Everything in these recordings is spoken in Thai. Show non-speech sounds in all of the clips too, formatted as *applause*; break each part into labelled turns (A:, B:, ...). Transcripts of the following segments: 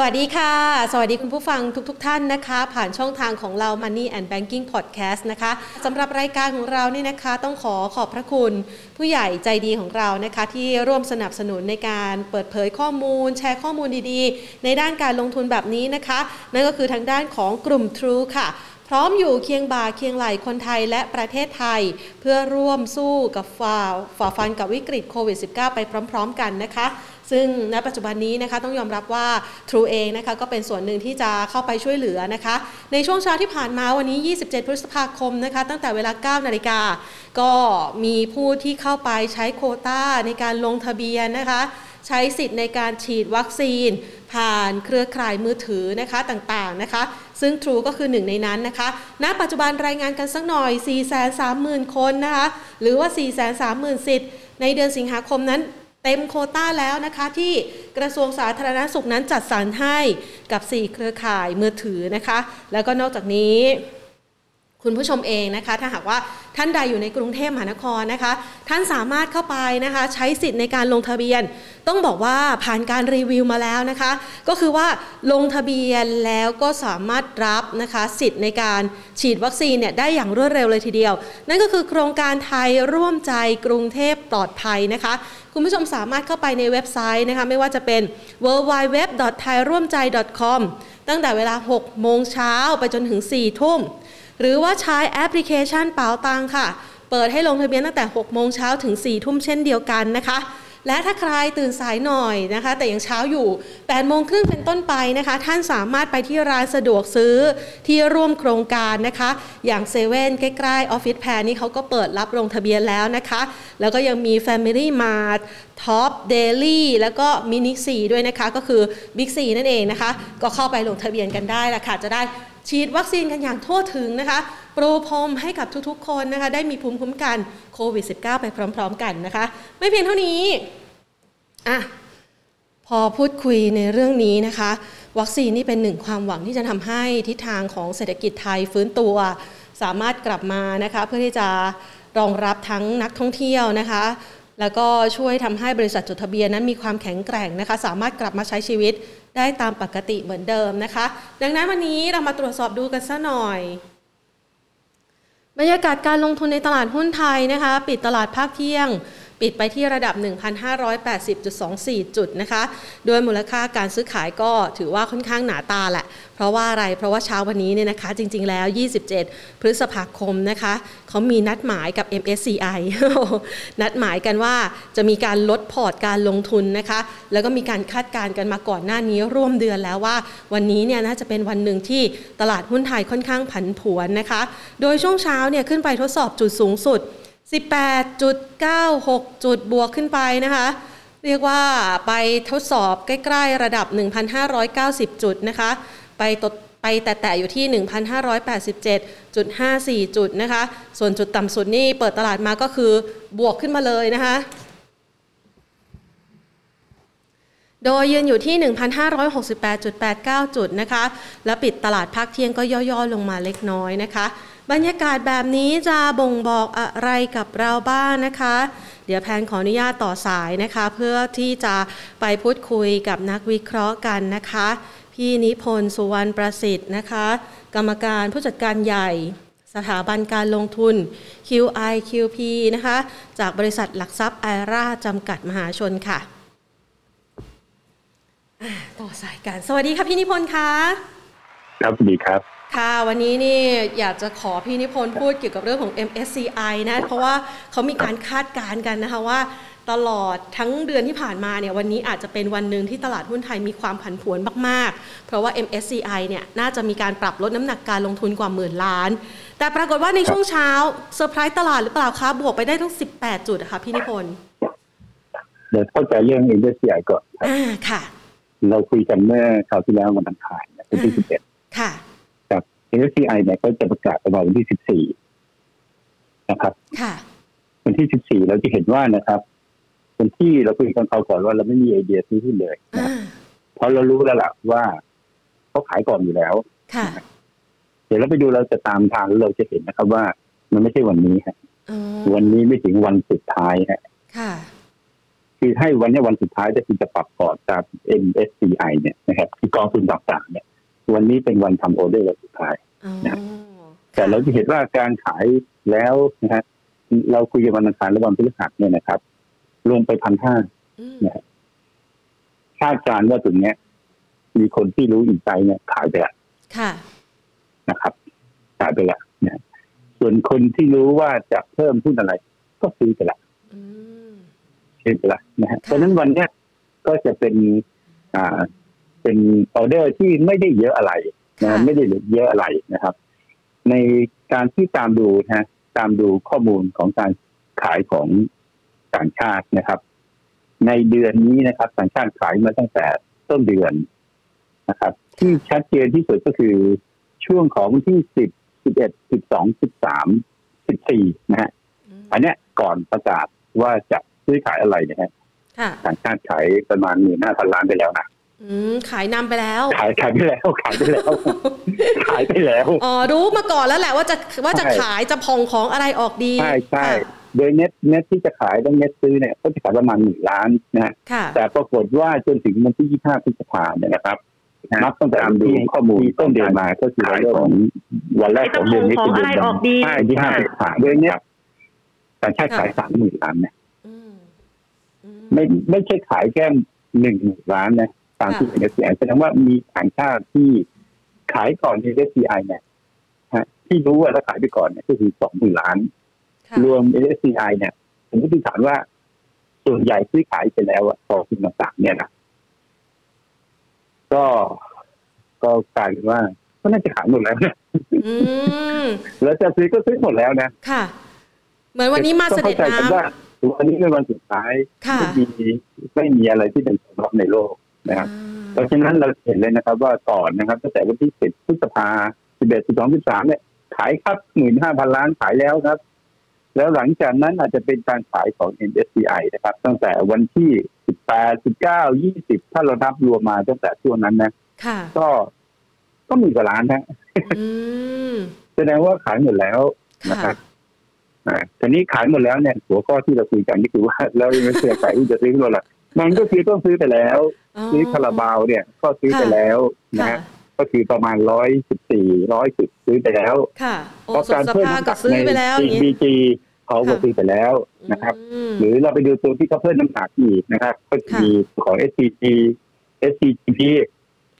A: สวัสดีค่ะ สวัสดีคุณผู้ฟังทุก ๆทท่านนะคะ ผ่านช่องทางของเรา Money and Banking Podcast นะคะสำหรับรายการของเราเนี่ยนะคะต้องขอขอบพระคุณ ผู้ใหญ่ใจดีของเรานะคะ ที่ร่วมสนับสนุนในการเปิดเผยข้อมูล แชร์ข้อมูลดีๆ ในด้านการลงทุนแบบนี้นะคะ นั่นก็คือทางด้านของกลุ่ม True ค่ะ พร้อมอยู่เคียงบ่าเคียงไหลคนไทยและประเทศไทย เพื่อร่วมสู้กับฝ่าฝ่าฟันกับวิกฤตโควิด -19 ไปพร้อม ๆ กันนะคะ ซึ่งณปัจจุบันนี้นะคะต้องยอมรับว่า True เองนะคะก็เป็นส่วนหนึ่งที่จะเข้าไปช่วยเหลือนะคะ ในช่วงเช้าที่ผ่านมาวันนี้ 27 พฤษภาคมนะคะตั้งแต่เวลา 9 นาฬิกา ก็มีผู้ที่เข้าไปใช้โควต้าในการลงทะเบียนนะคะ ใช้สิทธิ์ในการฉีดวัคซีน ผ่านเครือข่ายมือถือนะคะต่างๆนะคะ ซึ่ง True ก็คือหนึ่งในนั้นนะคะ ณ ปัจจุบันรายงานกันสักหน่อย 430,000 คนนะคะ หรือว่า 430,000 สิทธิ์ ในเดือนสิงหาคมนั้น เต็มโควต้าแล้วนะคะที่กระทรวงสาธารณสุขนั้นจัดสรรให้กับ 4 เครือข่ายมือถือนะคะ แล้วก็นอกจากนี้ คุณผู้ชมเองนะคะ ถ้าหากว่าท่านใดอยู่ในกรุงเทพมหานครนะคะ ท่านสามารถเข้าไปนะคะ ใช้สิทธิ์ในการลงทะเบียน ต้องบอกว่าผ่านการรีวิวมาแล้วนะคะ ก็คือว่าลงทะเบียนแล้วก็สามารถรับนะคะ สิทธิ์ในการฉีดวัคซีนเนี่ยได้อย่างรวดเร็วเลยทีเดียว นั่นก็คือโครงการไทยร่วมใจกรุงเทพปลอดภัยนะคะ คุณผู้ชมสามารถเข้าไปในเว็บไซต์นะคะ ไม่ว่าจะเป็น w w w t h a i r ่วมใจ .com ตั้งแต่เวลา 6 โมงเช้าไปจนถึง 4 ทุ่ม หรือว่าใช้แอปพลิเคชันเป๋าตังค่ะ เปิดให้ลงทะเบียนตั้งแต่ 6 โมงเช้าถึง 4 ทุ่มเช่นเดียวกันนะคะ และถ้าใครตื่นสายหน่อยนะคะ แต่ยังเช้าอยู่ 8 โมงครึ่งเป็นต้นไปนะคะ ท่านสามารถไปที่ร้านสะดวกซื้อที่ร่วมโครงการนะคะ อย่างเซเว่นใกล้ๆออฟฟิศแพรนี่เขาก็เปิดรับลงทะเบียนแล้วนะคะ แล้วก็ยังมี Family Mart ท็อปเดลี่แล้วก็มินิซีด้วยนะคะ ก็คือบิ๊กซีนั่นเองนะคะ ก็เข้าไปลงทะเบียนกันได้ละค่ะ จะได้ ฉีดวัคซีนกันอย่างทั่วถึงนะคะ โปรพรมให้กับทุกๆ คนนะคะ ได้มีภูมิคุ้มกันโควิด -19 ไปพร้อมๆ กันนะคะ ไม่เพียงเท่านี้ อ่ะ พอพูดคุยในเรื่องนี้นะคะ วัคซีนนี่เป็นหนึ่งความหวังที่จะทำให้ทิศทางของเศรษฐกิจไทยฟื้นตัว สามารถกลับมานะคะ เพื่อที่จะรองรับทั้งนักท่องเที่ยวนะคะ แล้วก็ช่วยทำให้บริษัทจดทะเบียนนั้นมีความแข็งแกร่งนะคะ สามารถกลับมาใช้ชีวิตได้ตามปกติเหมือนเดิมนะคะ ดังนั้นวันนี้เรามาตรวจสอบดูกันซะหน่อย บรรยากาศการลงทุนในตลาดหุ้นไทยนะคะ ปิดตลาดภาคเที่ยง ปิดไปที่ระดับ 1,580.24 จุดนะคะ โดยมูลค่าการซื้อขายก็ถือว่าค่อนข้างหนาตาแหละ เพราะว่าอะไร เพราะว่าเช้าวันนี้เนี่ยนะคะ จริงๆแล้ว 27 พฤษภาคมนะคะ เขามีนัดหมายกับ MSCI *laughs* นัดหมายกันว่าจะมีการลดพอร์ตการลงทุนนะคะ แล้วก็มีการคาดการณ์กันมาก่อนหน้านี้ร่วมเดือนแล้วว่า วันนี้เนี่ยน่าจะเป็นวันหนึ่งที่ตลาดหุ้นไทยค่อนข้างผันผวนนะคะ โดยช่วงเช้าเนี่ยขึ้นไปทดสอบจุดสูงสุด 18.96 จุดบวกขึ้นไปนะคะ เรียกว่าไปทดสอบใกล้ๆระดับ 1,590 จุดนะคะ ไปตดไปแตะๆอยู่ที่ 1,587.54 จุดนะคะ ส่วนจุดต่ำสุดนี่เปิดตลาดมาก็คือบวกขึ้นมาเลยนะคะ โดยยืนอยู่ที่ 1,568.89 จุดนะคะ และปิดตลาดพักเที่ยงก็ย่อๆลงมาเล็กน้อยนะคะ บรรยากาศแบบนี้จะบ่งบอกอะไรกับเราบ้างนะคะ เดี๋ยวแพนขออนุญาตต่อสายนะคะ เพื่อที่จะไปพูดคุยกับนักวิเคราะห์กันนะคะ พี่นิพนธ์สุวรรณประสิทธิ์นะคะ กรรมการผู้จัดการใหญ่ สถาบันการลงทุน QIQP นะคะ จากบริษัทหลักทรัพย์ไอราจำกัดมหาชนค่ะ ต่อสายกันสวัสดีค่ะพี่นิพนธ์คะ
B: ครับดีครับ
A: ค่ะ วันนี้นี่อยากจะขอพี่นิพนธ์พูดเกี่ยวกับเรื่องของ MSCI นะ เพราะว่าเขามีการคาดการณ์กันนะคะว่า ตลอดทั้งเดือนที่ผ่านมาเนี่ยวันนี้อาจจะเป็นวันหนึ่งที่ตลาดหุ้นไทยมีความผันผวนมาก ๆ เพราะว่า MSCI เนี่ยน่าจะมีการปรับลดน้ำหนักการลงทุนกว่าหมื่นล้าน แต่ปรากฏว่าในช่วงเช้าเซอร์ไพรส์ตลาดหรือเปล่าคะบวกไปได้ทั้ง 18 จุดอะค่ะพี่นิพนธ์
B: เดี๋ยวเข้าใจเรื่องอินเดสเซียก่อนครับ
A: อ่าค่ะ
B: เราคุยกันเมื่อคราวที่แล้ววันอังคารนะวันที่สิบเอ็ด
A: ค่ะ
B: ครับอินเดสเซียเนี่ยก็จะประกาศประมาณวันที่สิบสี่นะครับ
A: ค่ะ
B: วันที่สิบสี่เราจะเห็นว่านะครับวันที่เราคุยกันคราวก่อนว่าเราไม่มีไอเดียที่หุ้นเลย
A: อ่า
B: นะเพราะเรารู้แล้วล่ะว่าเขาขายก่อนอยู่แล้ว
A: ค่ะ
B: เดี๋ยวเราไปดูเราจะตามทางเราจะเห็นนะครับ ว่ามันไม่ใช่วันนี้ฮะ
A: อ๋อ
B: วันนี้ไม่ถึงวันสุดท้ายฮะ
A: ค่ะ
B: คือให้วันเนี้ยวันสุดท้ายจะคือจะปรับพอร์ตตาม MSCI เนี่ยนะครับคือกองทุนต่างๆเนี่ยวันนี้เป็นวันทำออเดอร์วันสุดท้าย
A: อ๋อ
B: นะ แต่เราจะเห็นว่าการขายแล้วนะฮะเราคุยกันวันอังคารและวันพฤหัสเนี่ยนะครับลงไปพันห้า
A: อืม
B: เนี่ย คาดการณ์ว่าถึงเนี้ย มีคนที่รู้อินไซด์เนี่ยขายไปแล้ว
A: ค่ะ
B: นะครับขายไปแล้วนะส่วนคนที่รู้ว่าจะเพิ่มหุ้นอะไร ก็ซื้อไปแล้ว
A: อืม
B: ซื้อไปแล้วนะฮะ
A: ค่ะ
B: เพราะฉะนั้นวันเนี้ยก็จะเป็นอ่าเป็นออเดอร์ที่ไม่ได้เยอะอะไร
A: ค่ะ
B: นะไม่ได้เยอะอะไรนะครับ ในการที่ตามดูนะฮะตามดูข้อมูลของการขายของต่างชาตินะครับ ในเดือนนี้นะครับ ต่างชาติขายมาตั้งแต่ต้นเดือนนะครับ ที่ชัดเจนที่สุดก็คือช่วงของวันที่สิบสิบเอ็ดสิบสองสิบสามสิบสี่นะฮะ
A: อืม
B: อันเนี้ยก่อนประกาศว่าจะซื้อขายอะไรนะฮะ
A: ค่ะ
B: ต่างชาติขายประมาณหมื่นห้าพันล้านไปแล้วนะ
A: อืมขายนำไปแล้ว
B: ขายขายไปแล้วขายไปแล้ว *laughs* ขายไปแล้ว
A: อ๋อรู้มาก่อนแล้วแหละว่าจะว่าจะ
B: ใช่
A: ขายจะผ่องของอะไรออกดี
B: ใช่ใช่
A: ค่ะ
B: โดยเน็ตเน็ตที่จะขายต้องเน็ตซื้อเนี่ยก็จะขายประมาณหมื่นล้านนะฮะ
A: ค่ะ
B: แต่ปรากฏว่าจนถึงวันที่ 25 พฤษภาเนี่ยนะครับ นับตั้งแต่ที่ข้อมูลต้นเดือนมาก็คือเรื่องของวันแรกของเดือนนี้
C: ของอะไรออกดี
B: ใช่ที่5พฤษภาเดือนเนี้ยต่างชาติ
A: ค่ะ
B: ขายสามหมื่นล้านนะ
A: อืมอืม
B: ไม่ไม่ใช่ขายแค่หนึ่งหมื่นล้านนะตามที่
A: ค่ะ
B: เป็นกระแสแสดงว่ามีต่างชาติที่ขายก่อนใน SCI เนี่ยฮะที่รู้ว่าถ้าขายไปก่อนเนี่ยก็คือสองหมื่นล้าน
A: ค่ะ
B: รวม SCI เนี่ยผมก็ติฐานว่า ส่วนใหญ่ซื้อขายไปแล้วอะต่อคุณต่างๆเนี่ยนะก็ก็กลายเป็นว่าก็น่าจะขายหมดแล้วนะ
A: อืม
B: แล้วจะซื้อก็ซื้อหมดแล้วนะ
A: ค่ะ เหมือนวันนี้มาเสด็จ
B: ต้อง
A: น้
B: ข้ใจกันว่าวันนี้เป็นวันสุดท้าย
A: ำค่ะ
B: ไม่มีไม่มีอะไรที่เป็นสำรับในโลกนะครับ เพราะฉะนั้นเราเห็นเลยนะครับ ว่าก่อนนะครับตั้งแต่วันที่สิบพฤษภาสิบเอ็ดสิบสองสิบสามเนี่ย ขายครับหมื่นห้าพันล้านขายแล้วครับ แล้วหลังจากนั้นอาจจะเป็นการขายของ MSCI นะครับ ตั้งแต่วันที่สิบแปดสิบเก้ายี่สิบถ้าเรานับรวมมาตั้งแต่ช่วงนั้นนะ
A: ค่ะ
B: ก็ก็หมีกว่าล้านนะ
A: อืม
B: แสดงว่าขายหมดแล้ว นะ
A: ค่ะ
B: ครับ อ่าทีนี้ขายหมดแล้วเนี่ย หัวข้อที่เราคุยกันนี่คือว่า แล้วยังไม่เสียขายที่จะซื้อหรอกมันก็ซื้อต้องซื้อไปแล้ว ซื้อคาราบาวเนี่ย ก็ซื้อไปแล้วนะ
A: ค่ะ
B: ฮะ ก็คือประมาณร้อยสิบสี่ร้อยสิบซื้อไปแล้ว
A: ค่ะโอ้
B: เพราะ
A: สุด
B: การ
A: ส
B: เพิ่ม
A: ภา
B: น้ำห
A: ก็
B: นัก
A: ซื้
B: ใน
A: อไปแล้วอย่าง
B: b
A: นี้
B: g เขาก็
A: ค่ะ
B: ซื้อไปแล้วนะครับ
A: อืม
B: หรือเราไปดูตัวที่เขาเพิ่มน้ำหนักอีกนะครับ ก็คือของ s c g s c g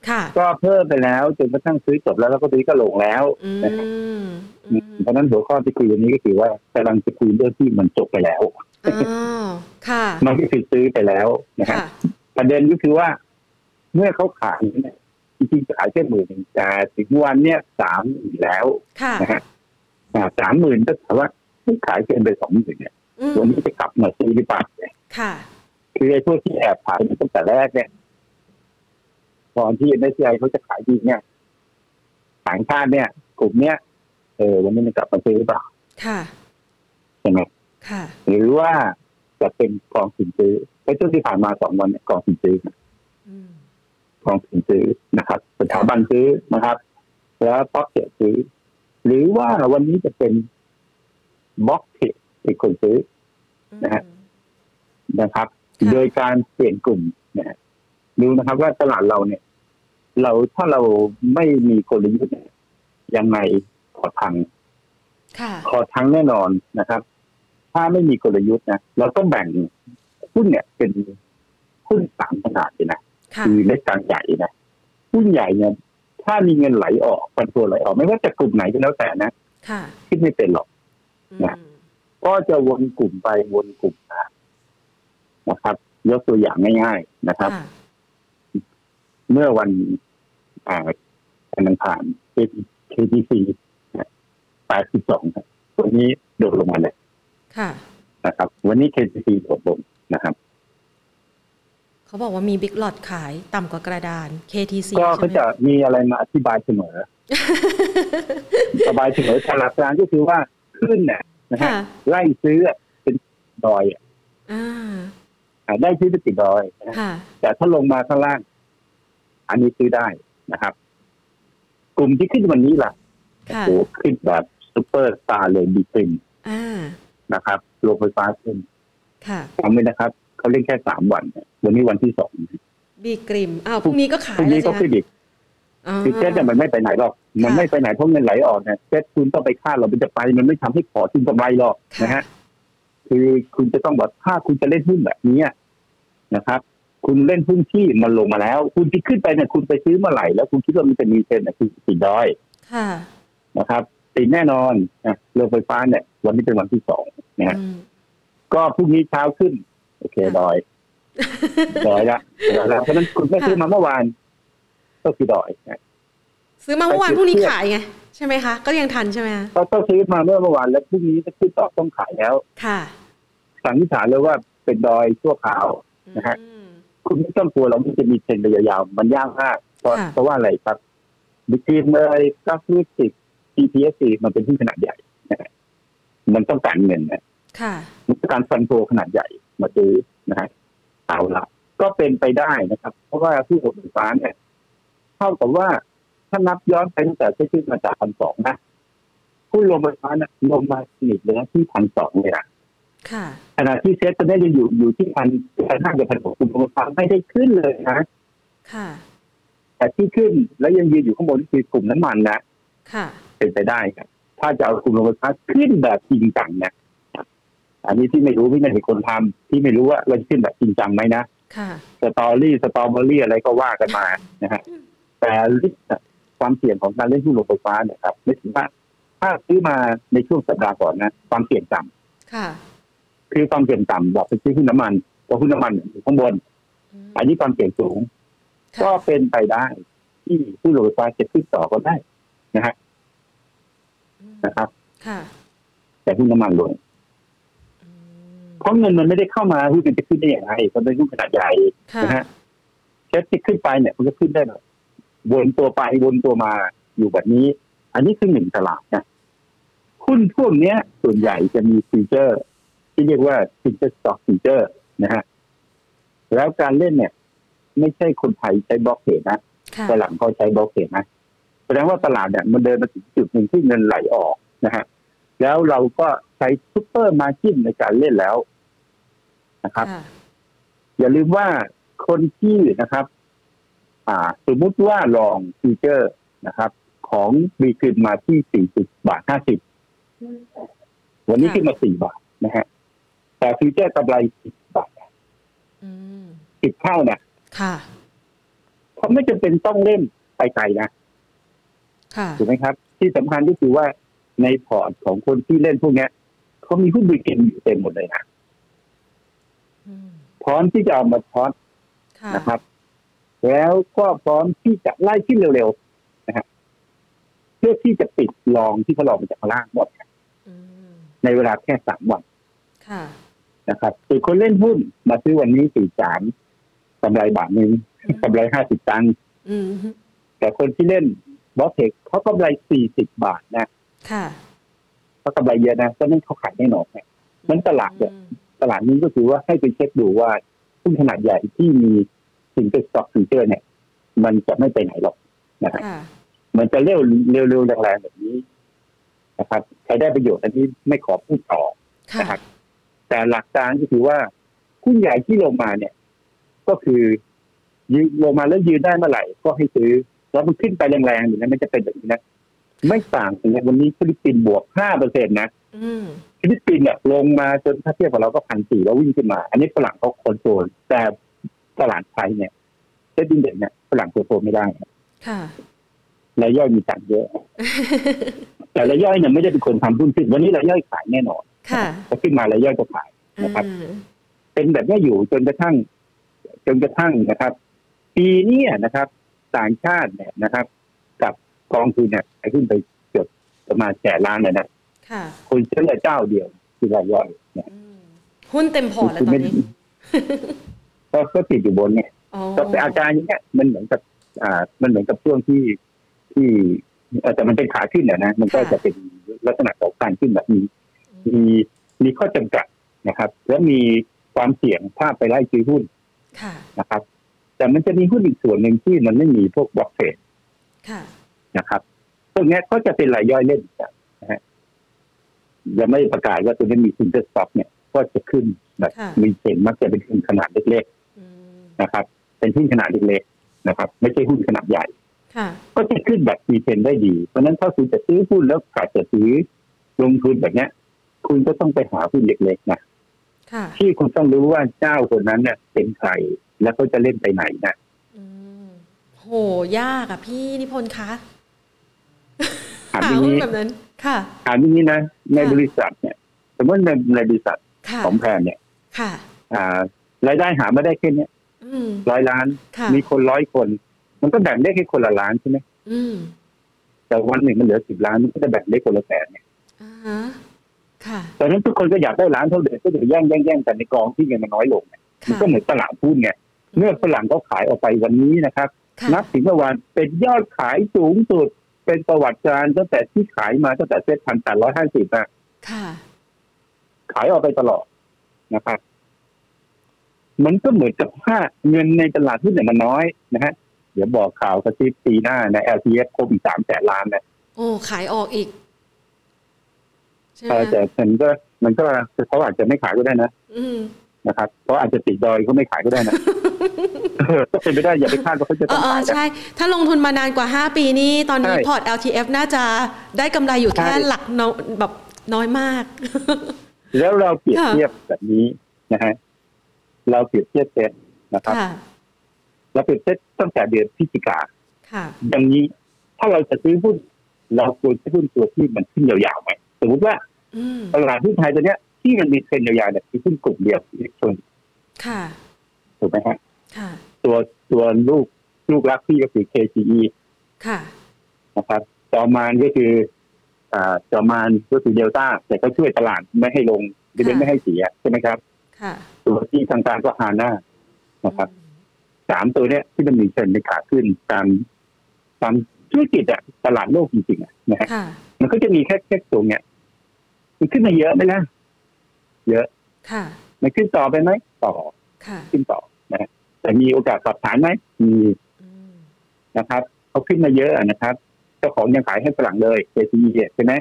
A: ค่ะ
B: ก็เพิ่มไปแล้วจนกระทั่งซื้อจบแล้วแล้วก็ตอนนี้ก็ลงแล้ว
A: อื
B: นะครับ
A: มอืม
B: เพราะฉะนั้นหัวข้อที่คุยวันนี้ก็คือว่ากำลังจะคุยเรื่องที่มันจบไปแล้ว
A: อ้าวค่ะ
B: มันก็คือซื้อไปแล้วนะฮะ
A: ค่ะ
B: ประเด็นก็คือว่า เมื่อเขาขายเนี่ยจริงๆขายแค่หมื่นหนึ่งแต่ถึงวันเนี้ยสามหมื่นแล้ว
A: ค่ะ
B: นะฮะสามหมื่นก็ถามว่าไม่ขายเกินไปสองหมื่นเนี่ย
A: อืม
B: วันนี้จะกลับมาซื้อหรือเปล่าเนี่ย
A: ค่ะ
B: คือไอ้พวกที่แอบขายตั้งแต่แรกเนี่ยตอนที่เอเซียเขาจะขายดีเนี่ยต่างชาติเนี่ย กลุ่มเนี้ยเออวันนี้มันกลับมาซื้อหรือเปล่า
A: ค่ะ
B: ใช่ไหม
A: ค่ะ
B: หรือว่าจะเป็นกองสินซื้อไอ้ช่วงที่ผ่านมาสองวันเนี่ยกองสินซื้อ
A: อืม
B: กองทุนซื้อนะครับสถาบันซื้อนะครับ แล้วพ็อกเก็ตซื้อ หรือว่าวันนี้จะเป็นบล็อกเทรดเป็นคนซื้อ นะฮะ นะครับ
A: ค่ะ
B: โดยการเปลี่ยนกลุ่มนะฮะดูนะครับว่าตลาดเราเนี่ย เราถ้าเราไม่มีกลยุทธ์เนี่ยยังไงขอทัง
A: ค่ะ
B: ขอทั้งแน่นอนนะครับ ถ้าไม่มีกลยุทธ์นะเราต้องแบ่งหุ้นเนี่ยเป็นหุ้นสามขนาดเลยนะ
A: ค่ะ
B: คือเล็กกลางใหญ่นะหุ้นใหญ่เนี่ยถ้ามีเงินไหลออกปันตัวไหลออก ไม่ว่าจะกลุ่มไหนก็แล้วแต่นะ
A: ค่ะ
B: คิดไม่เป็นหรอก
A: อื
B: นะ
A: ม
B: ก็จะวนกลุ่มไปวนกลุ่มมานะครับ ยกตัวอย่างง่ายๆนะครับ
A: ค่ะ
B: เมื่อวันอ่าการอังคาร KTC 82ครับตัวนี้โดดลงมาเลย
A: ค่ะ
B: นะครับ วันนี้ KTC โดดลงนะครับ
A: เขาบอกว่ามีบิ๊กหลอดขายต่ำกว่ากระดาน KTC
B: ก็
A: ใช่
B: เขา
A: ไหม *laughs*
B: จะมีอะไรมาอธิบายเสมอ อธิบายเสมอตลาดกลางก็คือว่าขึ้นเนี่ยนะฮะ
A: ค่ะ
B: ไล่ซื้อเป็นดอยอะ
A: อ่า
B: อ่ะได้ซื้อเป็นติดดอยนะ
A: ค่ะ
B: แต่ถ้าลงมาข้างล่าง อันนี้ซื้อได้นะครับ กลุ่มที่ขึ้นวันนี้ล่ะ
A: ค่ะ
B: โอ้โหขึ้นแบบซุปเปอร์สตาร์เลยดีขึ้น
A: อ่า
B: นะครับโรงไฟฟ้าขึ้น
A: ค่ะ
B: จำไว้นะครับ เขา เขาเล่นแค่สามวันนะวันนี้วันที่สอง
A: บีกริมอ้าวพรุ่งนี้ก็ขาย
B: พรุ่ง
A: เลย
B: นี้
A: ใช่
B: ก็
A: ไหม
B: ขึ้นอีก
A: อ่า
B: คือเซ็ตเนี่ยมันไม่ไปไหนหรอก มัน
A: ค่ะ
B: ไม่ไปไหนเพราะเงินไหลออกนะเซ็ตคุณต้องไปคาดเรามันจะไปมันไม่ทำให้ขอทิ้งกำไรหรอกนะฮะ คือคุณจะต้องบอกถ้าคุณจะเล่นหุ้นแบบนี้นะครับ คุณเล่นหุ้นที่มันลงมาแล้ว คุณที่ขึ้นไปเนี่ยคุณไปซื้อเมาไหร่แล้วคุณคิดว่ามันจะมีเทรนด์เนี่ยคือติดด้อย
A: ค่ะ
B: นะครับติดแน่นอนนะเรือไฟฟ้าเนี่ย วันนี้เป็นวันที่สอง ฮะ
A: อืม *laughs*
B: ก็พรุ่งนี้เช้าขึ้น โอเค
A: ค่ะ
B: ดอยดอยละดอยละเพราะฉะนั้นคุณไม่
A: ค่ะ
B: ซื้อมาเมื่อวาน ก็คือดอยนะ
A: ซื้อมาเมื่อวานพรุ่งนี้ขายไงใช่ไหมคะก็ยังทันใช่ไหมคะ
B: ก็ต้องซื้อมาเมื่อเมื่อวานแล้วพรุ่งนี้จะขึ้นต่อต้องขายแล้ว
A: ค่ะ
B: สันนิษฐานเลยว่าเป็นดอยชั่วคราว นะฮะ
A: อืม
B: คุณไม่ต้องกลัวหรอกมันจะมีเทรนด์ระยะยาวมันยากมากเพราะ
A: ค่ะ
B: เพราะว่าอะไรครับบิ๊กทีมเลยกราฟิกสิบ GPS มันเป็นที่ขนาดใหญ่นะฮะมันต้องการเงินนะ
A: ค่ะ
B: มันต้องการฟันโฟขนาดใหญ่มาซื้อนะฮะเอาละก็เป็นไปได้นะครับ เพราะว่าผู้ผลิตไฟฟ้าเนี่ยเท่ากับว่า ถ้านับย้อนไปตั้งแต่ที่ขึ้นมาจากพันสองนะผู้ลงไฟฟ้านะลงมาสนิทเลยนะที่พันสองเลยนะ
A: ค่ะ
B: ขณะที่เซตตอนนี้ยังอยู่อยู่ที่พันพันห้ากับพันหกคุณผู้ฟังไม่ได้ขึ้นเลยนะ
A: ค่ะ
B: แต่ที่ขึ้นแล้วยังยืนอยู่ข้างบนคือกลุ่มน้ำมันนะ
A: ค่ะ
B: เป็นไปได้ครับ ถ้าจะเอากลุ่มโรงไฟฟ้าขึ้นแบบจริงจังนะอันนี้ที่ไม่รู้พี่ไม่เห็นคนทำที่ไม่รู้ว่าเราจะขึ้นแบบจริงจังไหมนะ
A: ค่ะ
B: สตอรี่สตอเบอรี่อะไรก็ว่ากันมานะฮะแต่ลิสต์อะความเสี่ยงของการเล่นหุ้นโรงไฟฟ้าเนี่ยครับไม่ถึงว่าถ้าซื้อมาในช่วงสัปดาห์ก่อนนะความเสี่ยงต่ำ
A: ค่ะ
B: คือความเสี่ยงต่ำบอกไปซื้อหุ้นน้ำมันเพราะหุ้นน้ำมันอยู่ข้างบน
A: ม
B: อันนี้ความเสี่ยงสูง
A: ค่ะ
B: ก็เป็นไปได้ ที่ผู้โรงไฟฟ้าจะขึ้นต่อก็ได้
A: อืม
B: นะครับ
A: ค่ะ
B: แต่หุ้นน้ำมันลง
A: อืม
B: เพราะเงินมันไม่ได้เข้ามาหุ้นมันจะขึ้นได้อย่างไรมันเป็นหุ้นขนาดใหญ่
A: ค่ะ
B: นะฮะเช็ดที่ขึ้นไปเนี่ยมันก็ขึ้นได้แบบวนตัวไปวนตัวมาอยู่แบบนี้ อันนี้คือหนึ่งตลาดนะหุ้นพวกเนี้ย ส่วนใหญ่จะมีฟีเจอร์ ที่เรียกว่าฟีเจอร์สต็อกฟีเจอร์นะฮะแล้วการเล่นเนี่ย ไม่ใช่คนไทยใช้บล็อกเทรดนะ
A: ค่ะ
B: ฝรั่งเขาใช้บล็อกเทรดนะแสดงว่าตลาดเนี่ยมันเดินมาถึงจุดหนึ่งที่เงินไหลออกนะฮะ แล้วเราก็ใช้ซุปเปอร์มาร์จิ้นในการเล่นแล้วนะครับ
A: ค่ะ
B: อย่าลืมว่าคนที่นะครับ อ่า สมมุติว่าลองฟีเจอร์นะครับ ของบีขึ้นมาที่ 40 บาท 50 วันนี้ขึ้นมา 4 บาทนะฮะ แต่ฟีเจอร์กำไร 10 บาท
A: อืม
B: 10 เท่านะ
A: ค่ะ
B: เขาไม่จำเป็นต้องเล่นไปไกลนะ
A: ค่ะ
B: ถูกไหมครับ ที่สำคัญก็คือว่าในพอร์ตของคนที่เล่นพวกเนี้ยเขามีหุ้นบริเกนอยู่เต็มหมดเลยนะ
A: อืม
B: พร้อมที่จะเอามาช็อต
A: ค่ะ
B: นะครับ แล้วก็พร้อมที่จะไล่ขึ้นเร็วๆนะฮะเพื่อที่จะปิดลองที่เขาลองมาจากข้างล่างหมด
A: อืม
B: ในเวลาแค่สามวัน
A: ค่ะ
B: นะครับส่วนคนเล่นหุ้นมาซื้อวันนี้สี่สามกำไรบาทหนึ่งกำไรห้าสิบตังค์
A: อืม
B: แต่คนที่เล่นบอสเทคเขากำไรสี่สิบบาทนะ
A: ค่ะ
B: เขากำไรเยอะนะก็นั่นเขาขายแน่นอนนะมันตลาดเนี่ย
A: อืม
B: ตลาดนี้ก็คือว่าให้ไปเช็คดูว่าหุ้นขนาดใหญ่ที่มีสินเชื่อสต็อกสินเชื่อเนี่ย มันจะไม่ไปไหนหรอกนะฮะ
A: ค่ะ
B: มันจะเร็วเร็วเร็วแรงๆแบบนี้นะครับใครได้ประโยชน์อันนี้ไม่ขอพูดต่อ
A: ค่ะ
B: นะครับ แต่หลักการก็คือว่าหุ้นใหญ่ที่ลงมาเนี่ย ก็คือยืนลงมาแล้วยืนได้เมื่อไหร่ ก็ให้ซื้อแล้วมันขึ้นไปแรงๆอย่างนั้นมันจะเป็นแบบนี้นะไม่ต่างกันเลยวันนี้ฟิลิปปินส์บวกห้าเปอร์เซ็นต์นะ
A: อืม
B: ฟิลิปปินส์เนี่ยลงมาจนถ้าเทียบกับเราก็พันสี่แล้ววิ่งขึ้นมา อันนี้ฝรั่งเขาคอนโทรลแต่ตลาดไทยเนี่ยเซ็ตดินเด็กเนี่ยฝรั่งคอนโทรลไม่ได้
A: ค่ะ
B: รายย่อยมีตังค์เยอะ แต่รายย่อยเนี่ยไม่ได้เป็นคนทำหุ้นขึ้นวันนี้รายย่อยขายแน่นอน
A: ค่ะ
B: พอขึ้นมารายย่อยก็ขาย
A: อื
B: นะครับ
A: ม
B: เป็นแบบเนี้ยอยู่จนกระทั่ง จนกระทั่งนะครับ ปีเนี้ยนะครับต่างชาติเนี่ยนะครับ กับกองทุนเนี่ยขายขึ้นไปเกือบประมาณแสนล้านเลยนะ
A: ค่ะ
B: คนเชื่อเจ้าเดียวคือรายย่อยเนี่ย
A: อืมหุ้นเต็มพอร์ตแล้วตอนนี้
B: *laughs* ก็ก็ติดอยู่บนเนี่ย
A: อ๋อ
B: ก็เป็นอาการอย่างเงี้ยมันเหมือนกับ อ่า มันเหมือนกับช่วงที่ที่เอ่อแต่มันเป็นขาขึ้นนะนะมันก็จะเป็นลักษณะของการขึ้นแบบนี้ มีมีข้อจำกัดนะครับ และมีความเสี่ยงถ้าไปไล่ซื้อหุ้น
A: ค่ะ
B: นะครับ แต่มันจะมีหุ้นอีกส่วนหนึ่งที่มันไม่มีพวกบล็อกเทรด
A: ค่ะ
B: นะครับพวกเนี้ยก็จะเป็นรายย่อยเล่นกันนะฮะยังไม่ประกาศว่าตัวนี้มีซินเตอร์สต็อกเนี่ยก็จะขึ้น แบบ
A: ค่ะ
B: มีเห็นมักจะเป็นหุ้นขนาดเล็ก
A: อืม
B: ๆนะครับ เป็นหุ้นขนาดเล็กๆนะครับ ไม่ใช่หุ้นขนาดใหญ่
A: ค่ะ
B: ก็จะขึ้นแบบมีเทรนได้ดี เพราะฉะนั้นถ้าคุณจะซื้อหุ้นแล้วขาดจะซื้อลงทุนแบบเนี้ย คุณก็ต้องไปหาหุ้นเล็กๆนะ
A: ค่ะ
B: ที่คุณต้องรู้ว่าเจ้าคนนั้นเนี่ยเป็นใครแล้วเขาจะเล่นไปไหนนะ
A: อืมโหยากอ่ะพี่นิพนธ์คะ
B: ถาม
A: หา
B: อย่าง
A: หุ้น
B: นี้
A: แบบนั้นค่ะ
B: ถามอย่างนี้นะใน
A: ค่ะ
B: บริษัทเนี่ย สมมติในในบริษัท
A: ค่ะ
B: ของแพรเนี่ย
A: ค่ะ
B: อ่ารายได้หามาได้แค่เนี้ย
A: อืม
B: ร้อยล้าน
A: ค่ะ
B: มีคนร้อยคน มันก็แบ่งได้แค่คนละล้านใช่ไหม
A: อืม
B: แต่วันหนึ่งมันเหลือสิบล้านมันก็จะแบ่งได้คนละแสนเนี่ย
A: อ่าฮะค่ะ
B: ตอนนั้นทุกคนก็อยากได้ล้านเท่าเดิมก็จะแย่งแย่งแย่งกันในกองที่เงินมันน้อยลงเนี่ยมัน
A: ค่ะ
B: ก็เหมือนตลาดหุ้นไงเมื่อฝรั่งเขาขายออกไปวันนี้นะครับ
A: ค่ะ
B: นับถึงเมื่อวานเป็นยอดขายสูงสุด เป็นประวัติการณ์ตั้งแต่ที่ขายมาตั้งแต่เซ็ตพันแปดร้อยห้าสิบะ
A: ค่ะ
B: ขายออกไปตลอดนะครับ มันก็เหมือนกับว่าเงินในตลาดหุ้นเนี่ยมันน้อยนะฮะ เดี๋ยวบอกข่าวกระซิบปีหน้านะ LTF ครบอีกสามแสนล้านนะ
A: โอ้ขายออกอีก ใช่ไหม
B: เออแต่มันก็มันก็เขาอาจจะไม่ขายก็ได้นะ
A: อืม
B: นะครับเพราะอาจจะติดดอยก็ไม่ขายก็
A: *laughs*
B: ได้นะ เออก็เป็นไปได้อย่าไปคาดว่าเขาจะ
A: เอ
B: ต้อง
A: อเออ
B: ขายนะ
A: ใช่ ถ้าลงทุนมานานกว่า 5 ปีนี่ตอนนี้
B: ใช่
A: พอร์ต LTF น่าจะได้กำไรอยู่แค่
B: ใช่
A: หลักน้อยแบบน้อยมาก
B: แล้วเราเปรียบ
A: ค่ะ
B: เทียบแบบนี้นะฮะเราเปรียบเทียบเซ็ตนะครับ
A: ค่ะ
B: เราเปรียบเทียบตั้งแต่เดือนพฤศจิกา
A: ค่ะ
B: ดังนี้ถ้าเราจะซื้อหุ้น เราควรซื้อหุ้นตัวที่มันขึ้นยาวๆไหมสมมติว่า
A: อืม
B: ตลาดหุ้นไทยตัวเนี้ยที่มันมีเทรนด์ยาวๆเนี่ยคือหุ้นกลุ่มเดียวอิเล็กทรอนิกส์
A: ค่ะ
B: ถูกไหมฮะ
A: ค่ะ
B: ตัวตัวลูกลูกรักพี่ก็คือ KCE
A: ค่ะ
B: นะครับจอมานก็คืออ่าจอมานก็คือเดลต้าแต่ก็ช่วยตลาดไม่ให้ลงหรือ
A: ค่ะ
B: ไม่ให้เสียใช่ไหมครับ
A: ค่ะ
B: ตัวที่ทางการก็ฮาน่านะครับ
A: อืม
B: สามตัวเนี้ยที่มันมีเทรนด์ในขาขึ้นตามตามธุรกิจอะตลาดโลกจริงๆอะนะฮะ
A: ค่ะ
B: มันก็จะมีแค่แค่ตัวเนี้ยมันขึ้นมาเยอะไหมนะเยอะ
A: ค่ะ
B: มันขึ้นต่อไปไหมต่อ
A: ค่ะ
B: ขึ้นต่อนะฮะแต่มีโอกาสปรับฐานไหมมี
A: อืม
B: นะครับเขาขึ้นมาเยอะอะนะครับเจ้าของยังขายให้ฝรั่งเลย KCE ใช่ไหม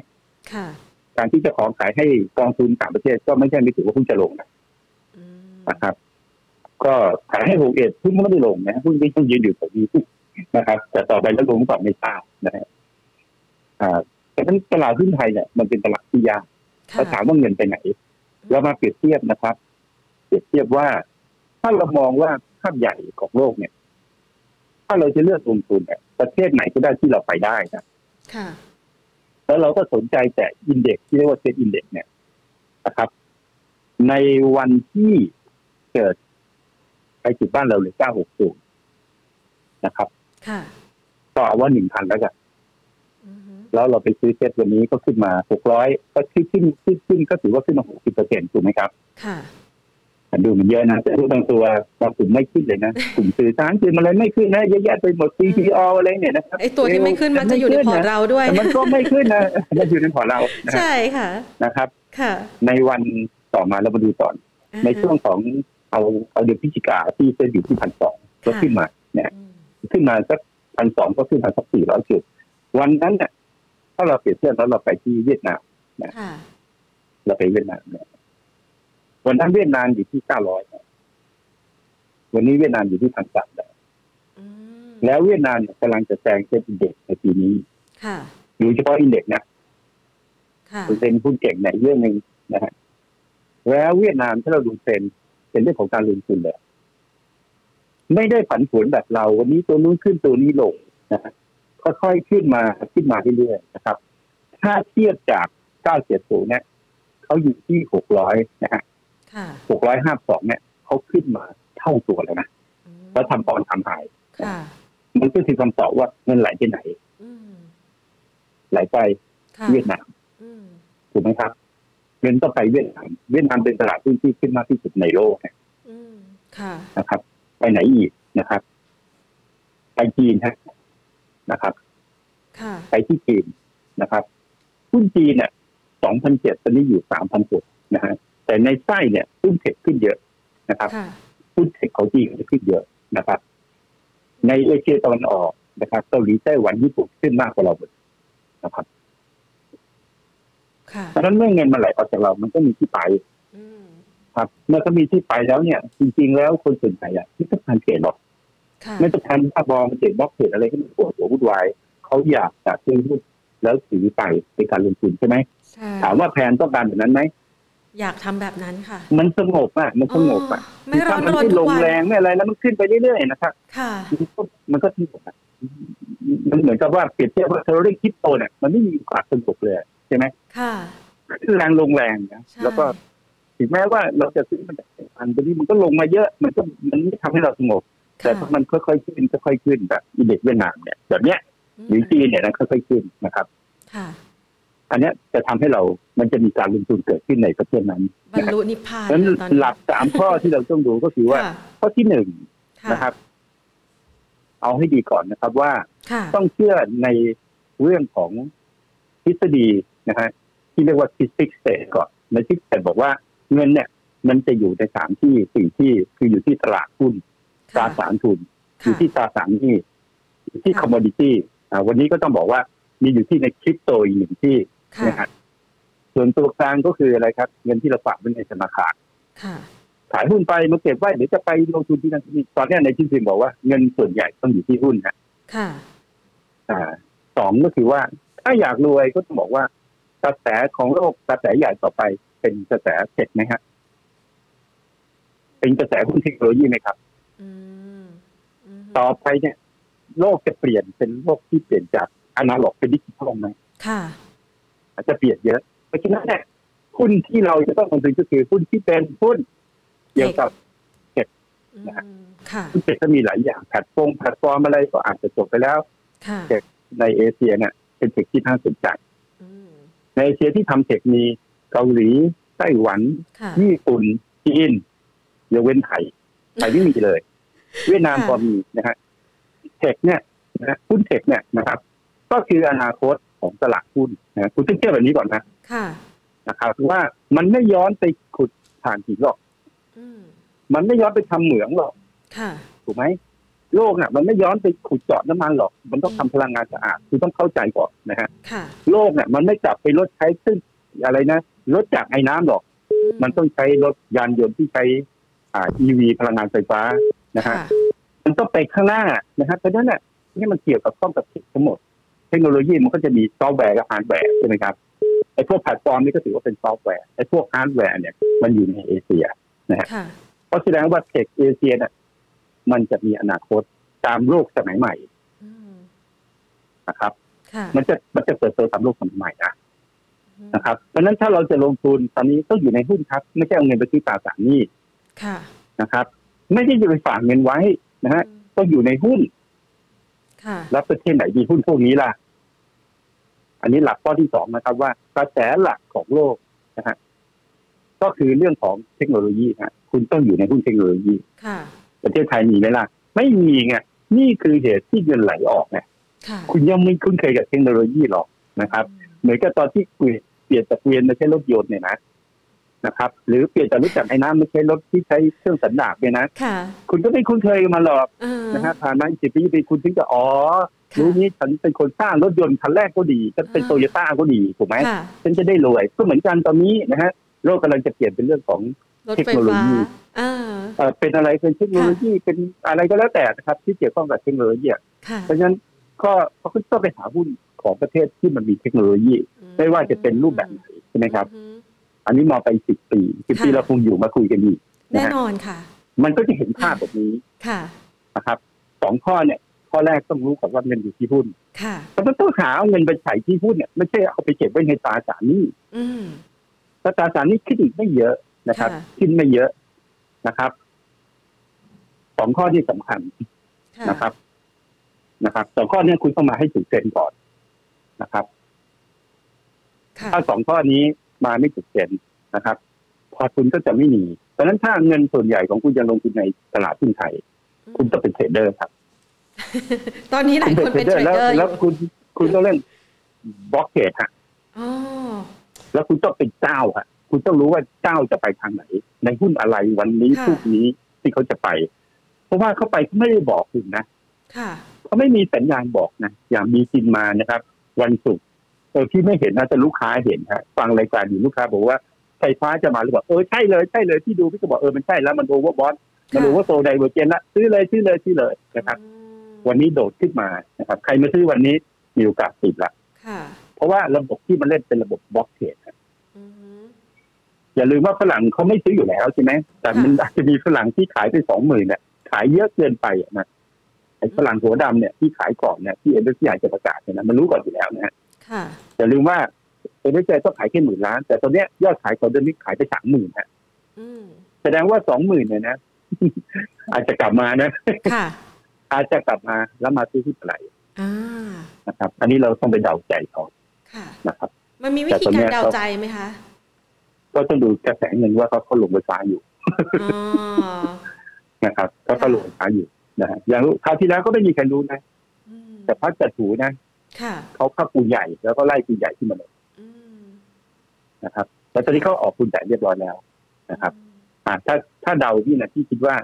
A: ค่ะ
B: การที่เจ้าของขายให้กองทุนต่างประเทศก็ไม่ใช่ไม่ถือว่าหุ้นจะลงนะ
A: อืม
B: นะครับ ก็ขายให้หกเอ็ดหุ้นก็ไม่ได้ลงนะหุ้นก็ยังยืนอยู่แบบนี้นะครับ แต่ต่อไปแล้วลงต่อไม่ทราบนะฮะอ่าแต่ทั้นตลาดหุ้นไทยเนี่ยมันเป็นตลาดที่ยาก
A: ค่ะ
B: แล้วถามว่าเงินไปไหน เรามาเปรียบเทียบนะครับ เปรียบเทียบว่า ถ้าเรามองว่าภาพใหญ่ของโลกเนี่ย ถ้าเราจะเลือกลงทุนเนี่ยประเทศไหนก็ได้ที่เราไปได้นะ
A: ค่ะ
B: แล้วเราก็สนใจแต่อินเด็กซ์ที่เรียกว่าเซตอินเด็กซ์เนี่ยนะครับ ในวันที่เกิดไปจุดบ้านเราเลย 960 นะครับ
A: ค่ะ
B: ก็เอาว่า 1,000 แล้วกัน
A: อือฮึ
B: แล้วเราไปซื้อเซตวันนี้ก็ขึ้นมา 600 ก็ขึ้นขึ้นขึ้นขึ้นก็ถือว่าขึ้นมา 60เปอร์เซ็นต์ถูกไหมครับ
A: ค่ะ
B: มันดูมันเยอะนะแต่ดูบางตัวบางกลุ่มไม่ขึ้นเลย *laughs* นะ กลุ่มสื่อสารกลุ่มอะไรไม่ขึ้นนะเยอะแยะไปหมด CPO อะไรเนี่ยนะครับ
A: ไอตัวที่ไม่ขึ้นมันจะอยู่ในพอร์ตเราด้วย
B: แต่มันก็ไม่ขึ้นนะ *laughs* มันอยู่ในพอร์ตเรานะฮะ
A: ใช่ค่ะ
B: นะครับ
A: ค่ะ
B: ในวันต่อมาเรามาดูต่อในช่วงของเอาเอาเดือนพฤศจิกาที่เซ็นอยู่ที่พันสองก็ขึ้นมาเนี่ย
A: อืม
B: ขึ้นมาสักพันสองก็ขึ้นมาสักสี่ร้อยจุด วันนั้นเนี่ยถ้าเราเปรียบเทียบแล้วเราไปที่เวียดนาม
A: ค่ะ
B: เราไปเวียดนามเนี่ยวันนั้นเวียดนามอยู่ที่เก้าร้อยวันนี้เวียดนามอยู่ที่พันสาม
A: อืม
B: แล้วเวียดนามเนี่ยกำลังจะแซงเซ็นอินเด็กซ์ในปีนี้
A: ค่ะ
B: โดยเฉพาะอินเด็กซ์นะ
A: ค่ะ
B: เซ็นหุ้นเก่งในยเรื่องหนึ่งนะฮะแล้วเวียดนามถ้าเราดูเซ็นเป็นเรื่องของการลงทุนเลยไม่ได้ผันผวนแบบเรา วันนี้ตัวนู้นขึ้นตัวนี้ลงนะฮะค่อยๆขึ้นมาขึ้นมาเรื่อยๆนะครับ ถ้าเทียบจาก 970เนี่ยเขาอยู่ที่ 600นะฮะ
A: ค่ะ
B: 652เนี่ยเขาขึ้นมาเท่าตัวแล้วนะ
A: อืม
B: แล้วทำออนทำหาย
A: ค่ะ
B: มันก็คือคำตอบว่าเงินไหลไปไหน
A: อืม
B: ไหลไป
A: ค่ะ
B: เวียดนาม
A: อืม
B: ถูกไหมครับเงินต้องไปเวียดนาม เวียดนามเป็นตลาดหุ้นที่ขึ้นมากที่สุดในโลก
A: อืมค่ะ
B: นะครับ ไปไหนอีกนะครับ ไปจีนฮะนะครับ
A: ค่ะ
B: ไปที่จีนนะครับหุ้นจีนเนี่ยสองพันเจ็ดตอนนี้อยู่สามพันจุดนะฮะแต่ในไส้เนี่ยหุ้นเทคขึ้นเยอะนะครับ
A: ค่ะ
B: หุ้นเทคของจีนก็จะขึ้นเยอะนะครับ ในเอเชียตะวันออกนะครับเกาหลีไต้หวันญี่ปุ่นขึ้นมากกว่าเราหมดนะครับ
A: ค่ะ
B: เพราะฉะนั้นเมื่อเงินมันไหลออกจากเรา มันก็มีที่ไป
A: อืม
B: ครับ เมื่อเขามีที่ไปแล้วเนี่ย จริง ๆ แล้วคนส่วนใหญ่อะไม่ต้องการเทรดหรอก
A: ค่ะ
B: ไม่ต้องการบ้าบอมาเทรดบล็อกเทรดอะไรที่มันปวดหัววุ่นวายเขาอยากจะซื้อหุ้นแล้วถือไปในการลงทุนใช่ไหม
A: ใช่
B: ถามว่าแพนต้องการแบบนั้นไหม
A: อยากทำแบบนั้นค่ะ
B: มันสงบมากมันสงบอ่ะ
A: อ๋อไม่ร้อน
B: ถ้ามั
A: รน
B: นไม่
A: ทุ
B: ล
A: ก
B: ง
A: วัน
B: แรงไม่อะไรแล้วมันขึ้นไปเรื่อยๆนะครับ
A: ค่ะ
B: มันก็มันก็สงบอะมันเหมือนกับว่าเปรียบเทียบว่าเทอร์เรคริปโตเนี่ยมันไม่มีโอกาสสงบเลยใช่ไหม
A: ค่ะ
B: คือแรงลงแรงนะ
A: ใช่
B: แล้วก็ถึงแม้ว่าเราจะซื้อมันจากอันตัวนี้มันก็ลงมาเยอะ มันก็มันไม่ทำให้เราสงบ แต่
A: ค่ะ
B: ถ้ามันค่อยๆขึ้นค่อยๆขึ้นแบบอินเด็กซ์เวียดนามเนี่ยแบบเนี้ยหรือจีนเนี่ยนะค่อยๆขึ้นนะครับ
A: ค่ะ
B: อันเนี้ยจะทำให้เรามันจะมีการลงทุนเกิดขึ้นในประเทศนั้น
A: บรรลุนิพพาน
B: เพราะฉะนั้น
A: ตอนนี้
B: หลักสามข้อที่เราต้องดูก็คือว่า
A: ค่ะ
B: ข้อที่หนึ่ง
A: ค่ะ
B: นะครับ เอาให้ดีก่อนนะครับว่า
A: ค่ะ
B: ต้องเชื่อในเรื่องของทฤษฎีนะฮะที่เรียกว่าทิสติกสเตทก่อนในทิสติกสเตทบอกว่าเงินเนี่ย มันจะอยู่ในสามที่สี่ที่คืออยู่ที่ตลาดหุ้นตราสารทุน อยู่ที่ตราสารหนี้อยู่ที่
A: ค่ะ
B: คอมมอดิตี้อ่าวันนี้ก็ต้องบอกว่ามีอยู่ที่ในคริปโตอีกหนึ่งที่
A: ค่ะ
B: นะฮะส่วนตัวกลางก็คืออะไรครับ เงินที่เราฝากไว้ในธนาคาร
A: ค่ะ
B: ขายหุ้นไปมาเก็บไว้เดี๋ยวจะไปลงทุนที่นั่นที่นี่ตอนเนี้ยในทิสติกบอกว่าเงินส่วนใหญ่ต้องอยู่ที่หุ้นฮะ
A: ค่ะ
B: อ่าสองก็คือว่าถ้าอยากรวยก็ต้องบอกว่ากระแสของโลกกระแสใหญ่ต่อไปเป็นกระแสเทคไหมฮะเป็นกระแสหุ้นเทคโนโลยีไหมครับ
A: อืมอืม
B: ต่อไปเนี่ย โลกจะเปลี่ยนเป็นโลกที่เปลี่ยนจากอนาล็อกเป็นดิจิทัลไหม
A: ค่ะ
B: อาจจะเปลี่ยนเยอะเพราะฉะนั้นเนี่ยหุ้นที่เราจะต้องลงทุนก็คือหุ้นที่เป็นหุ้นเกี่ยวกับ
A: อื
B: นะฮะ
A: มค่ะ
B: หุ้นเทคก็มีหลายอย่างแพลตฟอร์มแพลตฟอร์มอะไรก็อาจจะจบไปแล้ว
A: ค่ะ
B: เจ็ด ในเอเชียเนี่ยเป็นเทคที่น่าสนใจ
A: อืม
B: ในเอเชียที่ทำเทคมีเกาหลีไต้หวัน
A: ค่ะ
B: ญี่ปุ่นจีนยกเว้นไท
A: *laughs*
B: ยไทยไม่มีเลย เวียดนาม
A: ค่ะ
B: พอมีนะฮะเทคเนี่ยนะฮะหุ้นเทคเนี่ยนะครับ ก็คืออนาคตของตลาดหุ้นนะคุณต้องเชื่อแบบนี้ก่อนนะ
A: ค่ะ
B: นะครับว่ามันไม่ย้อนไปขุดถ่านหินหรอก
A: อืม
B: มันไม่ย้อนไปทำเหมืองหรอก
A: ค่ะ
B: ถูกไหมโลกน่ะ มันไม่ย้อนไปขุดเจาะน้ำมันหรอก มันต้องทำพลังงานสะอาดคุณต้องเข้าใจก่อนนะฮะ
A: ค่ะ
B: โลกเนี่ยมันไม่กลับไปลดใช้ซึ่งอะไรนะลดจากไอ้น้ำหรอก
A: อื
B: มันต้องใช้รถยานยนต์ที่ใช้อ่า EV พลังงานไฟฟ้านะฮะ
A: ค่
B: มันต้องไปข้างหน้านะฮะเพราะฉะนั้นเนี่ยนี่มันเกี่ยวกับข้องกับเทคทั้งหมด เทคโนโลยีมันก็จะมีซอฟต์แวร์กับฮาร์ดแวร์ใช่ไหมครับไอ้พวกแพลตฟอร์มนี่ก็ถือว่าเป็นซอฟต์แวร์ไอ้พวกฮาร์ดแวร์เนี่ยมันอยู่ในเอเชีย
A: ค่ะ
B: เพราะแสดงว่าเทคเอเชียเนี่ยมันจะมีอนาคตตามโลกสมัยใหม่
A: อืม
B: นะครับ
A: ค่ะ
B: มันจะมันจะเติบโตตามโลกสมัยใหม่นะนะครับเพราะฉะนั้นถ้าเราจะลงทุนตอนนี้ต้องอยู่ในหุ้นครับไม่ใช่เอาเงินไปซื้อตราสารหนี้
A: ค่ะ
B: นะครับไม่ได้จะไปฝากเงินไว้นะฮะก็อยู่ในหุ้น
A: ค่ะ
B: แล้วประเทศไหนมีหุ้นพวกนี้ล่ะ อันนี้หลักข้อที่สองนะครับ ว่ากระแสหลักของโลกนะฮะก็คือเรื่องของเทคโนโลยีฮะคุณต้องอยู่ในหุ้นเทคโนโลยี
A: ค่ะ
B: ประเทศไทยมีไหมล่ะ ไม่มีไงนี่คือเหตุที่เงินไหลออกไง
A: ค่ะ
B: คุณยังไม่คุ้นเคยกับเทคโนโลยีหรอกนะครับ เหมือนกับตอนที่เปลี่ยนเปลี่ยนจากเกวียนมาใช้รถยนต์เนี่ยนะนะครับ หรือเปลี่ยนจากรถจักรไอ้น้ำมาใช้รถที่ใช้เครื่องสันดาปเนี่ยนะ
A: ค่ะ
B: คุณก็ไม่คุ้นเคยกับมันหรอก
A: เออ
B: นะฮะผ่านมาสิบปีปีคุณถึงจะอ๋อ
A: ค่ะ
B: รู้นี้ฉันเป็นคนสร้างรถยนต์คันแรกก็ดีฉันเป็นโตโยต้าก็ดีถูกไหม
A: ค่ะ
B: ฉันจะได้รวยก็เหมือนกันตอนนี้นะฮะโลกกำลังจะเปลี่ยนเป็นเรื่องของ
A: รถ
B: เทค
A: ไฟ
B: โนโล
A: ฟ้า
B: ยี
A: เออ
B: เอ่อเป็นอะไรเป็นเทคโนโลยีเป็นอะไรก็แล้วแต่นะครับ ที่เกี่ยวข้องกับเทคโนโลยีอะ
A: ค่ะ
B: เพราะฉะนั้นก็เขาก็ต้องไปหาหุ้นของประเทศที่มันมีเทคโนโลยี ไม่ว่าจะเป็นรูปแบบไหนใช่ไหมครับ
A: อือฮึ
B: อันนี้มองไปสิบปีสิบปี
A: ค่ะ
B: เราคงอยู่มาคุยกันอีก
A: แน่นอนค่ะ
B: มันก็จะเห็นภาพแบบนี้
A: ค่ะ
B: นะครับสองข้อเนี่ย ข้อแรกต้องรู้ก่อนว่าเงินอยู่ที่หุ้น
A: ค่ะ
B: แต่มันต้องหาเงินไปใส่ที่หุ้นเนี่ยไม่ใช่เอาไปเก็บไว้ในตราสารหนี้
A: อืม
B: เพราะตราสารหนี้ขึ้นอีกไม่เยอะนะครับ
A: ค่ะ
B: ขึ้นไม่เยอะนะครับสองข้อที่สำคัญ
A: ค่ะ
B: นะครับ นะครับสองข้อเนี้คุณต้องมาให้ถึงเซนก่อนนะครับ
A: ค่ะ
B: ถ้าสองข้อนี้มาไม่ถึงเซนนะครับ พอร์ตคุณก็จะไม่มีเพราะฉะนั้นถ้าเงินส่วนใหญ่ของคุณยังลงทุนในตลาดหุ้นไทย คุณต้องเป็นเทรดเดอร์ครับ
A: ตอนนี้หลายคนเป็นเทรด
B: แล้ว
A: เดอร์อ
B: แล้ว
A: ยู่
B: คุณคุณต้องเล่นบล็อกเกตฮะ
A: อ๋อ
B: แล้วคุณต้องเป็นเจ้าอะคุณต้องรู้ว่าเจ้าจะไปทางไหน ในหุ้นอะไรวันนี้พรุ่งนี้ที่เขาจะไป เพราะว่าเขาไปเขาไม่ได้บอกคุณนะ
A: ค่ะ
B: เขาไม่มีสัญญาณบอกนะ อย่างมีจินมานะครับ วันศุกร์เออที่ไม่เห็นนะแต่ลูกค้าเห็นฮะฟังรายการอยู่ลูกค้าบอกว่า ไฟฟ้าจะมาหรือเปล่าเออใช่เลยใช่เลยที่ดูพี่ก็บอกเออมันใช่แล้วมันโอเวอร์บอสมันโอเวอร์โซลไดเวอร์เจนละซื้อเลยซื้อเลยซื้อเลยนะครับ
A: อืม
B: วันนี้โดดขึ้นมานะครับใครมาซื้อวันนี้มีโอกาสติดละ
A: ค่ะ
B: เพราะว่าระบบที่มันเล่นเป็นระบบบล็อกเชน
A: อือฮึ
B: อย่าลืมว่าฝรั่งเขาไม่ซื้ออยู่แล้วใช่ไหม แต่มันอาจจะมีฝรั่งที่ขายไปสองหมื่นเนี่ยขายเยอะเกินไปอะนะ ไอ้ฝรั่งหัวดำเนี่ยที่ขายก่อนเนี่ยที่เอ็นเดอร์ซีไอจะประกาศเนี่ยนะมันรู้ก่อนอยู่แล้วนะฮะ
A: ค่ะ
B: อย่าลืมว่าเอ็นเดอร์ซีไอต้องขายแค่หมื่นล้าน แต่ตอนเนี้ยยอดขายของเดือนนี้ขายไปสามหมื่นฮะ
A: อืม
B: แสดงว่าสองหมื่นเนี่ยนะ *laughs* อาจจะกลับมานะ
A: ค่ะ
B: อาจจะกลับมาแล้วมาซื้อที่เท่าไหร่
A: อ่า
B: นะครับ อันนี้เราต้องไปเดาใจเขา
A: ค่ะ
B: นะครับ
A: มันมีวิธีการเดาใจไหมคะ
B: ก็ต้องดูกระแสเงินว่าเขาเขาลงไฟฟ้าอยู่
A: อ๋อ
B: นะครับเขาเขาลงไฟฟ้าอยู่นะฮะอย่างคราวที่แล้วก็ไม่มีใครรู้นะ
A: อืม
B: แต่พัดจัดถูนะ
A: ค่ะ
B: เขาเข้าปูใหญ่แล้วก็ไล่ปูใหญ่ขึ้นมาเลย
A: อืม
B: นะครับแล้วตอนนี้เขาออกปูใหญ่เรียบร้อยแล้วนะครับอ่าถ้าถ้าเดาพี่นะพี่คิดว่า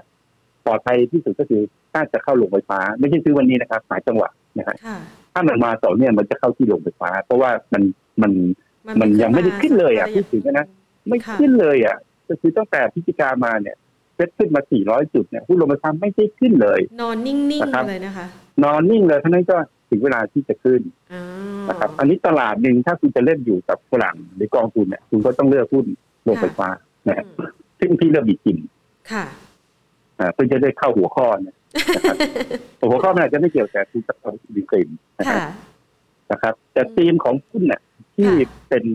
B: ปลอดภัยที่สุดก็คือน่าจะเข้าโรงไฟฟ้า ไม่ใช่ซื้อวันนี้นะครับหายจังหวะนะฮะ
A: ค่ะ
B: ถ้ามันมาต่อเนี่ยมันจะเข้าที่โรงไฟฟ้า เพราะว่ามันมัน มันยังไม่ได้ขึ้นเลยอะพูดถึงนะ ไม่
A: ค่ะ
B: ขึ้นเลยอ่ะก็คือตั้งแต่พิจิกามาเนี่ยเซ็ตขึ้นมา 400 จุดเนี่ยหุ้นโรงไฟฟ้าไม่ได้ขึ้นเลย
A: นอนนิ่ง
B: นะครับ
A: ๆเลยนะคะ
B: นอนนิ่งเลยเท่านั้นก็ถึงเวลาที่จะขึ้น
A: อ๋อ
B: นะครับอันนี้ตลาดหนึ่งถ้าคุณจะเล่นอยู่กับฝรั่งหรือกองทุนเนี่ยคุณก็ต้องเลือกหุ้นโรงไฟฟ้านะฮะ
A: อืม
B: ซึ่งพี่เลือกบิตกิน
A: ค่ะ
B: อ่าเพื่อจะได้เข้าหัวข้อเนี่ย
A: *laughs*
B: นะครับ หัวข้อมันอาจจะไม่เกี่ยวแต่คุณจะเอาบิตกินนะ
A: ค่ะ
B: ฮะนะครับ แต่ธีมของหุ้นเนี่ยที่
A: ค่ะ
B: เป็น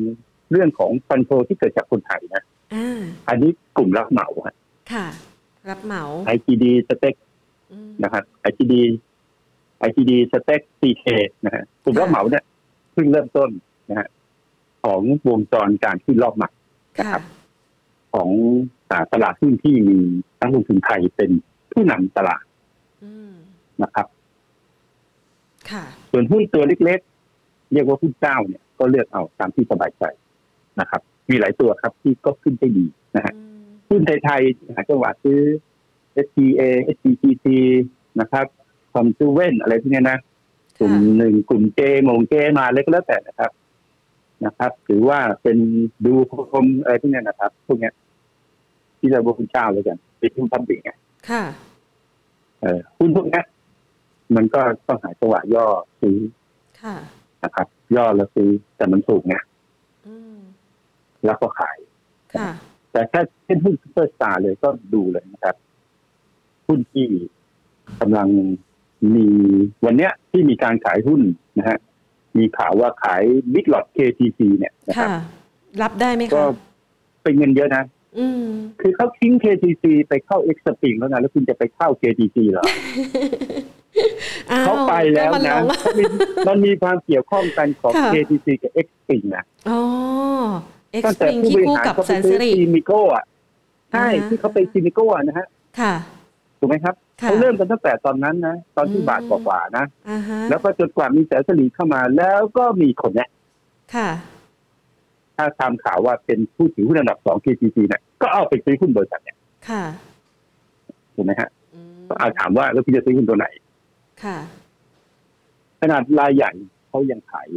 B: เรื่องของฟันโทที่เกิดจากคนไทยนะ
A: อ่า
B: อันนี้กลุ่มรับเหมาฮะ
A: ค่ะ รับเหมา
B: IGD สเต็ก
A: อืม
B: นะครับ IGD IGD สเต็ก CK นะฮะกลุ่มรับเหมาเนี่ยเพิ่งเริ่มต้นนะฮะของวงจรการขึ้นรอบใหม่
A: ค่ะ
B: ของอ่าตลาดหุ้นที่มีนักลงทุนไทยเป็นผู้นำตลาด
A: อืม
B: นะครับ
A: ค่ะ
B: ส่วนหุ้นตัวเล็กๆ เรียกว่าหุ้นเจ้าเนี่ยก็เลือกเอาตามที่สบายใจนะครับ มีหลายตัวครับที่ก็ขึ้นได้ดีนะฮะ
A: อืม
B: หุ้นไทยๆหาจังหวะซื้อ STA SCGT นะครับคอมซูเว่นอะไรพวกเนี้ยนะ กลุ่ม
A: ค่ะ
B: หนึ่งกลุ่มเจมงเจมาเล็กแล้วแต่นะครับนะครับ หรือว่าเป็นดูคมอะไรพวกเนี้ยนะครับ พวกเนี้ยที่เราบอกคุณเจ้าเลยกันเป็นหุ้นพับบิกไง
A: ค่ะ
B: เอ่อหุ้นพวกเนี้ยมันก็ต้องหาจังหวะย่อซื้อ
A: ค่ะ
B: นะครับ ย่อแล้วซื้อแต่มันถูกไง
A: อืม
B: แล้วก็ขาย
A: ค่ะ
B: แต่ถ้าเช่นหุ้นซูเปอร์สตาร์เลยก็ดูเลยนะครับ หุ้นที่กำลังมีวันเนี้ยที่มีการขายหุ้นนะฮะมีข่าวว่าขายบิ๊กหลอด KTC เนี่ยนะครั
A: ค่ะ
B: บ
A: รับได้ไหม
B: ก็
A: คะ
B: เป็นเงินเยอะนะ
A: อืม
B: คือเขาทิ้ง KTC ไปเข้า X p r i n g แล้วนะแล้วคุณจะไปเข้า KTC เหรอ
A: อ้
B: *laughs* เขาไปแล้ว
A: ก็มัน
B: นะ
A: ง
B: มันมี *laughs* มันมีความเกี่ยวข้องกันของ
A: ค่ะ
B: KTC กับ X p r i n g นะ
A: อ๋อเอ็ก
B: ตั้ง
A: ซ์
B: แต่
A: ริง
B: ผู้
A: ที่
B: บริ
A: คู่
B: หาร
A: กับ
B: เขา
A: แส
B: ไป
A: น
B: ซื้
A: สิ
B: อ
A: ริ
B: ซีมิโก้อะใช่
A: อ่าฮะ
B: ที่เขาไปซีมิโก้อะนะฮะ
A: ค่ะ
B: ถูกไหมครับ
A: ค่ะ
B: เขาเริ่มกันตั้งแต่ตอนนั้นนะตอนที่
A: อืม
B: บาทกว่าๆนะ
A: อ่าฮะ
B: แล้วก็จนกว่ามีแสนสลีเข้ามาแล้วก็มีคนเนี่ย
A: ค่ะ
B: ถ้าตามข่าวว่าเป็นผู้ถือหุ้นอันดับสอง KTC เนี่ยก็เอาไปซื้อหุ้นบริษัทเนี่ย
A: ค่ะ
B: ถูกไหมฮะ
A: อืม
B: ก็อาถามว่าแล้วพี่จะซื้อหุ้นตัวไหน
A: ค่ะ
B: ขนาดรายใหญ่เขายังขาย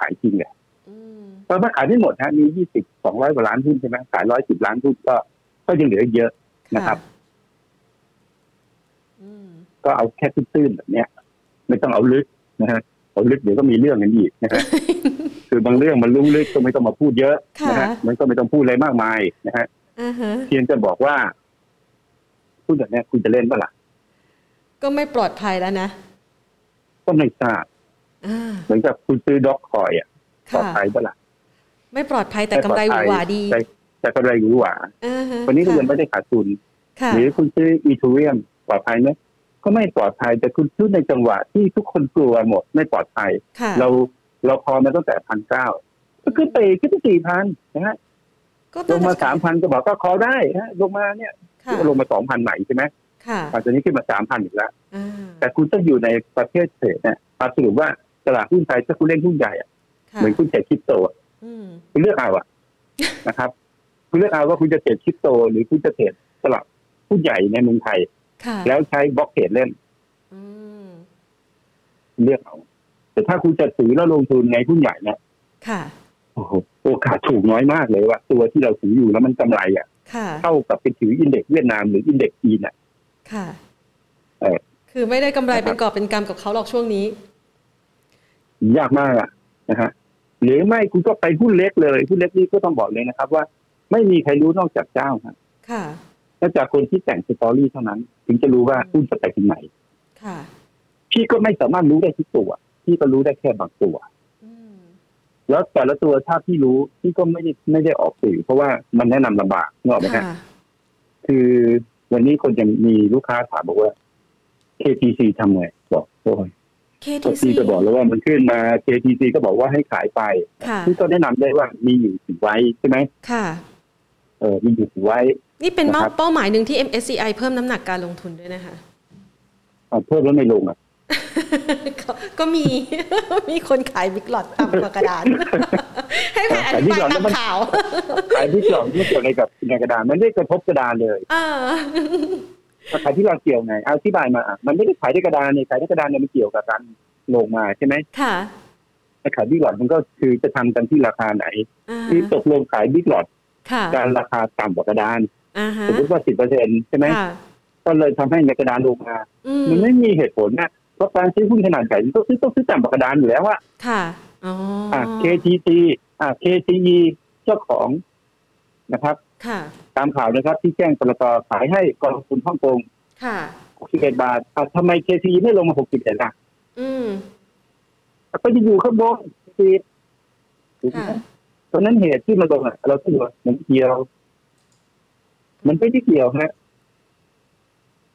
B: ขายจริงเลย
A: อืม
B: เพราะว่าขายไม่หมดฮะมียี่สิบสองร้อยกว่าล้านหุ้นใช่ไหมขายร้อยสิบล้านหุ้นก็ก็ยังเหลือเยอะ นะครับ
A: อืม
B: ก็เอาแค่ตื้นๆแบบเนี้ย ไม่ต้องเอาลึกนะฮะเอาลึกเดี๋ยวก็มีเรื่องกันอีก
A: *laughs*
B: นะฮะ คือบางเรื่องมันลุ้ลึกก็ไม่ต้องมาพูดเยอะนะฮะ
A: ค่ะ
B: มันก็ไม่ต้องพูดอะไรมากมายนะฮะ
A: อ่าฮะ
B: เพียงจะบอกว่าพูดแบบเนี้ยคุณจะเล่นเมื่อไหร่ะ
A: ก็ไม่ปลอดภัยแล้วนะ
B: ก็ไม่ทราบ
A: อ่า
B: เหมือนกับคุณซื้อด็อกคอยอ่ะปลอ
A: ค่ะ
B: ดภัยเมื่อไหร่ะ
A: ไม่ปลอดภัยแต่กำไรหวือหวาดี
B: แต่แต่กำไรหวือหวา
A: อ่าฮะ
B: วันนี้ก็ยัง
A: ค่ะ
B: ไม่ได้ขาดทุน
A: ค่ะ
B: หรือคุณซื้ออีทูเรียมปลอดภัยไหมก็ไม่ปลอดภัยแต่คุณซื้อในจังหวะที่ทุกคนกลัวหมดไม่ปลอดภัย
A: ค่ะ
B: เราเราพอมาตั้งแต่พันเก้าก็ขึ้นไปขึ้นไปสี่พันนะฮะ
A: ก็
B: ล
A: ต้อง
B: มาสามพันก็บอกก็คอได้ฮะลงมาเนี่ย
A: ค่ะ
B: ลงมาสองพันใหม่ใช่ไหม
A: ค่ะ
B: ตอนนี้ขึ้นมาสามพันอีกแล้ว
A: อ่า
B: แต่คุณต้องอยู่ในประเทศเทรดเนี่ยมาสรุปว่าตลาดหุ้นไทยถ้าคุณเล่นหุ้นใหญ่อะ
A: ค่ะ
B: เหมือนคุณเทรดคริปโตอะ
A: อืม
B: คุณเลือกเอาอะ นะครับ คุณเลือกเอาว่าคุณจะเทรดคริปโต หรือคุณจะเทรดตลาดหุ้นใหญ่ในเมืองไทย
A: ค่ะ
B: แล้วใช้บล็อกเทรดเล่น
A: อืม
B: เลือกเอา แต่ถ้าคุณจะถือแล้วลงทุนในหุ้นใหญ่เนี่ย
A: ค่ะ
B: โอ้โห โอกาสถูกน้อยมากเลยว่าตัวที่เราถืออยู่แล้วมันกำไรอ่ะ
A: ค่ะ
B: เท่ากับไปถืออินเด็กซ์เวียดนามหรืออินเด็กซ์จีนอ่ะ
A: ค่ะ
B: เอ่อ
A: คือไม่ได้กำไรเป็นกอบเป็นกำกับเขาหรอกช่วงนี้
B: ยากมากอะนะฮะหรือไม่คุณก็ไปหุ้นเล็กเลยหุ้นเล็กนี่ก็ต้องบอกเลยนะครับ ว่าไม่มีใครรู้นอกจากเจ้าครับ
A: ค่ะ
B: นอกจากคนที่แต่งสตอรี่เท่านั้น ถึงจะรู้ว่าหุ้นจะไปถึงไหน
A: ค่ะ
B: พี่ก็ไม่สามารถรู้ได้ทุกตัว พี่ก็รู้ได้แค่บางตัว
A: อืม
B: แล้วแต่ละตัวถ้าพี่รู้พี่ก็ไม่ได้ไม่ได้ออกสื่อ เพราะว่ามันแนะนำลำบากนึกออกไหมฮะ
A: ค่ะ
B: คือวันนี้คนยังมีลูกค้าถามบอกว่า KTC ทำไงบอกโอ้ยผม
A: KTC
B: พี่ก็บอกแล้วว่ามันขึ้นมา KTC ก็บอกว่าให้ขายไป
A: ค่ะ
B: พี่ก็แนะนำได้ว่ามีอยู่สิไว้ใช่ไหม
A: ค่ะ
B: เออมีอยู่ไว้
A: นี่เป็นเป้า
B: นะครับ
A: เป้าหมายหนึ่งที่ MSCI เพิ่มน้ำหนักการลงทุนด้วยนะคะ *laughs*
B: เอาเพิ่มแล้วไม่ลงอ่ะ
A: ก็ก็มี *laughs* มีคนขายบิ๊กหลอดต่ำกว่ากระดาน *laughs* ให้แผนอ
B: แต่
A: ธิ
B: บิ๊
A: บากย
B: หลอด
A: ตา
B: แล้
A: ม
B: วมัน *laughs*
A: ข่าว
B: ขายที่เกี่ยวที่เกี่ยวในกับในกระดานมันไม่กระทบกระดานเลย
A: เออ
B: ขายที่เราเกี่ยวไงเอาอธิบายมาอ่ะมันไม่ได้ขายในกระดานเนี่ยขายในกระดานเนี่ยมันเกี่ยวกับการลงมาใช่ไหม
A: ค่ะ
B: แต่ขายบิ๊กหลอดมันก็คือจะทำกันที่ราคาไหน
A: อ่า
B: คือตกลงขายบิ๊กหลอด
A: ค่ะ
B: การราคาต่ำกว่ากระดาน
A: อ่าฮะ
B: สมมติว่าสิบเปอร์เซ็นใช่ไหม
A: ค่ะ
B: ก็เลยทำให้ในกระดานลงมา
A: อืม
B: มันไม่มีเหตุผลนะเพราะการซื้อหุ้นขนาดใหญ่มันต้องซื้อต้องซื้อต่ำกว่ากระดานอยู่แล้วว่า
A: ค่ะอ๋ออ่
B: อ่ะ KTC อ่ะ KTE เจ้าของนะครับ
A: ค่ะ
B: ตามข่าวนะครับ ที่แจ้งปตทขายให้กองทุนฮ่องกง
A: ค่ะ
B: 61 บาทอ่ะทำไม KC ไม่ลงมา 61ล่ะ
A: อืม
B: ก็จะอยู่ข้างบน60ถูกไหม
A: ค่ะ
B: เพราะฉะนั้นเหตุที่มันลงอ่ะเราถือว่ามันเกี่ยว มันไม่ได้เกี่ยวฮะ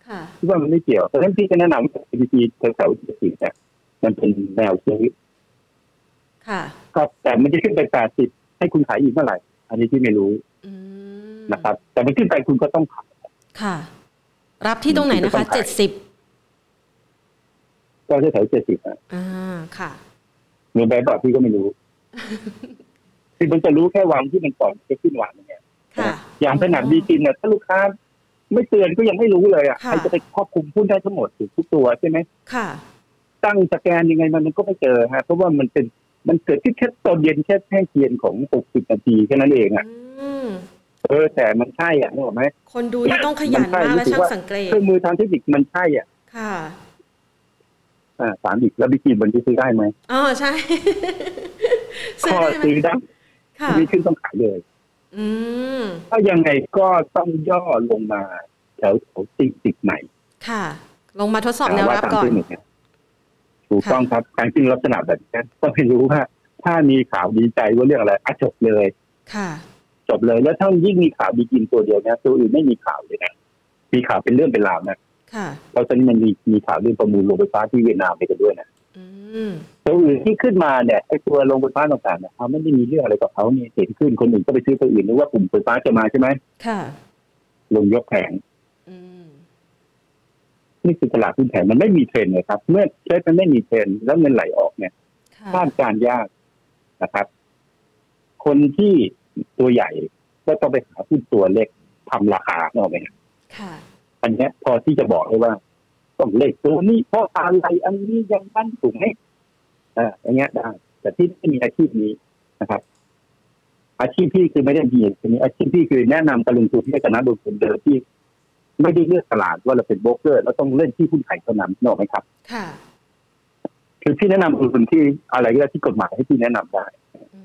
A: ค่ะ
B: คิดว่ามันไม่เกี่ยวเพราะฉะนั้นพี่ก็แนะนำว่า KC แถวๆ70เนี่ยมันเป็นแนวซื้อ
A: ค่ะ
B: ครับแต่มันจะขึ้นไป 80 ให้คุณขายอีกเมื่อไหร่ อันนี้ที่ไม่รู้
A: อืม
B: นะครับ แต่มันขึ้นไปคุณก็ต้องขาย
A: ค่ะ รับที่ตรงไหนนะ
B: ต้อ
A: คะ
B: งขาย
A: เจ็ดสิบ
B: ก็แถวๆ70อ่ะ
A: อ่า ค่ะ
B: เงินไปบอกพี่ก็ไม่
A: *laughs*
B: รู้ คือมันจะรู้แค่วันที่มันก่อนจะขึ้นหวานเนี่ย
A: ค่ะ
B: อย่างสนามบีกินเนี่ยถ้าลูกค้าไม่เตือนก็ยังไม่รู้เลยอ่ะ
A: ค่ะ
B: ใครจะไปครอบคลุมหุ้นได้ทั้งหมดถูกทุกตัวใช่ไหม
A: ค่ะ
B: ตั้งสแกนยังไงมันก็ไม่เจอฮะเพราะว่ามันเป็นมันเกิดขึ้นแค่ตอนเย็นแค่แค่เย็นของ 60 นาทีแค่นั้นเองอ่ะ
A: อืม
B: เออแต่มันใช่อ่ะนึกออกไหม
A: คนดูนี่ต้องขยันมาก
B: มันใช่
A: และช่าง
B: รู้สึกว่า
A: สังเกต
B: เครื่องมือทางเทคนิคมันใช่อ่ะ
A: ค่ะ
B: อ่าสามอีกแล้วบีกินมันจะซื้อได้ไหม
A: อ๋อ ใช่
B: *laughs*
A: ซื้อ
B: ก็
A: ได้ไหม
B: ซื้อได้
A: ค่ะ
B: ไม่ขึ้นต้องขายเลย
A: อืม
B: ถ้ายังไงก็ต้องย่อลงมาแถวแถวสี่สิบใหม่
A: ค่ะ ลงมาทดสอบแนว
B: ว่า
A: รับ
B: ตาม
A: ก่อน
B: ที่หนึ่งนะถูกต้องครับการขึ้นลักษณะแบบนี้ก็ไม่รู้ว่า ถ้ามีข่าวดีใจว่าเรื่องอะไรอ่ะจบเลย
A: ค่ะ
B: จบเลยแล้วถ้ายิ่งมีข่าวบีกินตัวเดียวนะตัวอื่นไม่มีข่าวเลยนะมีข่าวเป็นเรื่องเป็นราวนะ
A: ค่ะ
B: เพราะตอนนี้มันมีมีข่าวเรื่องประมูลโรงไฟฟ้าที่เวียดนามไปกันด้วยนะ
A: อืม
B: ตัวอื่นที่ขึ้นมาเนี่ยไอ้ตัวโรงไฟฟ้าต่างๆเนี่ยเขาไม่ได้มีเรื่องอะไรกับเขาเนี่ยเห็นขึ้นคนอื่นก็ไปซื้อตัวอื่นนึกว่ากลุ่มไฟฟ้าจะมาใช่ไหม
A: ค่ะ
B: ลงยกแผง
A: อืม
B: นี่คือตลาดหุ้นแผงมันไม่มีเทรนด์เลยครับ เมื่อเทรนด์มันไม่มีเทรนด์แล้วเงินไหลออกเนี่ย
A: ค่ะ
B: คาดการณ์ยากนะครับ คนที่ตัวใหญ่ก็ต้องไปหาหุ้นตัวเล็กทำราคาเนกอะไหมครับ
A: ค่ะ
B: อันเนี้ยพอที่จะบอกได้ว่า ต้องเลขตัวนี้เพราะอะไรอันนี้อยังนั้นถูกไหมอ่าอย่างเงี้ยได้แต่ที่ไม่มีอาชีพนี้นะครับ อาชีพพี่คือไม่ได้มีอาชีพนี้อาชีพพี่คือแนะนำการลงทุนให้กับนักลงทุนเดิมที่ ไม่ได้เลือกตลาดว่าเราเป็นโบรกเกอร์ แล้วต้องเล่นที่หุ้นไทยเท่านั้นเนกอะไหมครับ
A: ค่ะ
B: คือพี่แนะนำลงทุนที่อะไรก็ได้ที่กฎหมายให้พี่แนะนำได้
A: อื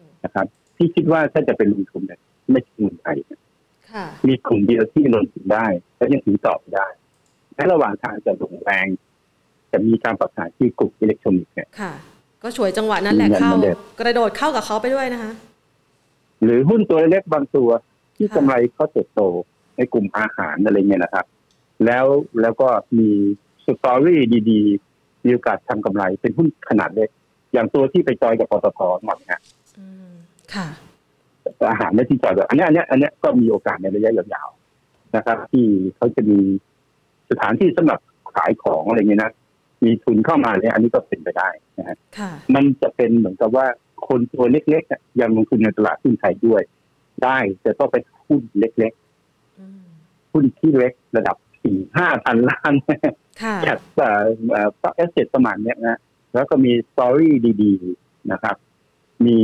A: ม
B: นะครับที่คิดว่าถ้าจะเป็นลงทุนเนี่ยไม่ใช่เมืองไทย
A: ค่ะ
B: มีกลุ่มเดียวที่ลงทุนได้และยังถือต่อไปได้และระหว่างทางจะหลงแรงจะมีการปรับฐานที่กลุ่มอิเล็กทรอนิกส์เนี่ย
A: ค่ะ ก็ฉวยจังหวะนั้นแหละเข้า
B: เหมือนเดิม
A: กระโดดเข้ากับเขาไปด้วยนะคะ
B: หรือหุ้นตัวเล็กบางตัว ที่
A: ค่ะ
B: กำไรเขาเติบโตในกลุ่มอาหารอะไรเงี้ยนะครับ แล้วแล้วก็มีสตอรี่ดีๆ มีโอกาสทำกำไรเป็นหุ้นขนาดเล็ก อย่างตัวที่ไปจอยกับปตทหมดนะ
A: อืม ค่ะ
B: อาหารและที่จอยกับอันเนี้ยอันเนี้ยอันเนี้ยก็มีโอกาสในระยะยาวๆนะครับ ที่เขาจะมีสถานที่สำหรับขายของอะไรเงี้ยนะมีทุนเข้ามาเนี่ยอันนี้ก็เป็นไปได้นะฮะ
A: ค่ะ
B: มันจะเป็นเหมือนกับว่าคนตัวเล็กๆเนี่ยยังลงทุนในตลาดหุ้นไทยด้วย ได้แต่ต้องไปหุ้นเล็ก
A: อืม
B: ๆ หุ้นที่เล็กระดับสี่ห้าพันล้าน
A: ค่ะ
B: จัดเอ่อเอ่อเอสเซทประมาณเนี้ยนะแล้วก็มีสตอรี่ดีๆนะครับ มี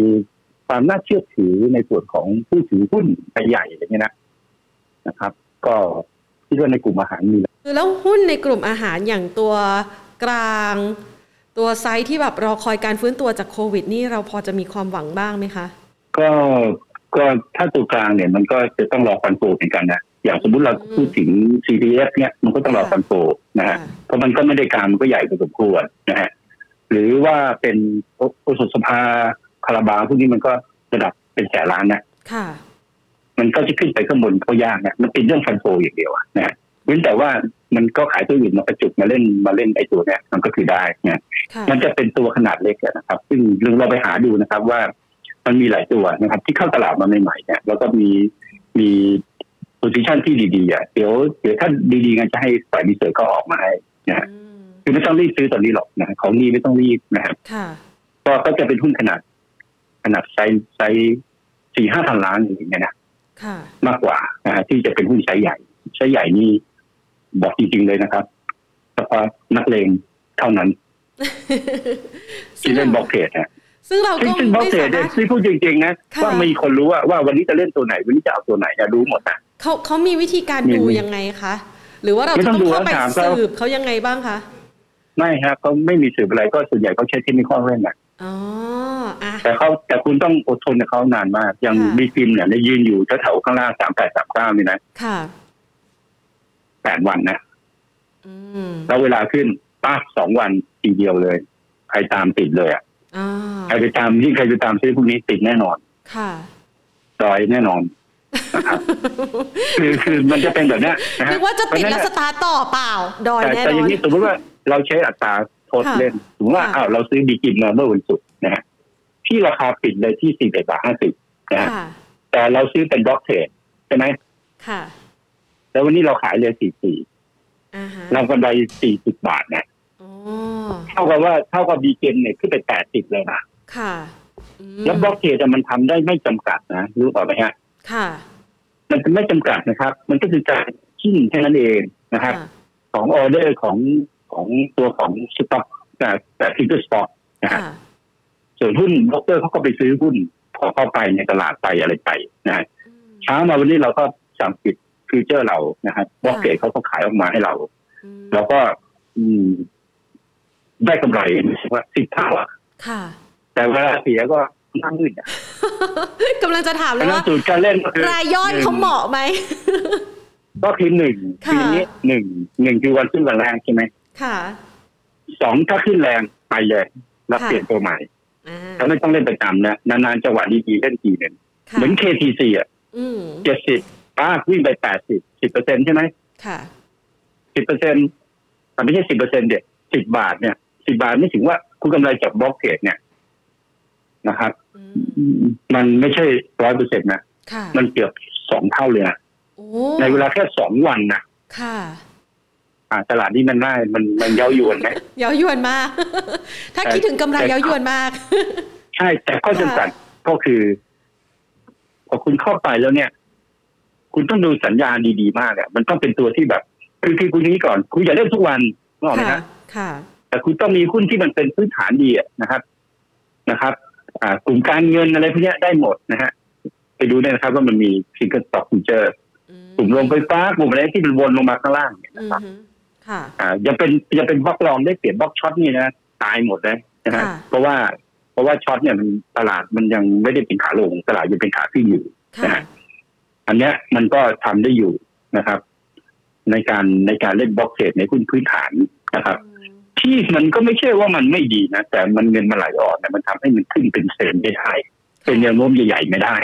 B: ความน่าเชื่อถือในส่วนของผู้ถือหุ้นรายใหญ่อะไรเงี้ยนะนะครับ ก็คิดว่าในกลุ่มอาหารมี
A: คือแล้วหุ้นในกลุ่มอาหารอย่างตัวกลาง ตัวไซส์ที่แบบรอคอยการฟื้นตัวจากโควิด นี่เราพอจะมีความหวังบ้างไหมคะ
B: ก็ก็ถ้าตัวกลางเนี่ยมันก็จะต้องรอฟันโปเหมือนกันนะอย่างสมมติเรา
A: อืม
B: พูดถึง CDF เนี่ยมันก็ต้องรอฟันโปนะฮะ เพราะมันก็ไม่ได้กลารมันก็ใหญ่พอสมควรนะฮะหรือว่าเป็นโอโอสถสภาคาราบาวพวกนี้มันก็ระดับเป็นแสนล้านนะ
A: ค่ะ
B: มันก็จะขึ้นไปข้างบนก็ยากนะมันเป็นเรื่องฟันโฟอย่างเดียวอะนะฮะเว้นแต่ว่ามันก็ขายตัวอื่นมาประจุมาเล่นมาเล่นไอ้ตัวเนี้ยมันก็คือได้นะ
A: ค่ะ
B: มันจะเป็นตัวขนาดเล็กอะนะครับ ซึ่งเราไปหาดูนะครับว่ามันมีหลายตัวนะครับ ที่เข้าตลาดมาใหม่ๆเนี่ยแล้วก็มีมีโพซิชันที่ดีๆอ่ะเดี๋ยวเดี๋ยวถ้าดีๆกันจะให้ฝ่ายดีเซลก็ออกมาให้ นะฮะ
A: อืม
B: คือไม่ต้องรีบซื้อตอนนี้หรอกนะของนี้ไม่ต้องรีบนะครับ
A: ค่ะ
B: ก็ก็จะเป็นหุ้นขนาด ขนาดไซส์ไซส์สี่ห้าพันล้านอย่างเงี้ยนะ
A: ค่ะ
B: มากกว่านะฮะที่จะเป็นหุ้นไซส์ใหญ่ไซส์ใหญ่นี่บอกจริงๆเลยนะครับเฉพาะนักเลงเท่านั้นที่เล่นบล็อกเทรดฮะ
A: ซึ่งเรา
B: ซึ่
A: ก็
B: งซึ่งบล็อก
A: ไม่
B: เทร
A: สา
B: ดเนี่
A: มาย รถ
B: ที่พูดจริงๆนะ
A: ค่ะ
B: ว่ามีคนรู้ว่าว่าวันนี้จะเล่นตัวไหน วันนี้จะเอาตัวไหนอะรู้หมดนะ
A: เขาเขามีวิธีการ
B: มี
A: ดูยังไงคะ หรือว่าเรา
B: ไม่
A: จะต้
B: ต้อ
A: อง ง
B: ดู
A: เข้าไป
B: แล้วถามเขา
A: สืบเขายังไงบ้างคะ
B: ไม่ฮะเขาไม่มีสืบอะไรก็ส่วนใหญ่เขาใช้เทคนิคเล่นนะ
A: อ๋ออ่ะ
B: แต่เขาแต่คุณต้องอดทนกับเขานานมาก อย่าง
A: ค่ะ
B: บีฟิมเนี่ยได้ยืนอยู่แถวๆข้างล่างสามแปดสามเก้านี่นะ
A: ค่ะ
B: แปดวันนะ
A: อืม
B: แล้วเวลาขึ้นป้าสองวันทีเดียวเลย ใครตามติดเลยอ่ะ
A: อ่า
B: ใครไปตามยิ่งใครไปตามซื้อพวกนี้ติดแน่นอน
A: ค่ะ
B: ดอยแน่นอนนะครับคือคือมันจะเป็นแบบเนี้ยนะฮะ
A: นึกว่าจะติดแล้วสตาร์ทต่อเปล่า ดอย
B: แต่
A: แน่
B: แต่
A: นอย่
B: อาน งนี้สมมติว่าเราใช้อัตราโทษ
A: ค่ะ
B: เล่นสมมติว่า
A: ค่ะ
B: อ้าวเราซื้อบีกินมาเมื่อวันศุกร์นะฮะที่ราคาปิดเลยที่สี่บาทห้าสิบนะฮะ
A: ค่ะ
B: แต่เราซื้อเป็นบล็อกเทรดใช่ไหม
A: ค่ะ
B: แล้ววันนี้เราขายเลยสี่สี่
A: อ่าฮะ
B: เรากำไร 40 บาทนะ
A: โอ้
B: เท่ากับว่าเท่ากับบีเกมเนี่ยขึ้นไป 80 เลยนะ
A: ค่ะอืม
B: แล้วบล็อกเทรดอะมันทำได้ไม่จำกัดนะ รู้ป่ะไหมฮะ
A: ค่ะ
B: มันไม่จำกัดนะครับ มันก็คือการชิ้นแค่นั้นเองนะครับ
A: ค่ะ
B: ของออเดอร์ของของตัวของสต็อกแต่แต่ทิกเกอร์สต็อกนะฮะ
A: ค่ะ
B: ส่วนหุ้นบล็อกเกอร์เขาก็ไปซื้อหุ้นขอเข้าไปในตลาดไปอะไรไปนะฮะ
A: อืม
B: เช้ามาวันนี้เราก็สั่งปิดฟิวเจอร์เรานะครับบล็อกเทรดเขาก็ขายออกมาให้เรา
A: อืม
B: แล้วก็อืมได้กำไรว่าสิบเท่าอะ
A: ค่ะ *laughs*
B: แต่เวลาเสียก็น่ามืดอ่ะ
A: กำลังจะถาม
B: เพ
A: เล
B: ราะ
A: ย
B: ฉะนั้
A: ว่าน
B: สูตรการเล่นก็คือ
A: รายย่อยเขาเหมาะไหม
B: ก็คือหนึ่ง
A: ค่ะ
B: ปีนี้หนึ่งหนึ่งคือวันขึ้นวันแรงใช่ไหม
A: ค่ะ
B: สองถ้าขึ้นแรงไปเลยรับ
A: ค่ะ
B: เปลี่ยนตัวใหม่
A: อ่า
B: แล้วไม่ต้องเล่นประจำนะนานๆจังหวะดีๆเล่นทีหนึ่ง
A: ค่ะ
B: เหมือน KTC อ่ะ
A: อืม
B: เจ็ดสิบป้าวิ่งไปแปดสิบสิบเปอร์เซ็นใช่ไหม
A: ค่ะ
B: สิบเปอร์เซ็นแต่ไม่ใช่สิบเปอร์เซ็นเด็ดสิบบาทเนี่ยสิบบาทไม่ถึงว่าคุณกำไรจากบล็อกเทรดเนี่ยนะครับ
A: อืม
B: มันไม่ใช่ร้อยเปอร์เซ็นนะ
A: ค่ะ
B: มันเกือบสองเท่าเลยนะ
A: โอ้
B: ในเวลาแค่สองวันนะ
A: ค่ะ
B: อ่าตลาดนี้มันน่ามันมันเย้ายวนไหม
A: เย้ายวนมาก *laughs* ถ้าคิดถึงกำไร
B: แต่
A: เย้ายวนมาก
B: ใช่ แต่ข้อ
A: ค่ะ
B: จำกัดก็คือ พอคุณเข้าไปแล้วเนี่ย คุณต้องดูสัญญาณดีๆมากอะ่ะ มันต้องเป็นตัวที่แบบ คือคือคุณนี้ก่อน คุณอย่าเล่นทุกวันนึกออกไหม
A: ค่ะ
B: ฮะ
A: ค่ะ
B: แต่คุณต้องมีหุ้นที่มันเป็นพื้นฐานดีอะนะครับนะครับ อ่ากลุ่มการเงินอะไรพวกเนี้ยได้หมดนะฮะ ไปดูได้นะครับ ว่ามันมีซิงเกิลสต็อกฟิเจอร์
A: อืม
B: กลุ่มโรงไฟฟ้ากลุ่มอะไรที่มันวนลงมาข้างล่างเนี่ย
A: อื
B: นะ
A: ม
B: ครับ
A: ฮึค่ะ
B: อ่าอย่าเป็นอย่าเป็นบล็อกลองได้เปรียบบล็อกช็อตนี่นะตายหมดเลยนะฮะ
A: ค่ะ
B: เพราะว่า เพราะว่าช็อตเนี่ยมันตลาดมันยังไม่ได้เป็นขาลงตลาดยังเป็นขาขึ้นอยู่
A: ค่ะ
B: อันเนี้ยมันก็ทำได้อยู่นะครับ ในการในการเล่นบล็อกเทรดในหุ้นพื้นฐานนะครับ ที่มันก็ไม่ใช่ว่ามันไม่ดีนะ แต่มันเงินมาไหลออกแต่มันทำให้มันขึ้นเป็นเซนไม่ได้เป็นแนวโน้มใหญ่ๆไม่ได้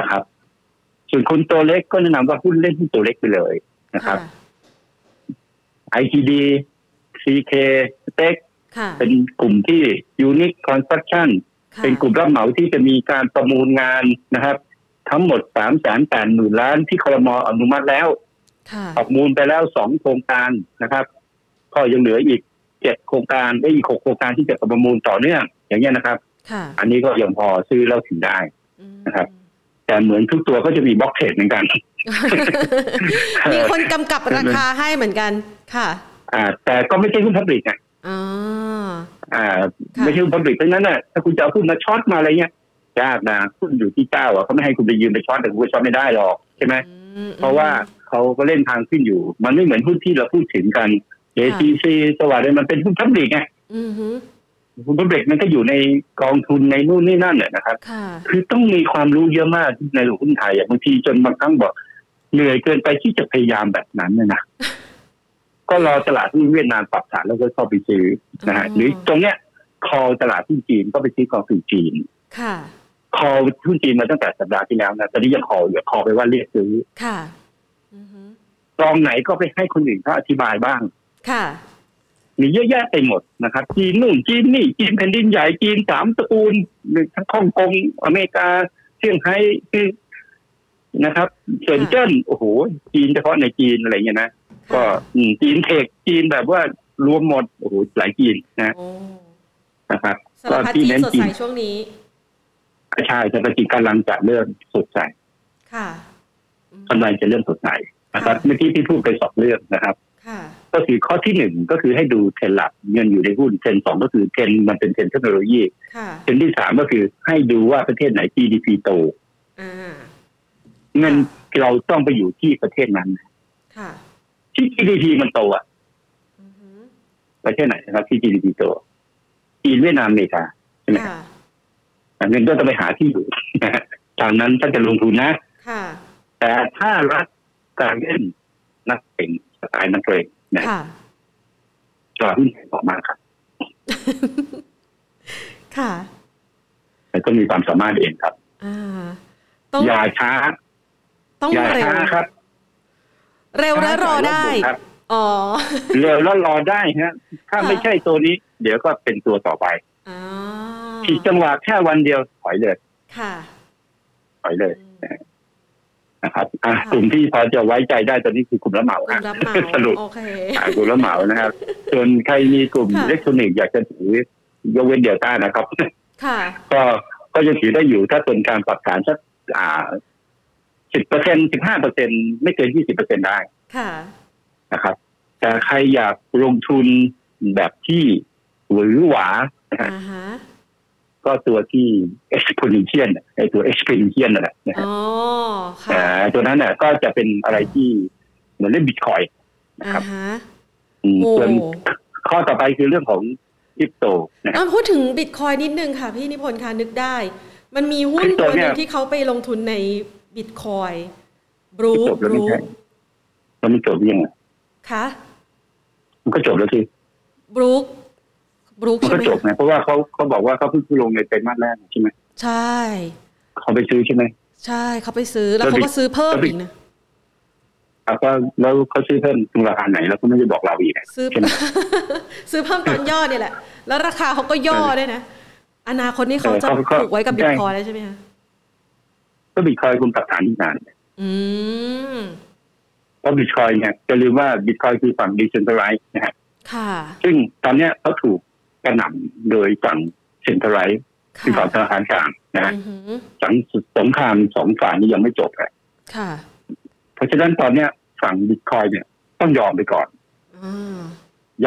B: นะครับ ส่วนคนตัวเล็กก็แนะนำว่าหุ้นเล่นหุ้นตัวเล็กไปเลยนะครับ ITD CK เต็ก
A: ค่ะ
B: เป็นกลุ่มที่ Unique Construction
A: ค่ะ
B: เป็นกลุ่มรับเหมาที่จะมีการประมูลงานนะครับ ทั้งหมด3ามแสนแปดหมื่นล้านที่คอรมออนุมัติแล้ว
A: ค่ะ
B: ออกมูลไปแล้วสองโครงการนะครับ ก็ยังเหลืออีกเจ็ดโครงการได้อีกหกโครงการที่จะประมูลต่อเนื่อง อย่างเงี้ยนะครับ
A: ค่ะ
B: อันนี้ก็ยังพอซื้อแล้วถึงได้
A: อืม
B: นะครับ แต่เหมือนทุกตัวก็จะมีบล็อกเทรดเหมือนกัน
A: *laughs* มีคนกำกับราคาให้เหมือนกัน ค่ะ
B: อ่า แต่ก็ไม่ใช่หุ้นพับลิกไง
A: อ๋อ
B: อ่า
A: ค่ะ
B: ไม่ใช่หุ้นพับลิกเพราะฉะนั้นน่ะถ้าคุณจะเอาหุ้นมาช็อตมาอะไรเงี้ย ยากนะหุ้นอยู่ที่เจ้าอ่ะเขาไม่ให้คุณไปยืมไปช้อนแต่คุณไปช้อนไม่ได้หรอกใช่ไหม
A: อืม
B: เพราะว่าเขาก็เล่นทางขึ้นอยู่ มันไม่เหมือนหุ้นที่เราพูดถึงกัน
A: ค่ะ
B: ATC สวัสดิ์มันเป็นหุ้นพับลิกไง
A: อืมฮึ
B: หุ้นพับลิกมันก็อยู่ในกองทุนในนู่นนี่นั่นน่ะนะครับ
A: ค่ะ
B: คือต้องมีความรู้เยอะมากในหลวงหุ้นไทยอะบางทีจนบางครั้งบอกเหนื่อยเกินไปที่จะพยายามแบบนั้นนะนะ ก็รอตลาดหุ้นเวียดนามปรับฐานแล้วก็เข้าไปซื้อนะฮะ
A: อ๋อ
B: หรือตรงเนี้ยคอตลาดหุ้นจีนก็ไปซื้อกองทุนจีน
A: ค่ะ
B: คอหุ้นจีนมาตั้งแต่สัปดาห์ที่แล้วนะตอนนี้ยังคออยู่คอไปว่าเรียกซื้อ
A: ค่ะอืมฮึ
B: กองไหนก็ไปให้คนอื่นเขาอธิบายบ้าง
A: ค่ะ
B: มีเยอะแยะไปหมดนะครับจีนนู่นจีนนี่จีนแผ่นดินใหญ่จีนสามตระกูลทั้งฮ่องกงอเมริกาเซี่ยงไฮ้คือนะครับเซินเจิ้นโอ้โห จีนเฉพาะในจีนอะไรเงี้ยนะก็อืมจีนเทคจีนแบบว่ารวมหมดโอ้โหหลายจีนนะ
A: โอ้
B: นะครับ
A: สารพัดจีนสดใสช่วงนี้
B: ก็ใช่แต่จีนกำลังจะเริ่มสดใส
A: ค่ะอืม
B: กำลังจะเริ่มสดใสนะครับเมื่อกี้ที่พูดไปสองเรื่องนะครับ
A: ค่ะ
B: ก็คือข้อที่หนึ่งก็คือให้ดูเทรนด์หลักเงินอยู่ในหุ้นเทรนด์สองก็คือเทรนด์มันเป็นเทรนด์เทคโนโลยี
A: ค่ะ
B: เทรนด์ที่สามก็คือให้ดูว่าประเทศไหน GDP โต
A: อ่า
B: เงินเราต้องไปอยู่ที่ประเทศนั้น
A: ค่ะ
B: ที่ GDP มันโตอะ
A: อืมฮึ
B: ประเทศไหนนะครับที่ GDP โตจีนเวียดนามอเมริกาใช่ไหม
A: ค่ะ
B: เงินก็ต้องไปหาที่อยู่ *laughs* ตามนั้นถ้าจะลงทุนนะ
A: ค่ะ
B: แต่ถ้ารัฐการเล่นนักเก่งสไตล์นักเก่งนะ
A: ค่ะ
B: ตลาดหุ้นออกมาครับ
A: ค่ะ
B: แล้วก็มีความสามารถเองครับ
A: อ่า ต้อง
B: อย่าช้า
A: ต้อง
B: อย่า
A: เร็ว
B: ช้าครับ
A: เร็วและรอได้
B: ครับ
A: อ๋อ
B: เร็วแล้วรอได้ฮะ ถ้า
A: ค่ะ
B: ไม่ใช่ตัวนี้ เดี๋ยวก็เป็นตัวต่อไป
A: อ่า
B: ผิดจังหวะแค่วันเดียวถอยเลย
A: ค่ะ
B: ถอยเลย
A: อืม
B: นะครับอ่ะ
A: ค่ะ
B: กลุ่มที่พอจะไว้ใจได้ตอนนี้คือกลุ่มละเหมา
A: คุ
B: ฮะ
A: ณรับเหมา
B: สรุป
A: โอเค
B: อ่ะกลุ่มละเหมานะครับ ส่วนใครมีกลุ่ม
A: ค่ะ
B: อิเล็กทรอนิกส์อยากจะถือยกเว้นเดลต้านะครับ *laughs*
A: ค่ะ
B: ก็ก็ยังถือได้อยู่ถ้าเป็นการปรับฐานสักอ่าสิบเปอร์เซ็นสิบห้าเปอร์เซ็นไม่เกินยี่สิบเปอร์เซ็นได้
A: ค่ะ
B: นะครับ แต่ใครอยากลงทุนแบบที่หรือหวานะฮะ
A: อ่าฮะ
B: ก็ตัวที่ exponential น่ะไอตัว exponential นั่นแหละนะฮะ
A: อ๋อ ค่ะ
B: อ่าตัวนั้นเนี่ยก็จะเป็นอะไรที่เหมือนเล่นบิตคอยน์นะ
A: อ่า
B: ครับ
A: ฮะ
B: อืม
A: โอ้
B: ส่วนข้อต่อไปคือเรื่องของคริปโตนะครับ
A: อ่ะพูดถึงบิตคอยนิดนึงค่ะ พี่นิพนธ์ค่ะนึกได้ มันมีหุ้น
B: คริปโต
A: ตัวห
B: เนี่
A: นึ่ง
B: ย
A: ที่เขาไปลงทุนในบิตคอยบ
B: ค
A: รู
B: ริปโตแล้
A: บ
B: วไม่
A: รู
B: ใช่แล้วมันจบยังไง
A: ค่ะ
B: มันก็จบแล้วสิ
A: บรูคบรูค
B: มัน
A: ใช่ไหม
B: ก็จบนะเพราะว่าเขาเขาบอกว่าเขาเพิ่งลงในไตรมาสแรกใช่ไหม
A: ใช่
B: เขาไปซื้อใช่ไหม
A: ใช่เขาไปซื้อแล้ว
B: แล้ว
A: เขา
B: บิ
A: ก็ซื้อเพิ่ม
B: แล้วบิ
A: อีกนะ
B: แล้วก็แล้วเขาซื้อเพิ่มตรงราคาไหนแล้วก็ไม่ได้บอกเราอีกนะ
A: ซื้อ
B: ใช่ไหม
A: *laughs* ซื้อเพิ่มตอนย่อเนี่ยแหละ แล้วราคาเขาก็ย่อด้วยนะ อนาคตนี่เขาจะ
B: เออเขา
A: ผูกไว้กับ
B: ใช่
A: บิตคอยแล้วใช่ไหมคะ
B: ก็บิตคอยน์คุณปรับฐานที่นาน
A: อืม
B: เพราะบิตคอยน์เนี่ยจะลืมว่าบิตคอยน์คือฝั่งดิจิทัลไรส์นะฮะ
A: ค่ะ
B: ซึ่งตอนเนี้ยเขาถูกกระหน่ำโดยฝั่งเซ็นทรัลไรส์คือ
A: ค่ะ
B: ฝั่งธนาคารกลางนะฮะ
A: อือหือ
B: สังสงครามสองฝ่ายนี้ยังไม่จบเลย
A: ค่ะ
B: เพราะฉะนั้นตอนเนี้ยฝั่งบิตคอยน์เนี่ยต้องยอมไปก่อน
A: อ่า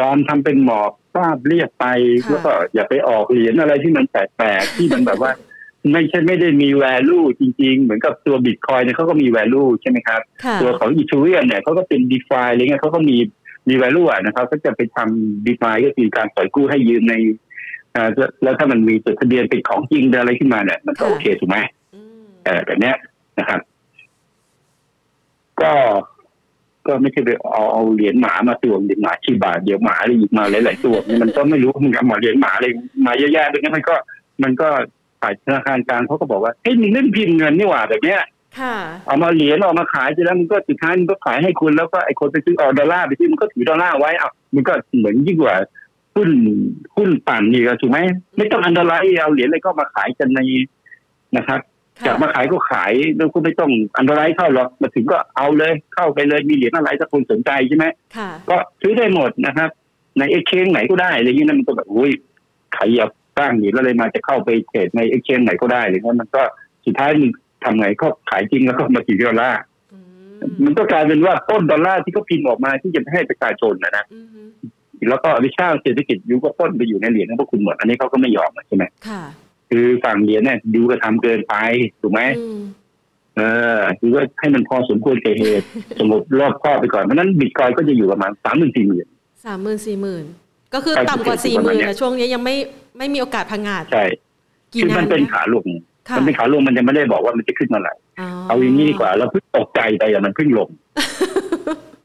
B: ยอมทำเป็นหมอบทราบเรียบไป
A: ค่ะ
B: แล้วก็อย่าไปออกเหรียญอะไรที่มันแปลกๆที่มันแบบว่า *laughs* ไม่ใช่ไม่ได้มีแวลูจริง ๆ เหมือนกับตัวบิตคอยน์เนี่ยเขาก็มีแวลูใช่ไหมครับ
A: ค่ะ
B: ตัวของอีทูเรียมเนี่ยเขาก็เป็นดีฟาอะไรเงี้ยเขาก็มีมีแวลูอะนะครับก็จะไปทำดีฟาก็คือการปล่อยกู้ให้ยืมในอ่าแล้วแล้วถ้ามันมีจดทะเบียนเป็นของจริงอะไรขึ้นมาเนี่ยมันก็โอเคถูกไหม
A: อืม
B: เออแบบเนี้ยนะครับ ก็ก็ไม่ใช่ไปเอาเอาเหรียญหมามาตวงเหรียญหมาชีบาเดี๋ยวหมาอะไรหยิบมาหลายๆตัวเนี่ยมันก็ไม่รู้เหมันกับหมาเหรียญหมาอะไรมาเยอะแยะๆแบบเนี้ยมันก็ มันก็ฝ่ายธนาคารกลางเขาก็บอกว่าเฮ้ยมึงเล่นพิมพ์เงินนี่หว่าแบบเนี้ย
A: ค่ะ
B: เอามาเหรียญเอามาขายเสร็จแล้วมึงก็สุดท้ายมึงก็ขายให้คุณแล้วก็ไอ้คนไปซื้อเอาดอลลาร์ไปซื้อมันก็ถือดอลลาร์ไว้อ่ะมันก็เหมือนยิ่งกว่าหุ้นหุ้นปั่นนี่ก็ถูกไหมไม่ต้องอันตรายเอาเหรียญอะไรก็มาขายกันในนะครับ
A: ค่ะ
B: อยากมาขายก็ขายแล้วก็ไม่ต้องอันตรายเข้าหรอกมาถึงก็เอาเลยเข้าไปเลยมีเหรียญอะไรถ้าคนสนใจใช่ไหม
A: ค่ะ
B: ก็ซื้อได้หมดนะครับ ในเอ็กเชนไหนก็ได้อะไรอย่างนี้นะมันก็แบบอุ้ยใครอยากสร้างเหรียญอะไรมาจะเข้าไปเทรดในเอ็กเชนไหนก็ได้อะไรเงี้ยมันก็สุดท้ายมึงทำไงก็ขายจริงแล้วก็มาถือดอลลาร์
A: อื
B: มั
A: ม
B: นก็กลายเป็นว่าต้นดอลลาร์ที่เขาพิมพ์ออกมาที่จะให้ประชาชนนะนะ
A: อืม
B: แล้วก็เอาไปสร้างเศรษฐกิจยุคก็ต้นไปอยู่ในเหรียญของพวกคุณหมดอันนี้เขาก็ไม่ยอมอะใช่ไหม
A: ค่ะ
B: คือฝั่งเดียนเนี่ยดูกระทำเกินไปถูกไหม
A: อืม
B: เออคือว่าให้มันพอสมควรแก่เห
A: *laughs*
B: ตุ สงบรอบคอบไปก่อน เพราะฉะนั้นบิตคอยก็จะอยู่ประมาณสามหมื่นสี่หมื่น
A: สามหมื่นสี่หมื่นก็คือ
B: ใช่
A: ต่ำกว่า
B: ใช่
A: สี่
B: ป
A: ห
B: ระมาณ
A: มื่น
B: เนี้ย
A: นะช่วงนี้ยังไม่ไม่มีโอกาสพังงาด
B: ใช่
A: กี่
B: คือ
A: นา
B: มัน นเป็น
A: นะ
B: ขาลง
A: ค่ะ
B: มันเป็นขาลงมันจะไม่ได้บอกว่ามันจะขึ้นเมื่อไหร่เอาอย่างนี้ดีกว่าเราเพิ่งตกใจไปอะมันเพิ่ง
A: *laughs*
B: ลง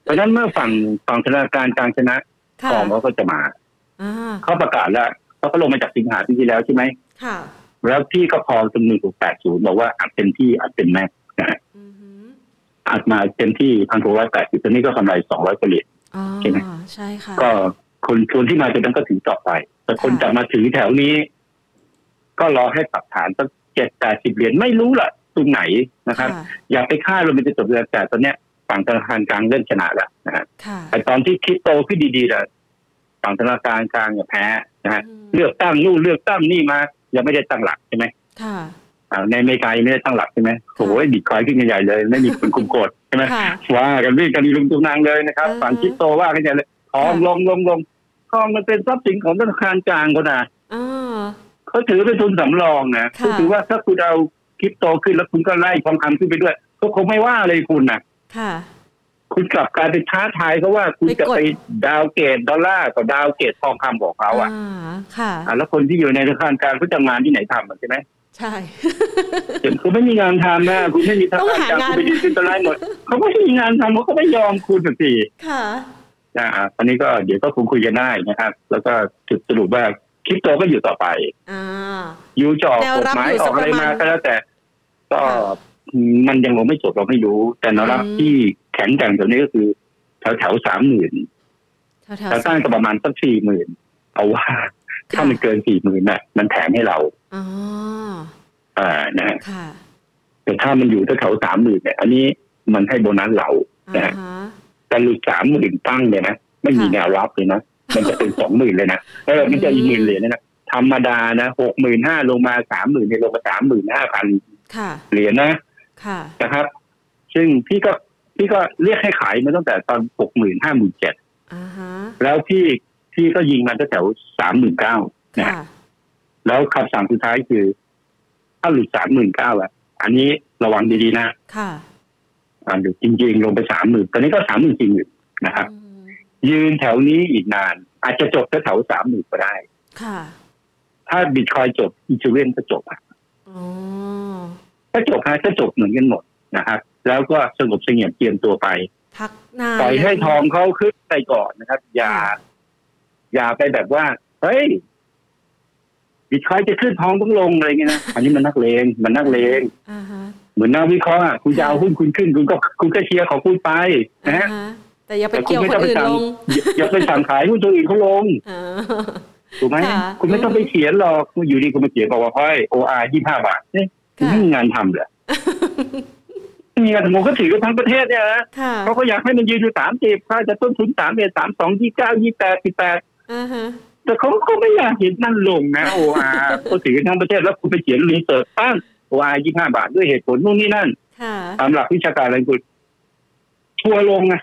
B: เพราะฉะนั้นเมื่อฝั่งฝั่งธนาคารกลางชนะ
A: ค่ะ
B: ของเขาก็จะมา
A: อ่า
B: เขาประกาศแล้วเขาก็ลงมาจากสิงหาปีที่แล้วใช่ไหม
A: ค่ะ
B: แล้วพี่ก็พอจำนวนแปดศูนย์บอกว่าอัดเต็มที่อัดเต็มแม็กซ์นะฮะ
A: อือหือ
B: อัดมาเต็มที่พันหกร้อยแปดสิบตอนนี้ก็กำไรสองร้อยกว่าเหรียญ
A: อ๋อ
B: ใช่ไหม
A: ใช่ค่ะ
B: ก็คนชวนที่มาจะนั้นก็ถือต่อไป แต่คน
A: ค่ะ
B: จะมาถือแถวนี้ ก็รอให้ปรับฐานสักเจ็ดแปดสิบเหรียญไม่รู้ล่ะ ตรงไหนนะครับ
A: ค่ะ
B: อย่าไปค่าดว่ามันจะจบเดือนแต่ตอนเนี้ยฝั่งธนาคารกลางเริ่มชนะแล้วนะฮะ
A: ค่ะ
B: แต่ตอนที่คริปโตขึ้นดีๆล่ะฝั่งธนาคารกลางเนี่ยแพ้นะฮะ
A: ม
B: เลือกตั้งนู่นเลือกตั้งนี่มายังไม่ได้ตั้งหลักใช่ไหม
A: ค่ะ
B: อ่าในอเมริกายังไม่ได้ตั้งหลักใช่ไหมโอ้ยบิตคอยน์ขึ้นกันใหญ่เลย ไม่มีคนคุมกฎใช่ไหม
A: ค่ะ
B: ว่ากันวิ่งกันอีลุงตุงนางเลยนะครับ
A: อ่าฮะ
B: ฝั่งคริปโตว่ากันใหญ่เลยทอง
A: ค่ะ
B: ลงลงลงทองมันเป็นทรัพย์สินของธนาคารกลางก็นะ
A: อ่า
B: เขาถือเป็นทุนสำรองนะ
A: ค่ะ
B: ก็ถือว่าถ้าคุณเอาคริปโตขึ้นแล้วคุณก็ไล่ทองคำขึ้นไปด้วยก็คงไม่ว่าเลยคุณนะ
A: ค่ะ
B: คุณกลับกลายเป็นท้าทายเขาว่าคุณจะ
A: ไปกด
B: ไปดาวน์เกตดอลลาร์กับดาวน์เกตทองคำของเขาอ่ะ
A: ค่ะ
B: อ่ะแล้วคนที่อยู่ในธนาคารกลางเขาจะงานที่ไหนทำอ่ะใช่ไหม
A: ใช่ *laughs*
B: เดี๋ *laughs* ยวคุณไม่มีงานทำนะคุณไม่มีทาง
A: ต้องหางาน
B: คุณไปยืนขึ้นตลาดหมดเขาก็ไม่มีงานทำเขาก็ไม่ยอมคุณสักที
A: ค่ะ
B: นะฮะตอนนี้ก็เดี๋ยวก็คงคุยกันได้นะครับ แล้วก็จุดสรุปว่าคริปโตก็อยู่ต่อไป
A: อ่า
B: อยู่จอก
A: แนว
B: กฎ
A: รับ
B: หมาย
A: อยู่
B: อ
A: สั
B: อก กอะไรมา
A: ประมาณ
B: ก็แล้วแต่ ก็
A: ค่ะ
B: มันยังลงไม่จบเราไม่รู้ แต่แนวรับ
A: อืม
B: ที่แข็งแกร่งตัวนี้ก็คือแถวแถวสามหมื่น
A: แถว
B: แถวตั้งก็ประมาณสักสี่หมื่นเอาว่า
A: ๆ
B: ถ้ามันเกินสี่หมื่นน่ะ มันแถมให้เรา
A: อ๋อ
B: อ่านะฮะ
A: ค่ะ
B: แต่ถ้ามันอยู่แถวสามหมื่นเนี่ย อันนี้มันให้โบนัสเรา
A: อ่าฮะ
B: แต่หลุดสามหมื่นตั้งเลยนะไม่มี
A: ค่ะ
B: แนวรับเลยนะมันจะเป็น สองหมื่นเลยนะเออมันจะอีก
A: อืม
B: หมื่นเหรียญเลยนะธรรมดานะหกหมื่นห้าลงมาสามหมื่นเนี่ยลงมาสามหมื่นห้าพัน
A: ค่ะ
B: เหรียญนะ
A: ค่ะ
B: นะครับ ซึ่งพี่ก็พี่ก็เรียกให้ขายมาตั้งแต่ตอนหกหมื่นห้าหมื่นเจ็ด
A: อ่าฮะ
B: แล้วพี่พี่ก็ยิงมันตั้งแต่สามหมื่นเก้านะ
A: ค่ะ
B: แล้วคำสั่งสุดท้ายคือ ถ้าหลุดสามหมื่นเก้าอะอันนี้ระวังดีๆนะ
A: ค่ะ
B: อ่าหลุดจริงๆ ลงไปสามหมื่นตอนนี้ก็สามหมื่นสี่หมื่นนะครับ
A: อืม
B: ยืนแถวนี้อีกนาน อาจจะจบแถวสามหมื่นก็ได้
A: ค่ะ
B: ถ้าบิตคอยน์จบอีเทเรียมก็จบอะ
A: อ๋อ
B: ก็จบฮะก็จบเหมือนกันหมดนะครับ แล้วก็สงบเสงี่ยมเตรียมตัวไป
A: พักนาน
B: ปล่อยให้
A: นะ
B: ทองเขาขึ้นไปก่อนนะครับ อย่า อย่าไปแบบว่า เฮ้ยบิตคอยน์จะขึ้นทองต้องลงอะไรเงี้ยนะ อันนี้มันนักเลงมันนักเลง
A: อ่าฮะ
B: เหมือนนักวิเคราะห์อะคุณจะเอาหุ้นคุณขึ้น คุณก็คุณก็เชียร์ของคุณไป
A: อ่า
B: นะฮะ
A: ฮะ แต่อย่าไป
B: แต่คุ
A: เกี่
B: ณ
A: ยว
B: ไม่
A: คอื่น
B: ต้อน งไปสั่
A: ล
B: ง
A: ง
B: อย่าอย่าไปสั่งขายหุ้นตัวอื่นเขาลง
A: อ่า *laughs*
B: ถูกไหม
A: ค่ะ
B: คุณไม่ต้องไปเขียนหรอกคุณอยู่ดีคุณมาเขียนบอกว่าเฮ้ยโออาร์ยี่ห้าบาทเนี่ยคุณ
A: ค่ะ
B: ไม่มีงานทำเหรอไม่มีงานทำผมก็ถือกันทั้งประเทศเนี่ยนะ
A: ค่ะ
B: เขาก็อยากให้มันยืนอยู่สามสิบค่าจะต้นทุนสามเอ็ดสามสองยี่เก้ายี่แปดสิบแปด
A: อ่าฮะ
B: แต่เขาก็ไม่อยากเห็นนั่นลงนะโออาร์เขาถือกันทั้งประเทศแล้วคุณไปเขียนรีเสิร์ชตั้งโออาร์ยี่ห้าบาทด้วยเหตุผลนู่นนี่นั่น
A: ค่ะ
B: ตามหลักวิชาการอะไรคุณทัวร์ลงนะ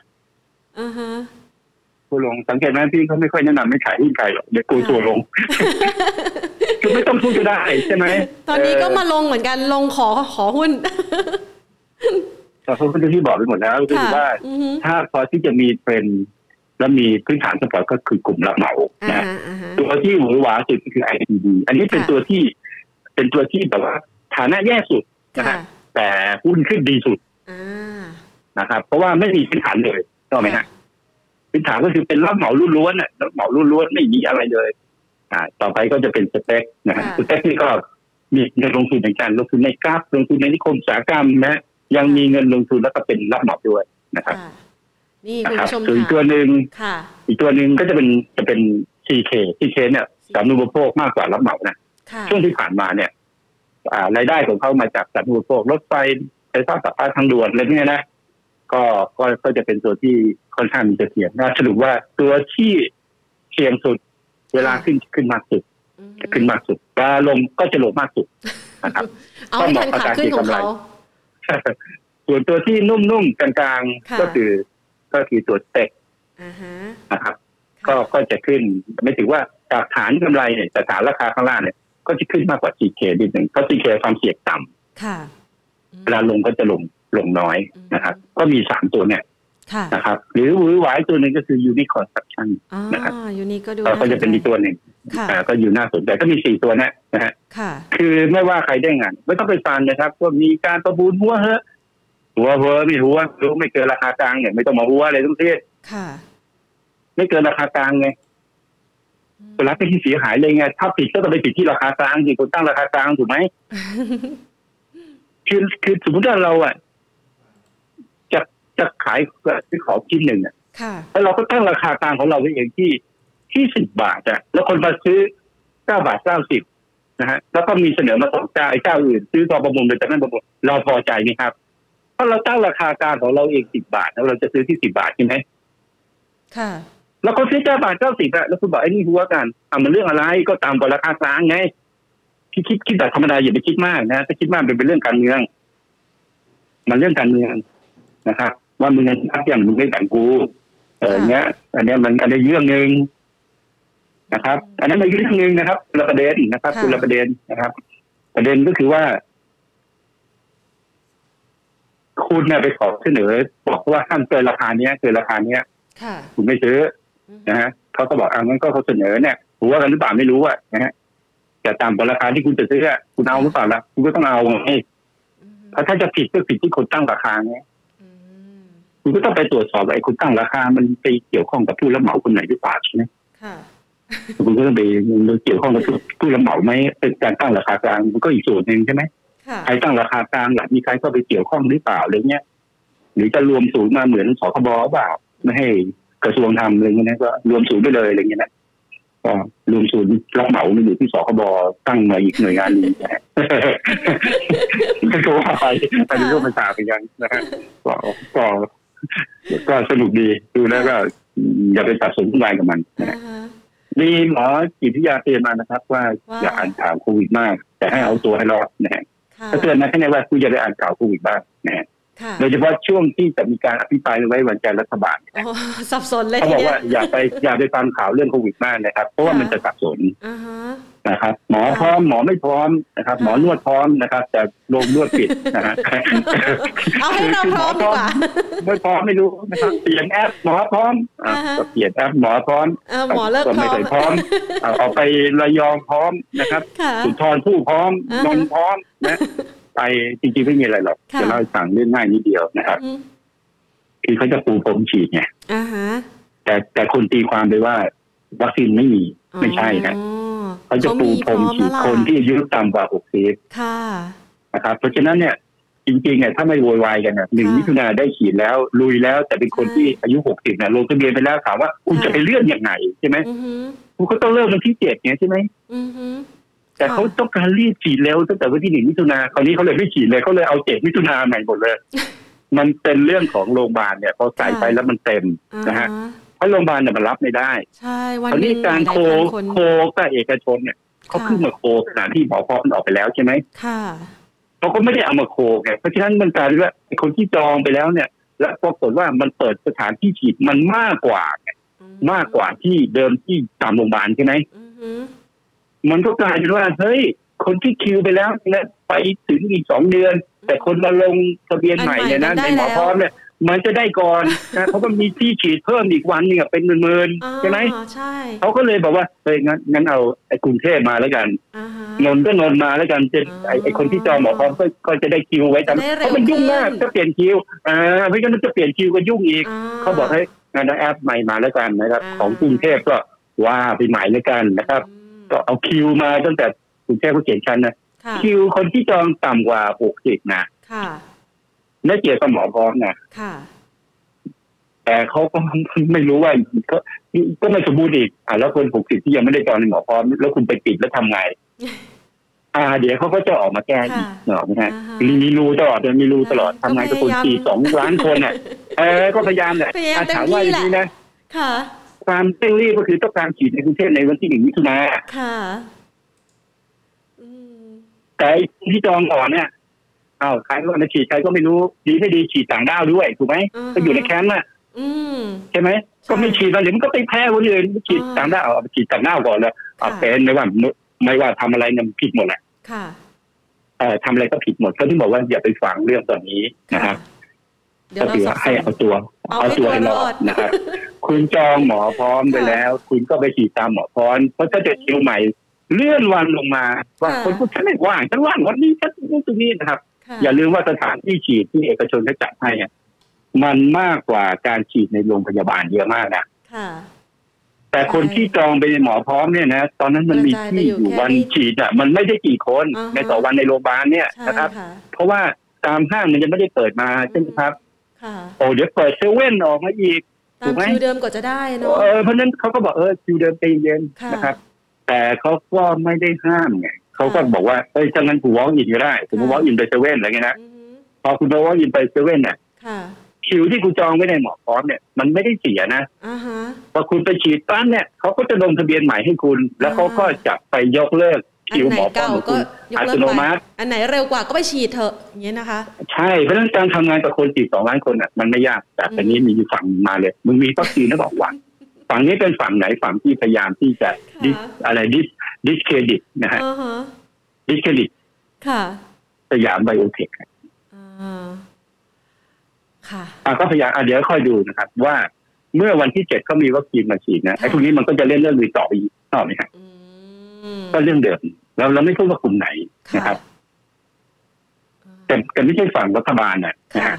A: อ่าฮะ
B: ทัวร์ลงสังเกตไหมพี่เขาไม่ค่อยแนะนำให้ขายหุ้นใครหรอกเดี๋ยวกลัวทัวร์ลง *laughs* คือไม่ต้องพูดก็ได้ใช่ไหม
A: ตอนนี้ก็มาลงเหมือนกันลงขอขอหุ้น
B: แต่เขาก็ที่บอกไปหมดแล้ว *laughs* ก็คือว่า
A: อือฮึ
B: ถ้าพอที่จะมีเทรนด์และมีพื้นฐานสปอร์ตก็คือกลุ่มรับเหมา
A: อ่า
B: นะ
A: ฮะอ่าฮะ
B: ตัวที่หวือหวาสุดก็คือ ITD อันนี้เป็น
A: ค่ะ
B: ตัวที่เป็นตัวที่แบบว่าฐานะแย่สุดนะ
A: ค่ะ
B: ฮะแต่หุ้นขึ้นดีสุด
A: อ่า
B: นะครับ เพราะว่าไม่มีพื้นฐานเลยถูกไหมฮะพื้นฐานก็คือเป็นรับเหมาล้วนๆน่ะรับเหมาล้วนๆไม่มีอะไรเลย อ่า ต่อไปก็จะเป็นสเปกนะฮะสเปกนี่ก็มีเงินลงทุนเหมือนกันลงทุนในกราฟลงทุนในนิคมอุตสาหกรรมนะฮะยังมีเงินลงทุนแล้วก็เป็นรับเหมาด้วยนะครับ
A: ค่ะนี่คุณ
B: นะครับ
A: ผู้ชม
B: ส่วนอีกตัว
A: ถาม
B: หนึ่ง
A: ค่ะ
B: อีกตัวหนึ่งก็จะเป็นจะเป็น CK CK เนี่ยสานุปโภคมากกว่ารับเหมานะ
A: ค่ะ
B: ช่วงที่ผ่านมาเนี่ย อ่ารายได้ของเขามาจากสานุปโภครถไฟไฟฟ้าสับปาทางด่วนอะไรพวกเนี้ยนะก็ก็ก็จะเป็นตัวที่ค่อนข้างมีเสถียรนะสรุปว่าตัวที่เสี่ยงสุด เวลาขึ้นขึ้นมากสุด
A: อืม
B: จะขึ้นมากสุดเวลาลงก็จะลงมากสุดนะครับ
A: เอาให้ทันขาขึ้นของเขา
B: ส่วนตัวที่นุ่มๆกลาง
A: ค่ะ
B: ๆก็คือก็คือตัวเตก
A: อ่าฮะ
B: นะครับ
A: ค่ะ
B: ก็ก็จะขึ้นไม่ถือว่าจากฐานกำไรเนี่ยจากฐานราคาข้างล่างเนี่ย ก็จะขึ้นมากกว่า TK นิดหนึ่งเพราะ TK ความเสี่ยงต่
A: ค่ะ
B: ำเวลาลงก็จะลงลงน้อยนะครับ ก็มีสามตัวเนี่ย
A: ค่ะ
B: นะครับ หรือหรือหวายตัวหนึ่งก็คือ Unicorn Construction
A: อ่า
B: นะครับ
A: ยูนิก็ดู
B: ก็จะเป็นอีกตัวหนึ่ง
A: ค่ะ
B: อ่าก็อยู่น่าสนใจก็มีสี่ตัวนะนะฮะ
A: ค่ะ
B: คือไม่ว่าใครได้งานไม่ต้องไปฟันนะครับว่ามีการประมูลหัวเหอะหัวเหอะไม่หัวรู้ไม่เกินราคากลางเนี่ยไม่ต้องมาหัวอะไรทั้งสิ้น
A: ค่ะ
B: ไม่เกินราคากลางไง
A: อืม
B: รัฐไม่ที่เสียหายเลยไงถ้าผิดก็ต้องไปผิดที่ราคากลางสิคนตั้งราคากลางถูกไหมคือคือสมมติว่าเราอ่ะจะจะขายซื้อของชิ้นหนึ่งอ่ะ
A: ค่ะ
B: แล้วเราก็ตั้งราคากลางของเราไว้เองที่ที่สิบบาทอ่ะแล้วคนมาซื้อเก้าบาทเก้าสิบนะฮะแล้วก็มีเสนอมาสองเจ้าไอ้เจ้าอื่น ซื้อต่อประมูลโดยจะนั่นประมูลเราพอใจไหมครับถ้าเราตั้งราคากลางของเราเองสิบบาทแล้วเราจะซื้อที่สิบบาทใช่ไหม
A: ค่ะ
B: แล้วเขาซื้อเก้าบาทเก้าสิบอะแล้วคุณบอกไอ้นี่หัวกันอ่ะมันเรื่องอะไรก็ตามกฎราคากลางไงคิดคิดคิดแบบธรรมดาอย่าไปคิดมากนะถ้าคิดมากมันเป็นเรื่องการเมือง มันเรื่องการเมืองนะครับ ว่ามึงทักอย่างมึงไม่แบ่งกูเออ
A: ค่ะ
B: เนี้ย อันเนี้ยมันอันเนี้ยเรื่องหนึ่งนะครับ อันนั้นมันเรื่องหนึ่งนะครับคนละประเด็นนะครับคนละประเด็นนะครับ ประเด็นก็คือว่า คุณเนี่ยไปขอเสนอบอกว่าห้ามเกินราคาเนี้ยเกินราคาเนี้ย
A: ค่ะ
B: คุณไม่ซื้อ
A: อืม
B: นะฮะเขาก็บอกอ่างั้นก็เขาเสนอเนี่ยหัวกันหรือเปล่าไม่รู้อะนะฮะแต่ตามราคาที่คุณจะซื้ออะคุณเอาหรือเปล่าล่ะคุณก็ต้องเอาไง
A: อืม
B: เพราะถ้าจะผิดก็ผิดที่คนตั้งราคาไง
A: อืม
B: คุณก็ต้องไปตรวจสอบว่าไอ้คนตั้งราคา มันไปเกี่ยวข้องกับผู้รับเหมาคนไหนหรือเปล่าใช่ไหม
A: ค่ะ
B: คุณก็ต้องไปมันเกี่ยวข้องกับผู้ผู้รับเหมาไหมเป็นการตั้งราคากลางมันก็อีกส่วนหนึ่งใช่ไหม
A: ค่ะ
B: ใครตั้งราคากลางหลักมีใครเข้าไปเกี่ยวข้องหรือเปล่าอะไรเงี้ยหรือจะรวมศูนย์มาเหมือนสคบหรือเปล่าไม่ให้กระทรวงทำอะไรเงี้ยนะก็รวมศูนย์ไปเลยอะไรเงี้ยนะก็รวมศูนย์รับเหมามาอยู่ที่สคบตั้งมาอีกหน่วยงานหนึงนะฮะ ไม่รู้ว่าไปอันนี้ก็มันตาเป็นกันนะฮะก็ก็ก็สนุกดีดูแล้วก็อย่าไปตัดสินวุ่นวายกับมันนะฮะ
A: อ่าฮะ
B: มีหมอจิตวิทยาเตือนมานะครับ ว่า
A: ว่า
B: อย่าอ่านข่าวโควิดมาก แต่ให้เอาตัวให้รอดนะฮะ
A: ค่ะ
B: ก็เตือนนะแค่นี้ว่าคุณอย่าไปอ่านข่าวโควิดมากนะฮะ
A: ค่ะ
B: โดยเฉพาะช่วงที่จะมีการอภิปรายไว้วางใจรัฐบาล
A: โอ้สับสนเลย
B: เขา
A: ที
B: บอก
A: เดีย
B: ว่าอย่าไปอย่าไปฟังข่าวเรื่องโควิดมากนะครับ เพราะว่ามันจะสับสน
A: อ่าฮะ
B: นะครับ หมอพร้อมหมอไม่พร้อมนะครับ หมอนวดพร้อมนะครับ แต่โรงนวดปิดนะฮะ *laughs*
A: เอาให้เราพร้อมดีกว่า
B: ไม่พร้อมไม่รู้นะครับเปลี่ยนแอปหมอพร้อมอ่ะ
A: อ่าฮะ
B: ก็เปลี่ยนแอปหมอพร้อม
A: เออหมอเลิก
B: ก็
A: พร้
B: ไม่
A: อม
B: เคยพ
A: *laughs*
B: ร้อมเอาเอาไประยองพร้อมนะครับ
A: ค่ะ
B: สุนทรผู้พร้อม
A: อ่าฮะ
B: นนท์พร้อม
A: *laughs*
B: นะไปจริงๆไม่มีอะไรหรอก
A: ค่ะ
B: จะเล่าให้ฟังเรื่องง่ายนิดเดียวนะครับ
A: อืม
B: คือเขาจะปูพรมฉีดไง
A: อ่าฮะ
B: แต่แต่คนตีความไปว่าวัคซีนไม่มีไม่ใช่นะ
A: อ๋อ
B: เขาจะปูพรม
A: เขา
B: ฉีด
A: พร้อมแล้วล่ะ
B: คนที่อายุต่ำกว่า 60
A: ค่ะ
B: นะครับ เพราะฉะนั้นเนี่ยจริงๆเนี่ยถ้าไม่โวยวายกันนะหนึ่ง
A: ค่ะ
B: มิถุนาได้ฉีดแล้ว ลุยแล้ว แต่เป็นคน
A: ค่ะ
B: ที่อายุ 60เนี่ยลงทะเบียนไปแล้วถามว่าคุณ
A: ค่ะ
B: จะไปเลื่อนยังไงใช่ไหม
A: อือฮึ
B: คุณก็ต้องเริ่มวันที่เจ็ดเนี่ยใช่ไหม
A: อือฮึ
B: แต่เขาต้องการรีบฉีดเร็วตั้งแต่วันที่หนึ่งมิถุนาคราวนี้เขาเลยไม่ฉีดเลยเขาเลยเอาเจ็ดมิถุนาใหม่หมดเลย
A: *laughs*
B: มันเป็นเรื่องของโรงพยาบาลเนี่ยพอใส่ไปแล้วมันเต็ม
A: อ่า
B: นะฮะ
A: ฮะ
B: เพราะโรงพยาบาลเนี่ยมันรับไม่ได้
A: ใช่วัน
B: คราว
A: ห
B: นี้
A: นึ่งหล
B: การ
A: ยๆ
B: โค
A: พันคน
B: โคกับเอกชนเนี่ยเขาเพิ่งมาโคขณะที่หมอพร้อมออกไปแล้วใช่ไหม
A: ค่ะ
B: เขาก็ไม่ได้เอามาโคไงเพราะฉะนั้นมันกลายเป็นว่าไอ้คนที่จองไปแล้วเนี่ย แล้วปรากฏว่ามันเปิดสถานที่ฉีดมันมากกว่าไงมากกว่าที่เดิมที่ตามโรงพยาบาลใช่ไหม
A: อือฮึ
B: มันก็กลายเป็นว่าเฮ้ย คนที่คิวไปแล้วเนี่ยไปถึงอีกสองเดือน แต่คนมาลงทะเบียนใหม่เนี่ยนะในหมอพร้อมเนี่ยมันจะได้ก่อนนะเพราะมันมีที่ฉีดเพิ่มอีกวันหนึงอะเป็นหมื่น
A: อ่า
B: ๆใช่ไหม
A: ใช่
B: เขาก็เลยบอกว่าเฮ้ยงั้นงั้นเอาไอ้กรุงเทพมาแล้วกัน
A: อ่าฮะ
B: นนท์ก็นนท์มาแล้วกันจะไอ้ไอ้คนที่จองหมอพร้อมก็ก็จะได้คิวไว้แต่
A: จะได้เร็ว
B: เพราะมันยุ่งมาก
A: ขึ้น
B: จะเปลี่ยนคิวอ่าไม่งั้นมันจะเปลี่ยนคิวก็ยุ่งอีก เขาบอกให้งานเอาแอปใหม่มาแล้วกันนะครับ
A: อ่า
B: ของกรุงเทพก็ว่าไปใหม่แล้วกันนะครับ
A: อืม
B: ก็เอาคิวมาตั้งแต่กรุงเทพเขาเขียนชั้นนะ
A: ค่ะ
B: คิวคนที่จองต่ำกว่า 60 นะ
A: ค่ะ
B: และเกี่ยวกับหมอพร้อมนะ
A: ค่ะ
B: แต่เขาก็ ไม่รู้ว่าก็ก็ไม่สมบูรณ์อีกอ่ะแล้วคน 60 ที่ยังไม่ได้จองในหมอพร้อม แล้วคุณไปปิดแล้วทำไง อ่า เดี๋ยวเขาก็จะออกมาแก้อีกเหรอไหมฮะ
A: อ่าฮะ
B: มีรูตลอดเลยมีรูตลอดทำไงกับคน
A: ก็พยายาม
B: สี่สองล้านคนน่ะเออก็พยายามแหละ
A: พยายาม
B: อ่ะ
A: เต็ม
B: ถามว่าอ
A: ที่
B: ย่า
A: แหละ
B: งนี้นะ
A: ค่ะ
B: ความเร่งรีบก็คือต้องการฉีดในกรุงเทพในวันที่หนึ่งมิถุนา
A: ค่ะอืม
B: แต่ไอ้ที่จองก่อนเนี่ยอ้าวใครก็มาฉีดใครก็ไม่รู้ดีไม่ดีฉีดต่างด้าวด้วยถูกไหมก็อยู่ในแคมป์น่ะ
A: อืม
B: ใช่ไหมก็ไม่ฉีดมาเดี๋ยวมันก็ไปแพร่คนอื่นฉีด
A: อ่า
B: ต่างด้าวเอาไปฉีดต่างด้าวก่อนเลยเอา
A: ค่ะ
B: เป็นเลยว่า ไม่ว่าทำอะไรเนี่ยมันผิดหมดแหละ
A: ค่ะ
B: เอ่อทำอะไรก็ผิดหมดเขาถึงบอกว่าอย่าไปฟังเรื่องตอนนี้นะ
A: ค่ะ
B: ครับ
A: เดี๋ยวเรา
B: ก็คือ
A: สับส
B: ให้
A: น
B: เอาตัว
A: เอา
B: ตัว
A: ให้
B: ให้
A: ตัว
B: ร
A: รอ
B: อ
A: ด
B: ด
A: *laughs*
B: นะครับ คุณจองหมอพร้อมไปแล้ว คุณก็ไปฉีดตามหมอพร้อมเพราะถ้าจะคิวใหม่ เลื่อนวันลงมาว่า
A: ค่ะ
B: คนพูดฉันไม่ว่างฉันว่างวันนี้ฉันนู่นตรงนี้นะครับ
A: ค่ะ
B: อย่าลืมว่าสถานที่ฉีดที่เอกชนเขาจัดให้อะมันมากกว่าการฉีดในโรงพยาบาลเยอะมากนะ
A: ค่ะ
B: แต่คน
A: ใช่
B: ที่จองไปในหมอพร้อมเนี่ยนะตอนนั้นมันมีที่อยู่
A: กระจายไปอยู่แค่
B: วันฉีดอ่ะมันไม่ได้กี่คน
A: อ่าฮะ
B: ในต่อวันในโรงพยาบาลเนี่ย
A: ใช่
B: นะครับ
A: ค่ะ
B: เพราะว่าตามห้างมันยังไม่ได้เปิดมาใช่ไหมครับ
A: ค่ะ
B: โอ้เดี๋ยวเปิดเซเว่นออกมาอีก
A: ตาม
B: ถูกไหม
A: คิวเดิมกว่าจะได้เนาะ
B: เออเพราะฉะนั้นเขาก็บอกเออคิวเดิมใจเย็น
A: ค่ะ
B: นะครับ แต่เขาก็ไม่ได้ห้ามไงเขาก็บอกว่าเอ้ยถ้างั้นกูวอล์กอินก็ได้สมมติวอล์กอินไปเซเว่นอะไรเงี้ยนะ
A: อือหือ
B: พอคุณไปวอล์กอินไปเซเว่นเนี่ย
A: ค่ะ
B: คิวที่กูจองไว้ในหมอพร้อมเนี่ยมันไม่ได้เสียนะ
A: อ่าฮะ
B: พอคุณไปฉีดปั๊บเนี่ยเขาก็จะลงทะเบียนใหม่ให้คุณ แล้วเขาก็จะไปยกเลิก
A: อัน
B: คิว
A: ไหน
B: หมอพร้อ
A: เก่าม
B: ของ
A: ก็
B: คุณ
A: ยก
B: อั
A: เลิ
B: ต
A: ก
B: โน
A: ไป
B: มัติ
A: อันไหนเร็วกว่าก็ไปฉีดเถอะอย่างเงี้ยนะคะ
B: ใช่เพราะฉะนั้นการทำงานกับคนสี่สองล้านคนอ่ะมันไม่ยาก แต่
A: อืม
B: แต่นี้มีอยู่ฝั่งมาเลย มึงมีวัคซีนแล้วบอกว่าฝั่งนี้เป็นฝั่งไหนฝั่งที่พยายามที่จะดิสอะไรดิสดิสเครดิตนะฮะ
A: อ่าฮะ
B: ดิสเครดิต
A: ค่ะ
B: สยามไบโอเทค
A: อ่าค่ะ
B: อ่ะก็พยายามอ่ะเดี๋ยวค่อยดูนะครับ ว่าเมื่อวันที่เจ็ดเขามีวัคซีนมาฉีดนะไอ้พวกนี้มันก็จะเล่นเรื่องรีต่ออีกต่อไหมฮะ
A: อืม
B: ก็เรื่องเดิมเราเราไม่พูดว่ากลุ่มไหนนะ
A: ค่ะ
B: ครับ แต่แต่ไม่ใช่ฝั่งรัฐบาลนะนะ
A: ค่ะ
B: ฮะ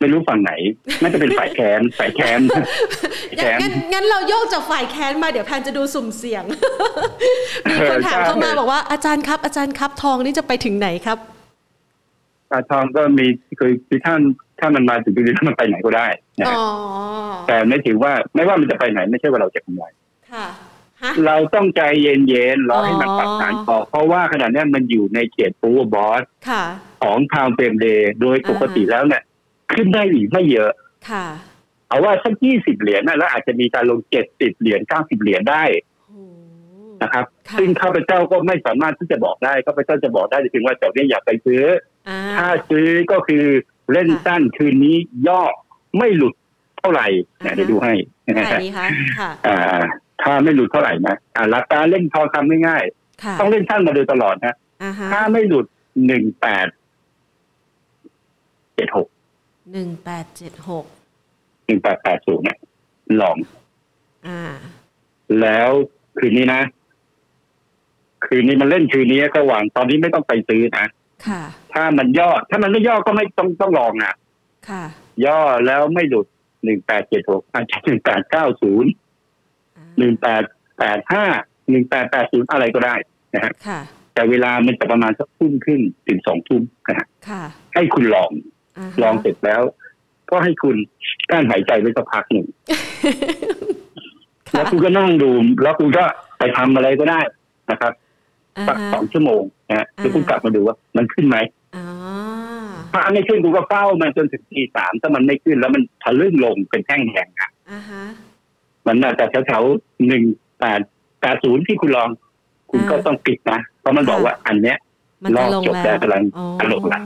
B: ไม่รู้ฝั่งไหน น่าจะเป็นฝ่ายแคน
A: *laughs*
B: ฝ่ายแคนแคน
A: งั้นงั้นเราโยกจากฝ่ายแค้นมาเดี๋ยวแพนจะดูสุ่มเสี่ยง *laughs* มีคนถามเข้ามา
B: ใช่
A: บอกว่าอาจารย์ครับ อาจารย์ครับทองนี่จะไปถึงไหนครับ
B: ตาทองก็มีคือคือท่านถ้ามันมาถึงจุดนี้มันไปไหนก็ได้นะฮะ
A: อ๋อ
B: แต่ไม่ถือว่าไม่ว่ามันจะไปไหนไม่ใช่ว่าเราจะทำลาย
A: ค่ะฮะ
B: เราต้องใจเย็นๆรอให้มัน
A: อ๋อ
B: ปรับฐานออกเพราะว่าขณะนี้มันอยู่ในเขตปูบอส
A: ค่ะ
B: ของทางเฟรมเดย์โดยปกติแล้วเนี่ย ขึ้นได้อีกไม่เยอะ
A: ค่ะ
B: เอาว่าสักยี่สิบเหรียญนะแล้วอาจจะมีการลงเจ็ดสิบเหรียญเก้าสิบเหรียญได้
A: โห
B: นะครับ
A: ค่ะ
B: ซึ่งข้าพเจ้าก็ไม่สามารถที่จะบอกได้ข้าพเจ้าจะบอกได้เพียงว่าเจ้าเนี่ยอย่าไปซื้อ
A: อ่า
B: ถ้าซื้อก็คือเล่นสั้นคืนนี้ย่อไม่หลุดเท่าไหร่
A: อ่า
B: นะ
A: ฮะ
B: เดี๋ยวดูให้
A: ไหนดีคะค่ะ
B: อ่า ถ้าไม่หลุดเท่าไหร่นะอ่าหลักการเล่นทองคำง่าย
A: ค่ะ
B: ๆต้องเล่นสั้นมาโดยตลอดนะ
A: อ่าฮะ
B: ถ้าไม่หลุดหนึ่งแปดเจ็ดหก
A: หนึ่งแปดเจ็ดหก
B: หนึ่งแปดแปดศูนย์เนี่ยลอง
A: อ่า
B: แล้วคืนนี้นะ คืนนี้มันเล่นคืนนี้ก็หวังตอนนี้ไม่ต้องไปซื้อนะ
A: ค่ะ
B: ถ้ามันย่อ ถ้ามันไม่ย่อก็ไม่ต้องต้องลองนะ
A: ค่ะ
B: ย่อแล้วไม่หลุดหนึ่งแปดเจ็ดหกอาจจะหนึ่งแปดเก้าศูนย์
A: อ่า
B: หนึ่งแปดแปดห้าหนึ่งแปดแปดศูนย์อะไรก็ได้นะฮะ
A: ค่ะ
B: แต่เวลามันจะประมาณสักทุ่มครึ่งถึงสองทุ่มนะฮะ
A: ค่ะ
B: ให้คุณลอง
A: าฮะ
B: ลองเสร็จแล้ว ก็ให้คุณกั้นหายใจไว้สักพักหนึ่ง
A: ค่ะ
B: แล้วคุณก็นั่งดูแล้วคุณก็ไปทำอะไรก็ได้นะครับ
A: อ่า
B: สัก
A: ฮะ
B: สองชั่วโมงนะฮะแล้วคุณ
A: อ่าฮะ
B: กลับมาดูว่ามันขึ้นไหม
A: อ๋อ
B: ถ้าไม่ขึ้นกูก็เฝ้ามันจนถึงตีสามถ้ามันไม่ขึ้นแล้วมันทะลึ่งลงเป็นแท่งแดงอะ
A: อ่าฮะ
B: มันน่าจะแถวๆหนึ่งแปดแปดศูนย์ที่คุณลอง คุณก็
A: อ่า
B: ต้องปิดนะ เพราะมันบอกว่าอันเนี้ย
A: มันจะลง
B: รอบจบ
A: แล้ว
B: แล้วกำลัง
A: อ๋อ
B: จะลงละ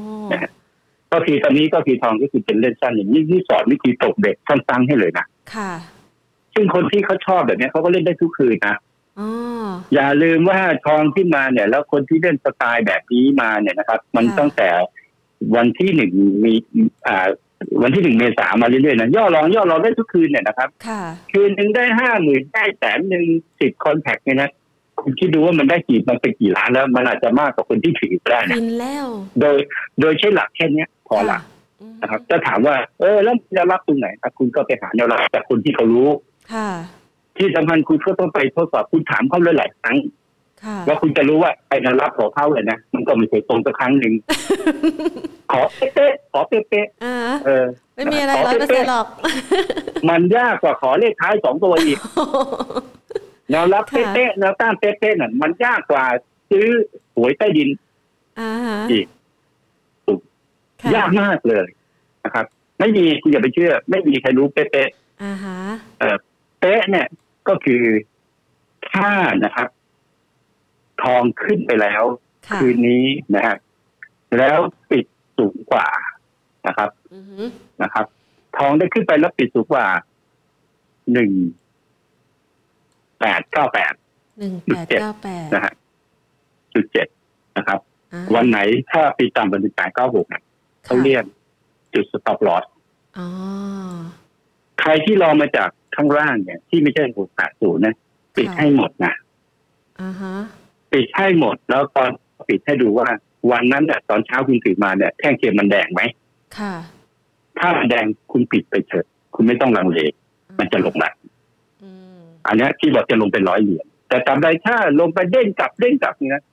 B: ก็คือตอนนี้ก็คือทองก็คือเป็นเล่นสั้นอย่างนี้ที่สอนวิธีตกเด็กสั้นๆให้เลยนะ
A: ค่ะ
B: ซึ่งคนที่เขาชอบแบบเนี้ยเขาก็เล่นได้ทุกคืนนะ
A: อ๋อ
B: อย่าลืมว่าทองที่มาเนี่ย แล้วคนที่เล่นสไตล์แบบนี้มาเนี่ยนะครับ มันตั้งแต่วันที่หนึ่งมีอ่า วันที่หนึ่งเมษามาเรื่อยๆนะย่อลองย่อลองได้ทุกคืนเนี่ยนะครับ
A: ค่ะ
B: คืนหนึ่งได้ห้าหมื่นได้แสนหนึ่งสิบคอนแทคเนี่ยนะคุณคิดดูว่ามันได้กี่มันเป็นกี่ล้านแล้ว มันอาจจะมากกว่าคนที่ถือก็ได้นะ
A: กินแล้ว
B: โดยโดยใช้หลักแค่เนี้ยพอละ
A: อืม
B: นะครับจะถามว่า เออแล้วแนวรับตรงไหนอ่ะคุณก็ไปหาแนวรับจากคนที่เขารู้
A: ค่ะ
B: ที่สำคัญคุณก็ต้องไปทดสอบคุณถามเขาหลายๆครั้ง
A: ค่ะ
B: แล้วคุณจะรู้ว่าไอ้แนวรับของเขาเลยนะมันก็ไม่เคยตรงสักครั้งหนึ่งขอเป๊ะๆขอเป๊ะ
A: อ่า
B: ๆเออ
A: ไม่มีอะไร
B: ขอ
A: ร้อย
B: เป๊ะๆ
A: เปอร์เซ็นต์หรอก
B: มันยากกว่าขอเลขท้ายสองตัวอีก
A: *laughs*
B: แนวรับ
A: ค่ะ
B: เป๊ะๆแนวต้านเป๊ะๆน่ะมันยากกว่าซื้อหวยใต้ดิน
A: อ่าฮะ
B: อีก
A: ค่ะ
B: ยากมากเลยนะครับ ไม่มีคุณอย่าไปเชื่อ ไม่มีใครรู้เป๊ะ
A: อ่าฮะ
B: ๆเอ่อเป๊ะเนี่ยก็คือถ้านะครับ ทองขึ้นไปแล้ว
A: ค่ะ
B: คืนนี้นะครับแล้วปิดสูงกว่านะครับ
A: อือหือ
B: นะครับ ทองได้ขึ้นไปแล้วปิดสูงกว่าหนึ่งแปดเก้าแปด
A: หนึ่ง
B: จุ
A: แป
B: ด
A: ด
B: เจ็ด
A: เก้าแปด
B: นะฮะ 6.7 นะครับ
A: อ่า
B: วันไหนถ้าปีต่ำกว่า1.96เนี่ยเขาเรียกจุด stop loss
A: อ๋อ
B: ใครที่รอมาจากข้างล่างเนี่ย ที่ไม่ใช่680นะปิดให้หมดนะ
A: อ่าฮะ
B: ปิดให้หมด แล้วตอนปิดให้ดูว่า วันนั้นน่ะตอนเช้าคุณถือมาเนี่ยแท่งเทียนมันแดงไหม
A: ค่ะ
B: ถ้ามันแดงคุณปิดไปเถอะ คุณไม่ต้องลังเล มันจะลงมา
A: อืม
B: อันเนี้ยที่บอกจะลงเป็นร้อยเหรียญแต่ตามใดถ้าลงไปเด้งกลับเด้งกลับนี่นะ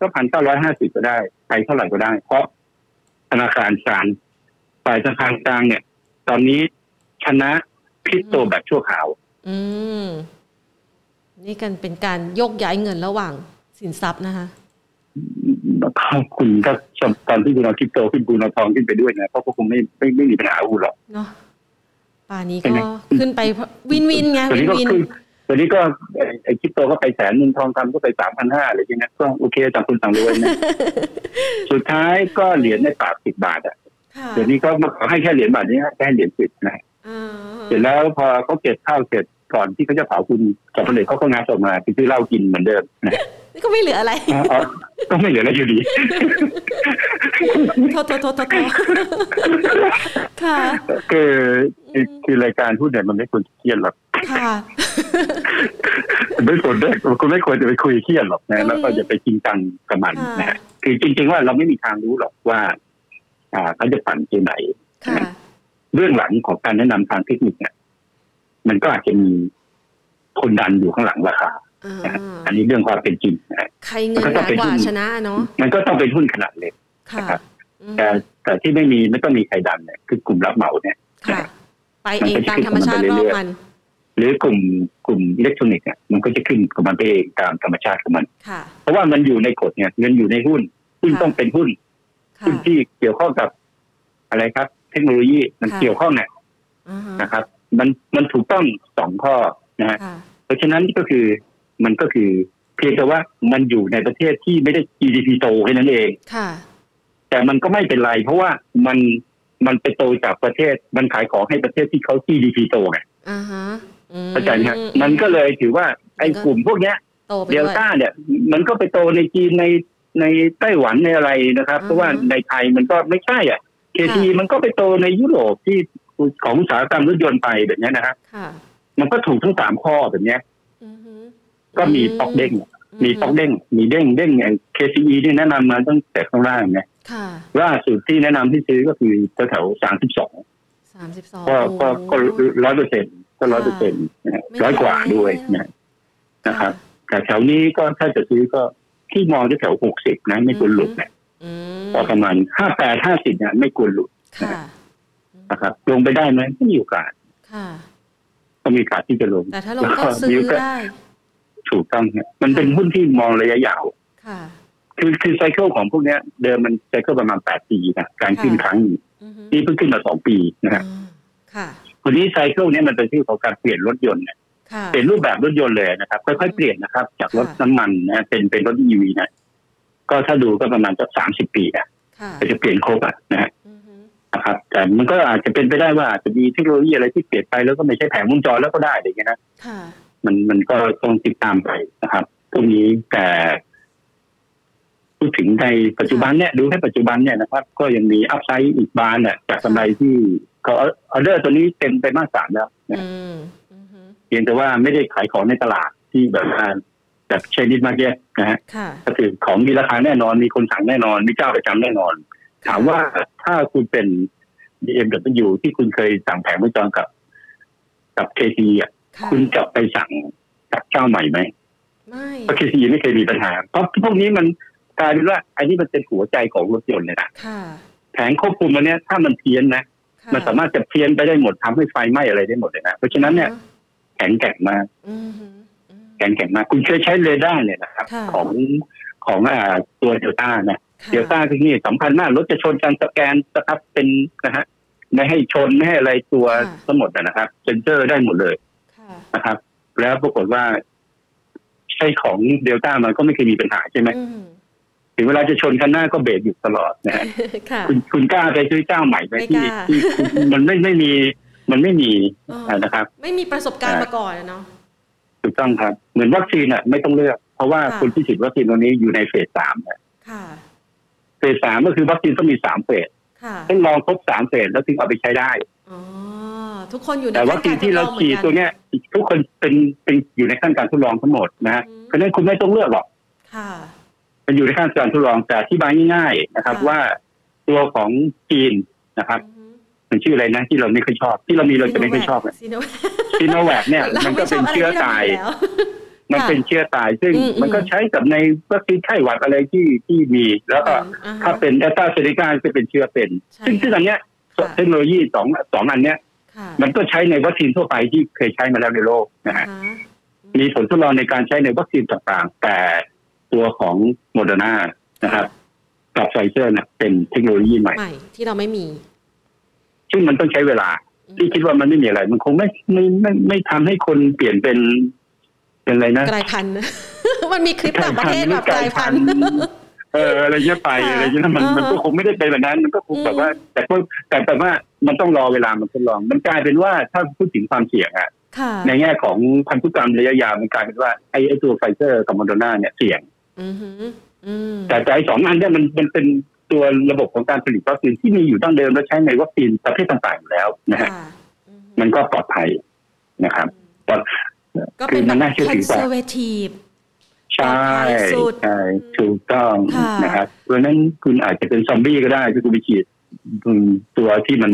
B: ก็พันเก้าร้อยห้าสิบก็ได้ไปเท่าไหร่ก็ได้ เพราะธนาคารกลางฝ่ายธนาคารกลางเนี่ย ตอนนี้ชนะคริปโตแบบชั่วคราว
A: อืมนี่กันเป็นการโยกย้ายเงินระหว่างสินทรัพย์นะคะ
B: ถ้าคุณถ้าตอนที่คุณเอาคริปโตขึ้นคุณเอาทองขึ้นไปด้วยนะเพราะพวกคุณไม่ไม่ไม่มีปัญหากับคุณหรอก
A: เนาะป่านนี้
B: เป็น
A: ก็
B: ไง
A: ขึ้นไปเพราะวินวินไง
B: ตอน
A: วิ
B: นี้
A: น
B: ก็
A: วิน
B: คือตอนนี้ก็ไอ้ไอคริปโตก็ไปแสนหนึ่งทองคำก็ไปสามพันห้าอะไรอย่างเงี้ยก็โอเคต่างคนต่างรวยนะ สุดท้ายก็เหรียญในปากสิบบาทอ่ะ
A: ค่ะ
B: เดี๋ยวนี้ก็ให้แค่เหรียญบาทนี้ให้แค่เหรียญสิบนะ
A: อ่า
B: เสร็จแล้วพอเขาเก็บข้าวเสร็จก่อนที่เขาจะเผาคุณสับปะเลเขาก็งานออกมาไปซื้อเหล้ากินเหมือนเดิมนะ *laughs*
A: นี่ก็ไม่เหลืออะไร
B: เอาเอาก็ไม่เหลืออะไรอยู่ดี
A: โทษโทษโทษโทษโทษค่ะ
B: คือคือคือรายการพูดเนี่ยมันไม่ควรเครียดหรอก
A: ค่ะ
B: ไม่ควรได้คุณไม่ควรจะไปคุยเครียดหรอกนะแล้วก็จะไปจริงจังกับมันนะฮะคือจริง ๆ ว่าเราไม่มีทางรู้หรอกว่า อ่าเขาจะปั่นไปไหน
A: ค่ะ
B: เรื่องหลังของการแนะนำทางเทคนิคเนี่ยมันก็อาจจะมีคนดันอยู่ข้างหลังราคา
A: อ่า
B: อันนี้เรื่องความเป็นจริงนะฮะ
A: ใครเงิน
B: มันก็
A: น้อง ย
B: ต้อเป็น
A: กว่า
B: หุ้น
A: ชนะเนาะ
B: มันก็ต้องเป็นหุ้นขนาดเล็ก
A: ค่ะ
B: นะครับ
A: อืม
B: แต่แต่ที่ไม่มีไม่ต้องมีใครดันเนี่ยคือกลุ่มรับเหมาเนี่ย
A: ค่ะ ไปเองตามธรรมชาติรอบมัน
B: หรือกลุ่มกลุ่มอิเล็กทรอนิกส์เนี่ยมันก็จะขึ้นของมันไปเองตามธรรมชาติของมัน
A: ค่ะ
B: เพราะว่ามันอยู่ในกฎเนี่ยเงินอยู่ในหุ้นหุ้น
A: ค่ะ
B: ต้องเป็นหุ้น
A: ค่ะ
B: หุ้นที่เกี่ยวข้องกับอะไรครับ เทคโนโลยีมัน
A: ค่ะ
B: เกี่ยวข้องเนี่ย
A: อ่าฮะ
B: นะครับ มันมันถูกต้องสองข้อนะฮะ
A: ค่ะ
B: เพราะฉะนั้นก็คือมันก็คือเพียงแต่ว่ามันอยู่ในประเทศที่ไม่ได้ GDP โตแค่นั้นเอง
A: ค่ะ
B: แต่มันก็ไม่เป็นไร เพราะว่ามันมันไปโตจากประเทศ มันขายของให้ประเทศที่เขา GDP โตไง
A: อ่าฮะอืม
B: เข้าใจไหมครับมันก็เลยถือว่าไอ้กลุ่มพวกเนี้ย
A: โตไป
B: เด
A: ด้
B: ล
A: วย
B: ต้าเนี่ย มันก็ไปโตในจีนในในไต้หวันในอะไรนะครับ
A: อืม
B: เพราะว่าในไทยมันก็ไม่ใช่อ่ะเคที
A: ค่ะ
B: มันก็ไปโตในยุโรปที่ของอุตสาหกรรมรถยนต์ไปแบบเนี้ยนะฮะ
A: ค่ะ
B: มันก็ถูกทั้งสามข้อแบบเนี้ย
A: อือฮึ
B: ก็มีตอกเด้ง มีตอกเด้ง มีเด้งเด้งเนี่ย KCE นี่แนะนำมาตั้งแต่ข้างล่างนะ
A: ค่ะ
B: ล่าสุดที่แนะนำให้ซื้อก็คือแถวสามสิบสอง
A: สามสิบสอง
B: ก็ก็ก็ร้อยเปอร์เซ็นต์ก็ร้อยเปอร์เซ็นต์นะฮะ
A: ไม่
B: ร้อยกว่า
A: แพง
B: ด้วยนะนะครับแต่แถวนี้ก็ถ้าจะซื้อก็ที่มองที่แถวหกสิบนะ ไม่ควรหลุดนะ
A: อืม
B: พอประมาณห้าแปดห้าสิบเนี่ยไม่ควรหลุด
A: ค่ะ
B: นะครับ ลงไปได้ไหมก็มีโอกาส
A: ค่ะ
B: ก็มีโอกาสที่จะลง
A: แต่ถ้าลงก็ซื้อได้
B: ถูกต้องเนี่ยมันเป็นหุ้นที่มองระยะยาว
A: ค่ะ
B: คือคือไซเคิลของพวกเนี้ย เดิมมันไซเคิลประมาณแปดปีนะการขึ้น
A: ค่ะ
B: ครั้งหนึ่ง
A: อือฮึ
B: นี่เพิ่งขึ้นมาสองปีนะฮะ
A: อ่าค่ะ
B: วันนี้ไซเคิลเนี้ยมันเป็นชื่อของการเปลี่ยนรถยนต์นะ
A: ค่ะ
B: เปลี่ยนรูปแบบรถยนต์เลยนะครับค่อยๆเปลี่ยนนะครับ จากรถ
A: ค่ะ
B: น้ำมันนะเป็นเป็นรถ EV นะก็ถ้าดูก็ประมาณสักสามสิบปีนะ
A: ค่ะ
B: ก็จะเปลี่ยนครบอะนะฮะ
A: อือฮึ
B: นะครับ แต่มันก็อาจจะเป็นไปได้ว่าอาจจะมีเทคโนโลยีอะไรที่เปลี่ยนไปแล้วก็ไม่ใช่แผงวงจรแล้วก็ได้อะไรอย่างเงี้ยนะ
A: ค่ะ
B: มันมันก็ต้องติดตามไปนะครับตรงนี้แต่พูดถึงในปัจจุบันเนี่ยดูแค่ปัจจุบันเนี่ยนะครับ ก็ยังมีอัพไซด์อีกบานเนี่ยจากกำไรที่เขาออเดอร์ตัวนี้เต็มไปมากสามแล้วนะ
A: อืมอือฮึ
B: เพียงแต่ว่าไม่ได้ขายของในตลาดที่แบบว่าแบบเชนิดมาร์เก็ตนะฮะ
A: ค่ะ
B: ก็คือของมีราคาแน่นอน มีคนสั่งแน่นอน มีเจ้าประจำแน่นอน ถามว่าถ้าคุณเป็น BMW ที่คุณเคยสั่งแผงวงจรกับ กับ KT อ่ะ
A: ค่ะ
B: คุณจะไปสั่งจากเจ้าใหม่ไหม
A: ไม่
B: เพราะ KT ไม่เคยมีปัญหา เพราะพวกนี้มันกลายเป็นว่าอันนี้มันเป็นหัวใจของรถยนต์เลยนะ
A: ค่ะ
B: แผงควบคุมอันเนี้ยถ้ามันเพี้ยนนะ
A: ค่ะ
B: มันสามารถจะเพี้ยนไปได้หมดทำให้ไฟไหม้อะไรได้หมดเลยนะเพราะฉะนั้นเนี่ยแข็งแกร่งมาก
A: อือฮึอืม
B: แข็งแกร่งมากคุณเคยใช้เรดาร์เนี่ยนะครับ
A: ค่ะ
B: ของของอ่าตัวเดลต้านะ
A: ค่ะ
B: เดลต้าที่นี่สำคัญมากรถจะชนกันสแกนนะครับเป็นนะฮะไม่ให้ชน ไม่ให้อะไรตัวทั้งหมดนะนะครับเซนเซอร์ได้หมดเลย
A: ค่ะ
B: นะครับ แล้วปรากฏว่า ใช่ของเดลต้ามันก็ไม่เคยมีปัญหาใช่ไหม
A: อืม
B: ถึงเวลาจะชนกันหน้าก็เบรกหยุดตลอดนะฮะ
A: ค่ะ
B: คุณคุณกล้าไปซื้อเจ้าใหม่ไหม
A: ไม่ก
B: ที่
A: ล้า
B: ที่มันไม่ไม่มีมันไม่มี
A: เออ
B: นะครับ
A: ไม่มีประสบการณ์มาก่อนอะเนาะ
B: ถูกต้องครับ เหมือนวัคซีนอ่ะ ไม่ต้องเลือก เพราะว่า
A: ค่ะ
B: คนที่ฉีดวัคซีนตัวนี้อยู่ในเฟสสามนะ
A: ค่ะ
B: เฟสสามก็คือวัคซีนต้องมีสามเฟส
A: ค่ะ
B: ต้องลองครบสามเฟสแล้วถึงเอาไปใช้ได้
A: อ๋อ ทุกคนอยู่ใน
B: แต่วัคซีนที่เราฉีดตัว
A: ขั้นการทดลองหมือกั
B: เนี้ยทุกคนเป็นเป็นอยู่ในขั้นการทดลองทั้งหมดนะฮะ
A: อืม
B: เพราะฉะนั้นคุณไม่ต้องเลือกหรอก
A: ค่ะ
B: มันอยู่ในขั้นการทดลองแต่อธิบายง่ายๆนะครับ
A: ค่ะ
B: ว่าตัวของจีนนะครับ
A: อืม
B: มันชื่ออะไรนะ ที่เราไม่ค่อยชอบ ที่เรามีเราจะไม่ค่อยชอบเนี่ย
A: ซีโนแวค
B: ซีโนแวคเนี่ย
A: รา
B: มันก็
A: ไช
B: เป็
A: อนบะไร
B: เชื้อ
A: ที่ร
B: ตาย
A: มีแล้ว
B: มันเป็นเชื้อตาย ซึ่ง
A: อืม
B: มันก็
A: อืม
B: ใช้กับในวัคซีนไข้หวัดอะไรที่ที่มี แล้วก็
A: อ่ฮะ
B: ถ้าเป็นแอสตราเซเนกาจะเป็นเชื้อเป็น
A: ใช่
B: ซึ่งซึ่งอันเนี้ย
A: ค่ะ
B: เทคโนโลยีสองสองอันเนี้ย
A: ค่ะ
B: มันก็ใช้ในวัคซีนทั่วไปที่เคยใช้มาแล้วในโลกนะฮะ
A: อ่าฮะ
B: มีผลทดลองในการใช้ในวัคซีนต่างๆ แต่ตัวของโมเดอร์นานะครับ กับไฟเซอร์เนี่ยเป็นเทคโนโลยีใหม่
A: ใหม่ที่เราไม่มี
B: ซึ่งมันต้องใช้เวลา
A: อืม
B: ที่คิดว่ามันไม่มีอะไร มันคงไม่ไม่ไม่ไม่ทำให้คนเปลี่ยนเป็น เป็นอะไรนะ
A: กลายพันธุ์ *laughs* มันมีคลิปต่างประเทศแบบกลายพันธุ์
B: เอออะไรเงี้ยไป
A: ค่ะ
B: อะไรเงี้ยมัน
A: อ่ามั
B: มันก็คงไม่ได้เป็นแบบนั้น มันก็คง
A: อืม
B: แบบว่า แต่ก็แต่แต่ว่ามันต้องรอเวลามันทดลอง มันกลายเป็นว่าถ้าพูดถึงความเสี่ยงอะ
A: ค่ะ
B: ในแง่ของพันธุกรรมระยะยาวมันกลายเป็นว่าไอ้ไอ้ตัวไฟเซอร์กับโมเดอร์นาเนี่ยเสี่ยง
A: อือหืออืม
B: แต่แต่ไอ้สองอันเนี่ยมันมันเป็นตัวระบบของการผลิตวัคซีนที่มีอยู่ตั้งเดิมและใช้ในวัคซีนประเภทต่างๆอยู่แล้วนะฮะ
A: ค่ะอือหือ
B: มันก็ปลอดภัยนะครับ ปลอด
A: ก็เป็น
B: คือมัน
A: แบ
B: น่า
A: บ
B: เชื่อ
A: คอ
B: ถื
A: น
B: อ
A: เซ
B: กว่า
A: อร์เวทีฟ
B: ใช่
A: ปลอดภัยสุด
B: ใช่ถูกต้อง
A: ค่ะ
B: นะครับเพราะฉะนั้นคุณอาจจะเป็นซอมบี้ก็ได้ที่คุณไปฉีดอืมตัวที่
A: *laughs*
B: มัน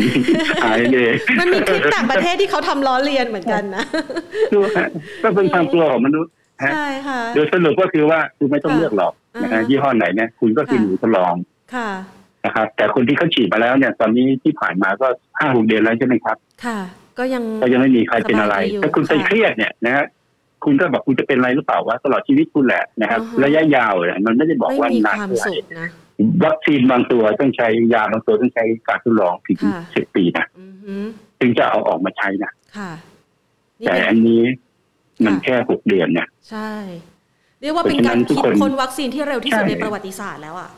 B: หายเลย
A: มันมีคลิปต่างประเทศที่เขาทำล้อเลียนเหมือนกันนะ
B: ตัวก็เป็นความกลัวของมนุษย์ ฮะ
A: ใช่ค่ะ
B: โดยสรุปก็คือว่าคุณไม่ต้อง
A: ค่ะ
B: เลือกหรอกนะ
A: อ่า
B: ฮะ
A: ฮะ
B: ยี่ห้อไหนเนี่ยคุณก็คื
A: ค่ะ
B: อหนูทดลอง
A: ค่ะ
B: นะครับ แต่คนที่เขาฉีดมาแล้วเนี่ย ตอนนี้ที่ผ่านมาก็ห้าหกเดือนแล้วใช่ไหมครับ
A: ค่ะ ก็ยัง
B: ก็ยังไม่มีใครเป็นอะไร
A: สบายดีอยู่
B: ถ้าคุณไป
A: ค่ะ
B: เครียดเนี่ยนะฮะคุณก็บอกคุณจะเป็นอะไรหรือเปล่าวะตลอดชีวิตคุณแหละนะครับ
A: อ่าฮะ
B: ระยะยาวเนี่ยมันไม่ได้บอก
A: ไม่
B: ว่า
A: มี
B: นาน
A: ความ
B: เท่าไหร่
A: สุขนะ
B: วัคซีนบางตัวต้องใช้ยาบางตัวต้องใช้การทดลองถึง
A: ค่ะ
B: สิบปีนะ
A: อือหือ
B: ถึงจะเอาออกมาใช้นะ
A: ค่ะนี่
B: แต่
A: เป็น
B: อันนี้มัน
A: ค่ะ
B: แค่หกเดือนเนี่ย
A: ใช่ เรียกว่าเป็นการ
B: เพ
A: คิ
B: ราะฉะ
A: ด
B: นั้นทุกคน
A: คนวัคซีนที่เร็วที่สุด
B: ใช่
A: ในประวัติศาสตร์แล้วอ่ะ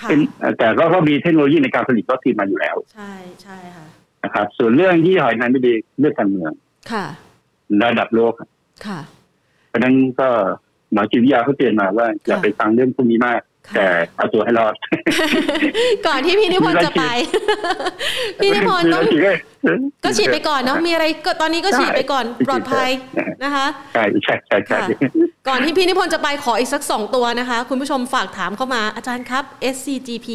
A: ค่ะ
B: เป็นแต่ก็ก็มีเทคโนโลยีในการผลิตวัคซีนมาอยู่แล้ว
A: ใช่ใช่ค่ะ
B: นะครับ ส่วนเรื่องยี่ห้อนั้นไม่ดีเรื่องการเมือง
A: ค่ะ
B: ระดับโลก
A: ค่ะ
B: เพราะฉะนั้นก็หมอจิตวิทยาเขาเตือนมาว่าอย่าไปฟังเรื่องพวกนี้มาก
A: ค่ะ
B: แต่เอาตัวให้รอด
A: ก่อนที่พี่นิพนธ์จะไป พี่นิพนธ์ต้อง
B: มีอะไรฉีด
A: ก็ฉีดไปก่อนเนาะมีอะไรก็ตอนนี้ก็ฉีดไปก่อน
B: ใช่
A: ปลอดภัย
B: ใช่
A: นะคะ
B: ใช่ใช่ใช่ใช่
A: ค่ะ ก่อนที่พี่นิพนธ์จะไปขออีกสัก 2 ตัวนะคะ คุณผู้ชมฝากถามเข้ามาอาจารย์ครับ SCGP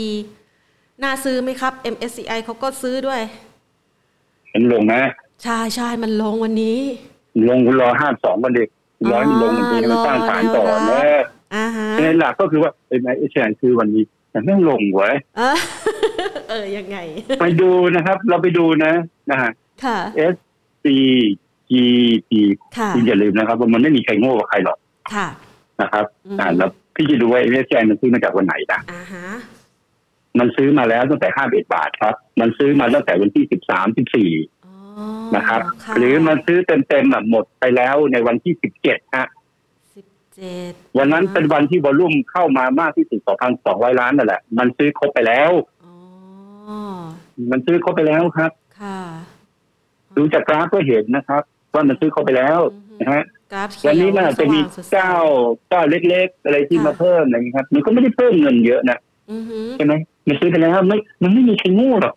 A: น่าซื้อไหมครับ MSCI เขาก็ซื้อด้วย
B: เห็นลงนะ
A: ใช่ใช่มันลงวันนี้
B: ลงรอห้าสองวันเด็กร้อยมันลงมันดีมันสร้างฐานต่อนะ
A: อ่าฮะ *laughs*
B: ในหลักก็คือว่าเป็นไอเชียนคือวันนี้แต่ไม่งลงเว้ย
A: เออ เออ ยังไง
B: ไปดูนะครับ เราไปดูนะนะฮะ
A: ค่ะ
B: S C G P
A: ค่ะ
B: คุณอย่าลืมนะครับ ว่ามันไม่มีใครโง่กว่าใครหรอก
A: ค่ะ
B: นะครับ
A: อืม
B: อ่าแล้วพี่จะดูว่าไอเชียนมันซื้อมาจากวันไหนนะ
A: อ่าฮะ
B: มันซื้อมาแล้วตั้งแต่ห้าบาทครับ มันซื้อมาตั้งแต่วันที่สิบสามสิบสี่
A: อ๋อ
B: นะครับ หรือมันซื้อเต็มๆแบบหมดไปแล้วในวันที่สิบเจ็ดฮะ
A: สิบเจ็ด
B: วันนั้นเป็นวันที่วอลลุ่มเข้ามามากที่สุดสองพันสองร้อยล้านนั่นแหละมันซื้อครบไปแล้ว
A: อ๋อ
B: มันซื้อครบไปแล้วครับ
A: ค่ะ
B: ดูจากกราฟก็เห็นนะครับ ว่ามันซื้อเข้าไปแล้วนะฮะ
A: กราฟเขีย
B: วันนี้น่าจะมี
A: สว่งสดใส
B: เจ้าเจ้าเล็กๆ อะไรที่
A: ค่ะ
B: มาเพิ่มอะไรอย่างนี้ครับ มันก็ไม่ได้เพิ่มเงินเยอะนะ
A: อือ
B: *laughs*
A: หือ
B: ใช่ไหมมันซื้อไปแล้วไม่มันไม่มีใครโงูหรอก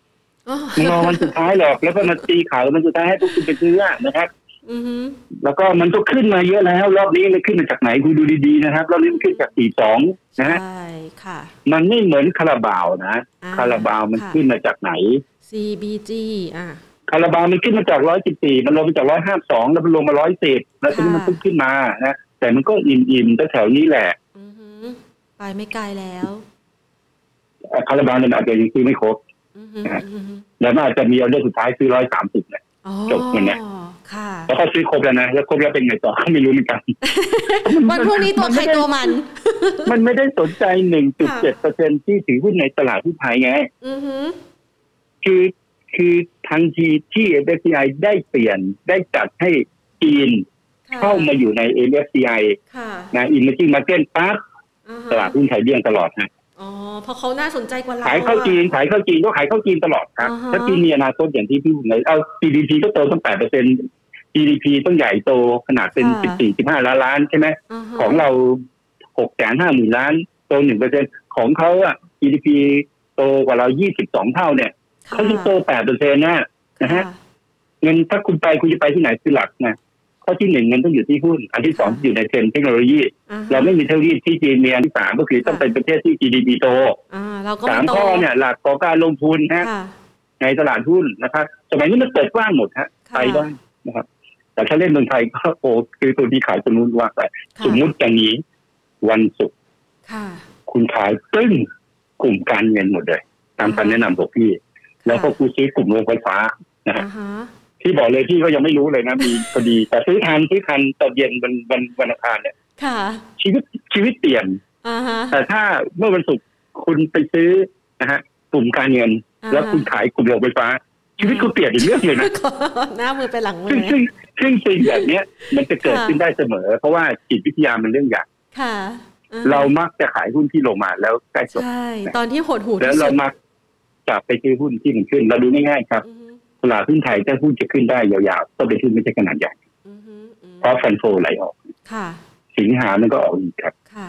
A: อ๋อ
B: มันรอวันสุดท้ายหรอก แล้วก็มาตีขาวมันสุดท้ายให้พวกคุณไปซื้ออะนะครับ
A: อือหือ
B: แล้วก็มันก็ขึ้นมาเยอะแล้ว รอบนี้มันขึ้นมาจากไหนคุณดูดีๆนะครับรอบนี้มันขึ้นจากสี่สอง
A: ใช
B: *laughs* นะฮะ
A: ่ ค่ะ
B: มันไม่เหมือนคาราบาวนะ
A: อ่า
B: คาราบาวมัน
A: ค่ะ
B: ขึ้นมาจากไหน
A: CBG อ่ะ
B: คาราบาวมันขึ้นมาจาก 114 มันลงมาจาก 152 แล้วมันลงมา 110 แล้วทีนี้มัน
A: ค่ะ
B: ขึ้นขึ้นมานะ แต่มันก็อิ่มๆแถวๆนี้แหละ
A: อือหือไปไม่ไกลแล้ว
B: เอ่อคาราบาวเนี่ยมันอาจจะยังซื้อไม่ครบ
A: อือหืออือหือ
B: แล้วมันอาจจะมีออเดอร์สุดท้ายซื้อ 130 เนี่ย
A: อ๋อ
B: จบวันเนี้ย
A: ค่ะ
B: แล้วเขาซื้อครบแล้วนะ แล้วครบแล้วเป็นไงต่อ *laughs* ไม่รู้เหมือน
A: *laughs*
B: กัน
A: วันพรุ่งนี้ตัวใครตัวมัน
B: มันไม่ได้สนใจ 1.7%เปอร์เซ็นที่ถือหุ้นในตลาดหุ้นไทยไง
A: อือหือ
B: คือคือทันทีที่ MSCI ได้เปลี่ยนได้จัดให้จีน
A: ค่ะ
B: เข้ามาอยู่ใน MSCI
A: ค่ะ
B: นะ Emerging Market ปั๊บ
A: อ่ฮะ
B: ตลาดหุ้นไทยเดี้ยงตลอดฮะ
A: อ๋อเพราะเขาน่าสนใจกว่าเรา
B: ขายข้าวจี
A: อะ
B: นขายข้าวจีนก็ขายข้าวจีนตลอดครับ
A: อ่าฮะ
B: ถ้าจีนมีอนาคตอย่างที่พี่พูดเลยเอา GDP ก็โตตั้งแปดเปอร์เซ็น GDP ต้องใหญ่โตขนาดเป็นสิบสี่สิบห้าล้านล้านใช่ไหม
A: ฮะ
B: ของเรา หกแสนห้าหมื่นล้านโตหนึ่งเปอร์เซ็นของเขาอะ GDP โตกว่าเรายี่สิบสองเท่าเนี่ยเขาจะโตแปดเปอร์เซ็นต์นะนะฮะ เงินถ้าคุณไปคุณจะไปที่ไหนคือหลักนะข้อที่หนึ่งเงินต้องอยู่ที่หุ้น อันที่สอง
A: ค่ะ
B: อยู่ในเทรนด์เทคโนโลยี
A: อ่ฮะ
B: เราไม่มีเทคโนโลยีที่จีนมีอันที่สามก็คือต้องเป็นประเทศที่ GDP โต
A: อ่าเราก็
B: สาม
A: ไโต
B: ข้อเนี่ยหลักของการลงทุนนะ
A: ค่ะ
B: ในตลาดหุ้นนะครับสมัยนี้มันเปิดกว้างหมดฮะ
A: ค่ะ
B: ไปได้นะครับ แต่ถ้าเล่นเมืองไทยก็โอ้คือตัวที่ขายตัวนู้นว่าไป
A: ค่ะ
B: สมมุติอย่างนี้วันศุกร์
A: ค่ะ
B: คุณขายตึ้งกลุ่มการเงินหมดเลย ตาม
A: อ่า
B: คำแนะนำของพี่ แล้วก็กูซื้อกลุ่มโรงไฟฟ้านะฮะ
A: อ่าฮะ
B: ที่บอกเลยพี่ก็ยังไม่รู้เลยนะ มีพอดี แต่ซื้อทันซื้อทันตอนเย็นวันวันวันอังคารเนี่ย
A: ค่ะ
B: ชีวิตชีวิตเปลี่ยน
A: อ่าฮะ
B: แต่ถ้าเมื่อวันศุกร์คุณไปซื้อนะฮะกลุ่มการเงิน
A: อ่า
B: แล้วคุณขายกลุ่มโรงไฟฟ้า ชีวิตคุณเปลี่ยนอีกเรื่องเลยนะ
A: ขอหน้ามือไปหลังมื
B: ซึ่
A: อง นะ
B: ซึ่งซึ่งสิ่งแบบเนี้ย มันจะเกิดขึ้นได้เสมอ เพราะว่าจิตวิทยามันเรื่องใหญ่
A: ค่ะอ่ฮะ
B: เรามักจะขายหุ้นที่ลงมาแล้วใกล้จบ
A: ใช่ ตอนที่หดหู
B: แล้ว
A: ที่
B: เรา
A: สุด
B: มักกลับไปซื้อหุ้นที่มันขึ้น เราดูง่ายๆครับ
A: อือฮึ
B: ตลาดหุ้นไทยถ้าหุ้นจะขึ้นได้ยาวๆต้องเป็นหุ้นไม่ใช่ขนาดใหญ่
A: อือฮึอือ
B: เพ
A: ฮึ
B: ราะฟันโฟไหลออก
A: ค่ะ
B: สิงหามันก็ออกอีกครับ
A: ค่ะ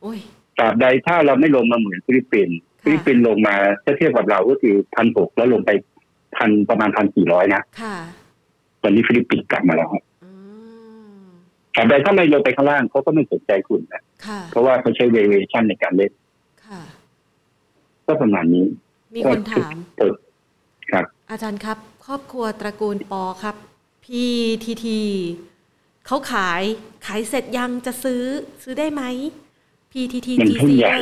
A: โอ้ย
B: ตราบใดถ้าเราไม่ลงมาเหมือนฟิลิปปินส์
A: ค่ะ
B: ฟิลิปปินส์ลงมาถ้าเทียบกับเราก็คือพันหกแล้วลงไปพันประมาณพันสี่ร้อยนะ
A: ค่ะ
B: ตอนนี้ฟิลิปปินส์กลับมาแล้วครับ
A: อืม
B: ตราบใดถ้าไม่ลงไปข้างล่างเขาก็ไม่สนใจคุณนะ
A: ค่ะ
B: เพราะว่าเขาใช้เวเ a ชั่นในการเล่น
A: ค่ะ
B: ก็ประมาณนี้
A: มีคนถาม
B: เปิดครับ
A: อาจารย์ครับ ครอบครัวตระกูลปอครับ พี่ทีทีเขาขายขายเสร็จยังจะซื้อซื้อได้ไหมพีทีที
B: มัน
A: จี
B: หุ้น
A: ซี
B: ใหญ่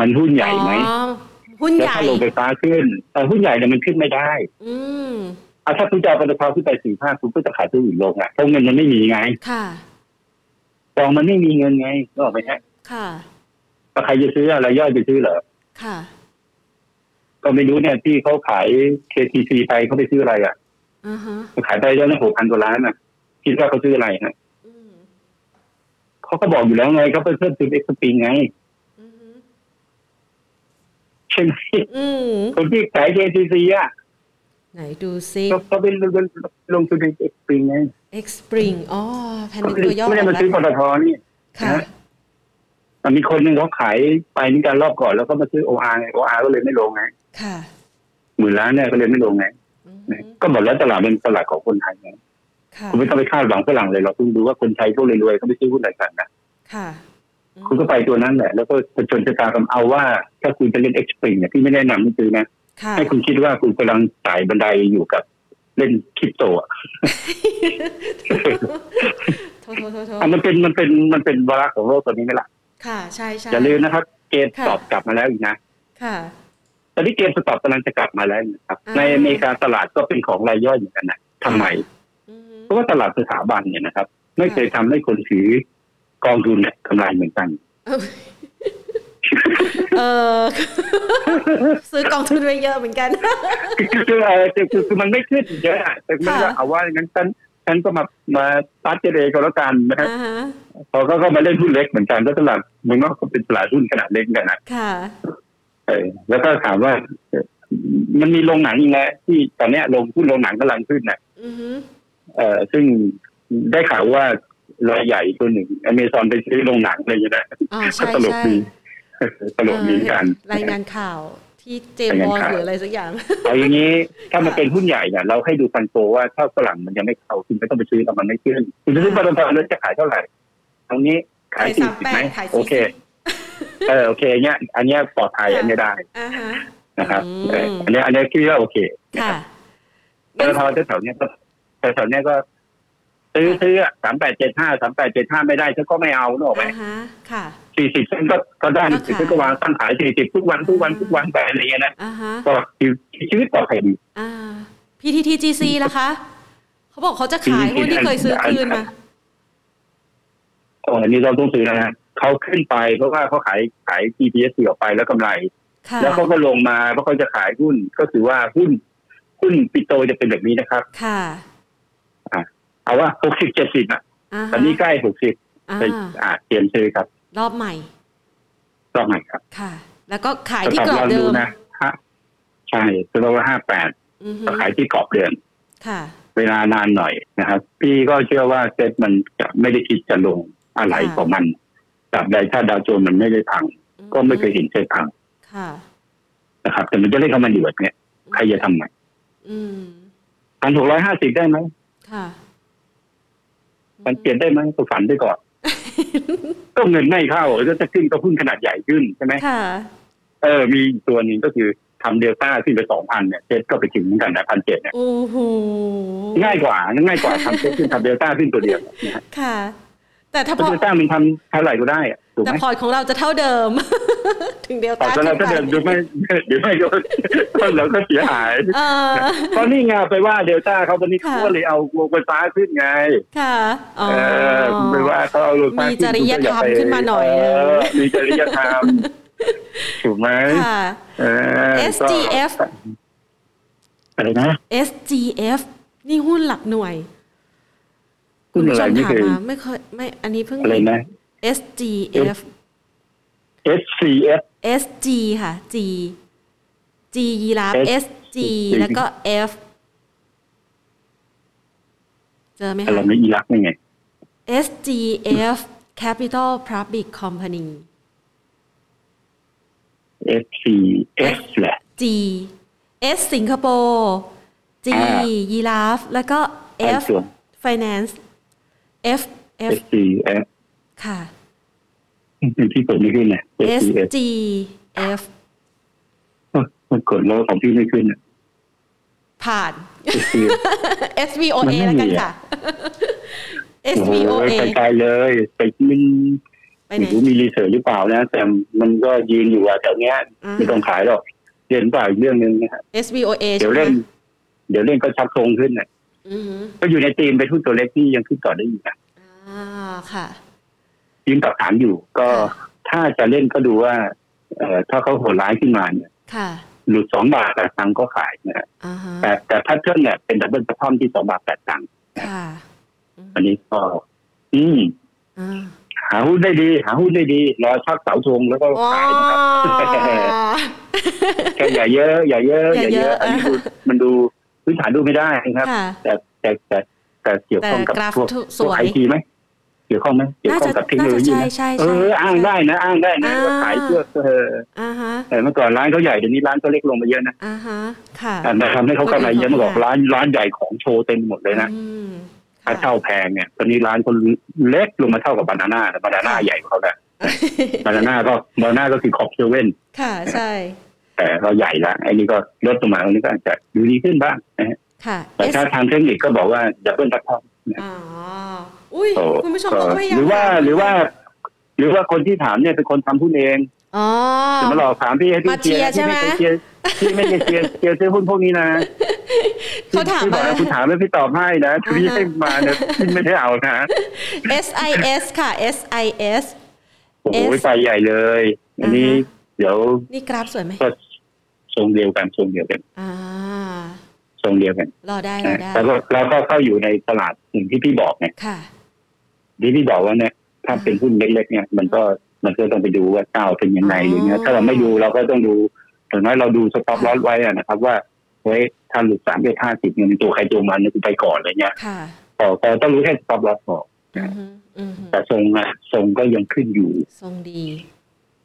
B: มันหุ้นใหญ่ไหม
A: หุ้นให
B: แล้ว
A: ญ่
B: ถ้าลงไฟฟ้าขึ้นแต่หุ้นใหญ่เนี่ยมันขึ้นไม่ได้
A: อืม
B: เอาถ้าคุณจะเอาปตทขึ้นไปสี่ห้าคุณก็จะขายตัวอื่นลงอ่ะเพราะเงินมันไม่มีไง
A: ค่ะ
B: กองมันไม่มีเงินไงก็ออกไปฮะ
A: ค่ะ
B: แล้วใครจะซื้ออะไรย่อยไปซื้อเหรอ
A: ค่ะ
B: ก็ไม่รู้เนี่ยที่เขาขาย KTC ไปเขาไปซื้ออะไรอ่ะ
A: อือฮะ
B: ขายไปได้ตั้งหกพันกว่าล้านอ่ะคิดว่าเขาซื้ออะไรฮะ
A: อืม
B: เขาก็บอกอยู่แล้วไงเขาไปเพิ่มซื้อเอ็กซ์ปีไง
A: อือฮึ
B: ใช่ไหม
A: อืม
B: คนที่ขาย KTC อ่ะ
A: ไหนดูซิ
B: เขาเขาเป็นลงทุนในเอ็กซ์ปีไง
A: เอ็กซ์ปริงอ๋อแผ่น
B: เขา
A: ดิน
B: ไม่
A: ตัวย่อ
B: ได้
A: ออก
B: มา
A: แล้
B: ซื้อป
A: ว
B: ตทนี่
A: ค่ะ
B: มันมีคนหนึ่งเขาขายไปนี่การรอบก่อนแล้วก็มาซื้อ OR ไง OR ก็เลยไม่ลงไง
A: ค่ะ
B: หมื่นล้านเนี่ยก็เลยไม่ลงไง
A: อือฮึ
B: ก็บอกแล้วตลาดเป็นตลาดของคนไทยไง
A: ค่ะ
B: คุณไม่ต้องไปคาดหวังฝรั่งเลยหรอกคุณดูว่าคนไทยพวกรวยๆเขาไปซื้อหุ้นอะไรกันนะ
A: ค่ะอืม
B: คุณก็ไปตัวนั้นแหละ แล้วก็ประชนชะตากรรมเอาว่า ถ้าคุณจะเล่นเอ็กซ์ปริงเนี่ยพี่ไม่แนะนำให้ซื้อนะ
A: ค่ะ
B: ให้คุณคิดว่าคุณกำลังไต่บันไดอยู่กับเล่นคริปโตอ่ะ
A: โทษโทษโทษโทษ
B: อ่ะมันเป็นมันเป็นมันเป็นวาระของโลกตอนนี้ไหมล่ะ
A: ค่ะ ใช่ใช่
B: อย่าลืมนะครับ เกม
A: ค่ะ
B: ตอบกลับมาแล้วอีกนะ
A: ค่ะ
B: ตอนนี้เกมตอบกำลังจะกลับมาแล้วนะครับ
A: อ่า
B: ในอเมริกาตลาดก็เป็นของรายย่อยเหมือนกันนะทำไม
A: อือฮึ
B: เพราะว่าตลาดสถาบันเนี่ยนะครับ ไม่เคยทำให้คนถือกองทุนเนี่ยกำไรเหมือนกัน
A: เออ *laughs* ซื้อกองทุนไปเยอะเหมือนกัน
B: คือคือเออคือคือคือมันไม่ขึ้นเยอะอะแต่ไม่ได้
A: ค่ะ
B: เอาว่างั้นฉันฉันก็มามาตัดเจเลยก็แล้วกันนะครับ
A: อ่าฮะ
B: พอก็ก็มาเล่นหุ้นเล็กเหมือนกันแล้วตลาดเมืองนอกก็เป็นตลาดหุ้นขนาดเล็กกันนะ
A: *laughs* ค่ะ
B: เออแล้วก็ถามว่าเอ่อมันมีโรงหนังอีกแล้วที่ตอนเนี้ยโรงหุ้นโรงหนังกำลังขึ้นนะ
A: อือฮึ
B: เออซึ่งได้ข่าวว่ารายใหญ่ตัวหนึ่งอเมซอนไปซื้อโรงหนังอะไรอย่างเงี้ยนะ *laughs*
A: อ๋อ
B: ก็
A: ใช่
B: ตลก
A: ใช่
B: ดีตลกดีเหมือนกัน
A: รายงานข่าวที่เจม
B: รายงา
A: บอล
B: นข่าว
A: หรืออะไรสักอย่าง
B: เอาอย่างนี้ถ้ามันเป็นหุ้นใหญ่เนี่ยเราให้ดูฟันโฟว่าถ้าฝรั่งมันยังไม่เข้าคุณไม่ต้องไปซื้อแล้วมันไม่ขึ้นคุณจะซื้อปตทแล้วจะขายเท่าไหร่ตรงนี้ขา
A: ขา
B: ย
A: ย
B: สี่สิบไหม
A: 38ขาย40
B: โอเคเออโอเคเนี้ย อันเนี้ยปลอดภัยอันเนี้ยได้
A: อ่าฮะ
B: นะครับ
A: อืม
B: เอออันเนี้ยอันเนี้ยคิดว่าโอเค
A: ค่ะ
B: ปตทแถวๆเนี้ยก็แถวๆเนี้ยก็ ซื้อซื้อสามแปดเจ็ดห้าสามแปดเจ็ดห้าไม่ได้ฉันก็ไม่เอาหนกออกไหม
A: อ่าฮะค่ะ
B: สี่สิบฉันก็ก็ได้สี่สิบก็วางตั้งขายสี่สิบทุกวันทุกวันทุกวันไปอะไรเงี้ยนะ
A: อ่าฮะ
B: ก็ชีวิตปลอดภัยดี
A: อ่าพีทีทีจีซีล่ะคะ เขาบอกเขาจะขายหุ้นที่เคยซื้อคืนมา
B: โอ้อันนี้เราต้องซื้อนะฮะเขาขึ้นไปเพราะว่าเขาขายขาย GPS ออกไปแล้วกำไร
A: ค่ะ
B: แล้วเขาก็ลงมาเพราะเขาจะขายหุ้นก็คือว่าหุ้นหุ้นปิโตรจะเป็นแบบนี้นะครับ
A: ค่ะ
B: เอาว่าหกสิบเจ็ดสิบอ่ะ
A: อ่า
B: ตอ
A: ฮะ
B: นนี้ใกล้หกสิบ
A: อ่า
B: ไปอาจเตรียมซื้อครับ
A: รอบใหม่
B: รอบใหม่ครับ
A: ค่ะ แล้วก็ขาย
B: ก็
A: ที่
B: ตาม
A: กรอบ
B: เรา
A: เดิ
B: ดู
A: ม
B: นะฮะใช่ตัวละห้าแปด
A: อือฮึ
B: ขายที่กรอบเดิม
A: ค่ะ
B: เวลานานหน่อยนะครับ พี่ก็เชื่อว่าเซ็ตมันจะไม่ได้คิดจะลงอะไร
A: ค่ะ
B: ของมัน ตราบใดถ้าดาวโจนส์มันไม่ได้พัง ก็ไม่เคยเห็นเคยพัง
A: ค่ะ
B: นะครับ แต่มันจะเล่นเข้ามาอยู่แบบเนี้ยใครจะทำใหม่
A: อืม
B: พันหกร้อยห้าสิบได้ไหม
A: ค่ะ
B: พันเจ็ดได้ไหมก็ฝันไปก่ *laughs* อน ก็เงินไม่เข้าแล้วจะขึ้นก็พึ่งขนาดใหญ่ขึ้นใช่ไหม
A: ค่ะ
B: เออมีอีกตัวหนึ่งก็คือทำเดลต้าขึ้นไปสองพันเนี่ยเจ็ดก็ไปถึงเหมือนกันนะพันเจ็ดเนี่ย
A: โอ้โห
B: ง่ายกว่าง่ายกว่าทำเจ็ดขึ้นทำเดลต้าขึ้น *laughs* ตัวเดียวนะฮะ
A: ค่ะ แต่ถ้า
B: เพ
A: พ
B: ราะ
A: อ
B: เดลต้ามันทำเท่าไหร่ก็ได้อะถูกไห
A: แต่
B: ม
A: พอร์ตของเราจะเท่าเดิม *laughs* ถึงเดล
B: ต่อ
A: ต้า
B: จนเราก็เดินหรือไม่ *laughs* หรือไม่ก็ เราก็เสียหาย
A: เออ
B: ตอนนี้ไงไปว่าเดลต้าเขาตอนนี้
A: ค่ะ
B: เขาก็เลยเอาโรงไฟฟ้าขึ้นไง
A: ค่ะอ๋อ
B: เออไปว่าเขาเอาโรงไฟฟ้า
A: มีจริยธรรม
B: คุณก็อย่าไป
A: ขึ้นมาหน่อย
B: เมีจริยธรรมถูกไหม
A: ค่ะ
B: เออ
A: SGF
B: ก็อะไรนะ
A: SGF นี่หุ้นหลักหน่วย
B: หุ้นอะไร
A: ณผู้ช
B: ไม่เคย
A: ถาาไม่เคยไม่อันนี้เพิ่ง
B: อะไรนะ
A: SGF
B: SCF
A: SG ค่ะ G G ยีราฟ
B: S
A: SG แล้วก็ F เจอไหม
B: อะไร
A: คะ
B: ไม่อิรักนี่ไง
A: SGF Capital Public Company
B: SCF แหละ
A: G S สิงคโปร์ G
B: อ่า
A: ยีราฟแล้วก็
B: อ่า
A: F
B: ส่วน
A: Finance F F
B: SCF
A: ค่ะ
B: ที่เปิดไม่ขึ้นนะ SCF
A: SGF
B: เออมันกดแล้วของพี่ไม่
A: *laughs*
B: ขึ้นอะ
A: ผ่าน
B: SCF
A: SVOA
B: มัน
A: แล้ว
B: ไม่มี
A: กัน
B: อะ
A: ค่ะ
B: โอ้โห
A: SVOA
B: ไปไกลเลยไปมัน
A: ไปไหน
B: ไม่รู้มีรีเสิร์ชหรือเปล่านะ แต่มันก็ยืนอยู่อะแถวเนี้ย
A: อ่า
B: ไม่ต้องขายหรอกเรียนเปล่าอีกเรื่องหนึ่งนะฮะ
A: SVOA
B: เดี๋ยวเล่น เดี๋ยวเล่นก็ชักธงขึ้นน่ะ
A: อือหือ
B: ก็อยู่ในทีมเป็นหุ้นตัวเล็กที่ยังขึ้นต่อได้อีกนะ
A: อ่าค่ะ
B: ยืนปรับฐานอยู่ ก็ถ้าจะเล่นก็ดูว่าเอ่อถ้าเขาโหดร้ายขึ้นมาเนี่ย
A: ค่ะ
B: หลุดสองบาทแปดตังค์ก็ขายนะฮะ
A: อ่าฮะ
B: แต่แต่แพทเทิร์นเนี่ยเป็นดับเบิล o ะท่อมที่สองบาทแปดตังค์
A: ค่ะ
B: อันนี้ก็ อืม
A: อ่า
B: หาหุ้นได้ดี หาหุ้นได้ดีรอชักเสาธงแล้วก็
A: ว้า
B: ขายนะครับ
A: ว
B: แค่อย่าเยอะ อย่าเยอะอย่า
A: อย่าเย
B: เย
A: อะ
B: อะอันนี้ดูมันดูพื้นฐานดูไม่ได้นะครับ
A: ค่ะ
B: แต่แต่แต่แต่เกี่ยวข้องกับ
A: แต่กราฟ
B: พวก
A: ส
B: พวก
A: วย
B: ไอทีไหมเกี่ยวข้องไหมเกี่ยว
A: น่า
B: ข้อ
A: จะ
B: งกับเทคโน
A: น่า
B: โล
A: จะ
B: ยี
A: ใช่
B: ไหม
A: ใช่
B: เอ
A: ใช่
B: ออ้างได้นะ อ้างได้นะ
A: อ่า
B: ว่าขายเพื่อเออ
A: อ่าฮะ
B: แต่เมื่อก่อนร้านเขาใหญ่เดี๋ยวนี้ร้านก็เล็กลงมาเยอะนะ
A: อ่าฮะค่ะ
B: อ่าแต่ทำให้เขากำไรเยอะเมื่อก่อน
A: ค่ะ
B: ร้านร้านใหญ่ของโชว์เต็มหมดเลยนะ
A: อืม
B: ถ้า
A: ค่ะ
B: เช่าแพงเนี่ยตอนนี้ร้านคนเล็กลงมาเท่ากับบานาน่าแต่บานาน่า
A: ค่ะ
B: ใหญ่กว่าเขาแล้วบานาน่าก็บานาน่าก็คือขอบเซเว่น
A: *laughs* ค่ะใช่
B: แต่เราใหญ่ละไอ้นี่ก็ลดลงมาตรงนี้ก็อาจจะดูดีขึ้นบ้างนะฮะ
A: ค่ะ
B: แต่ถ้า
A: S
B: ทางเทคนิคก็บอกว่าดับเบิลดักทอม
A: อ๋ออุ้ย
B: โอ้
A: คุณผู้ชม
B: ก็
A: ก็พยายาม
B: หรือว่าหรือว่า หรือว่าคนที่ถามเนี่ยเป็นคนทำหุ้นเอง
A: อ๋อ
B: จะมาหลอกถามพี่ให้พี่
A: มาเชียร์
B: พี่
A: ใช่ไหม
B: ไม่เคยเชียร์พี่ไม่เคยเชียร์เชียร์ซื้อหุ้นพวกนี้นะ
A: เขาถาม
B: พี่บอ
A: มา
B: กนะคุณถามแล้วพี่ตอบให้นะ
A: อ่าฮะ
B: พี่ให้มาเนี่ยพี่ไม่ได้เอานะ
A: SIS ค่ะ SIS
B: โอ้โห
A: S
B: ไปใหญ่เลย อันนี้
A: อ่าฮ
B: เดี๋ยว
A: นี่กราฟสวยไหม
B: ก็ทรงเดียวกันทรงเดียวกัน
A: อ่า
B: ทรงเดียวกัน
A: รอได้รอ
B: นะ
A: ได้
B: แล้วก็แล้วก็เข้าอยู่ในตลาดอย่างที่พี่บอกไง
A: ค่ะ
B: ที่พี่บอกว่าเนี่ยถ้าเป็นหุ้นเล็กๆเนี่ยมันก็มันก็ต้องไปดูว่าเก้าวเป็นยังไง
A: อ๋ออ
B: หรือเนี้ยถ้าเราไม่ดูเราก็ต้องดูอย่างน้อยเราดูสต็อป
A: ค่ะ
B: ลอสไว้อะนะครับ ว่าเฮ้ยถ้าหลุดสามเดือนห้าสิบเนี่ยมันตัวใครตัวมันเนี่ยกูไปก่อนอะไรเงี้ย
A: ค่ะ
B: ต่อก็ต้องรู้แค่สต็อปลอสพอน
A: อือฮึอือฮึ
B: แต่ทรงอะทรงก็ยังขึ้นอยู่
A: ทรงดี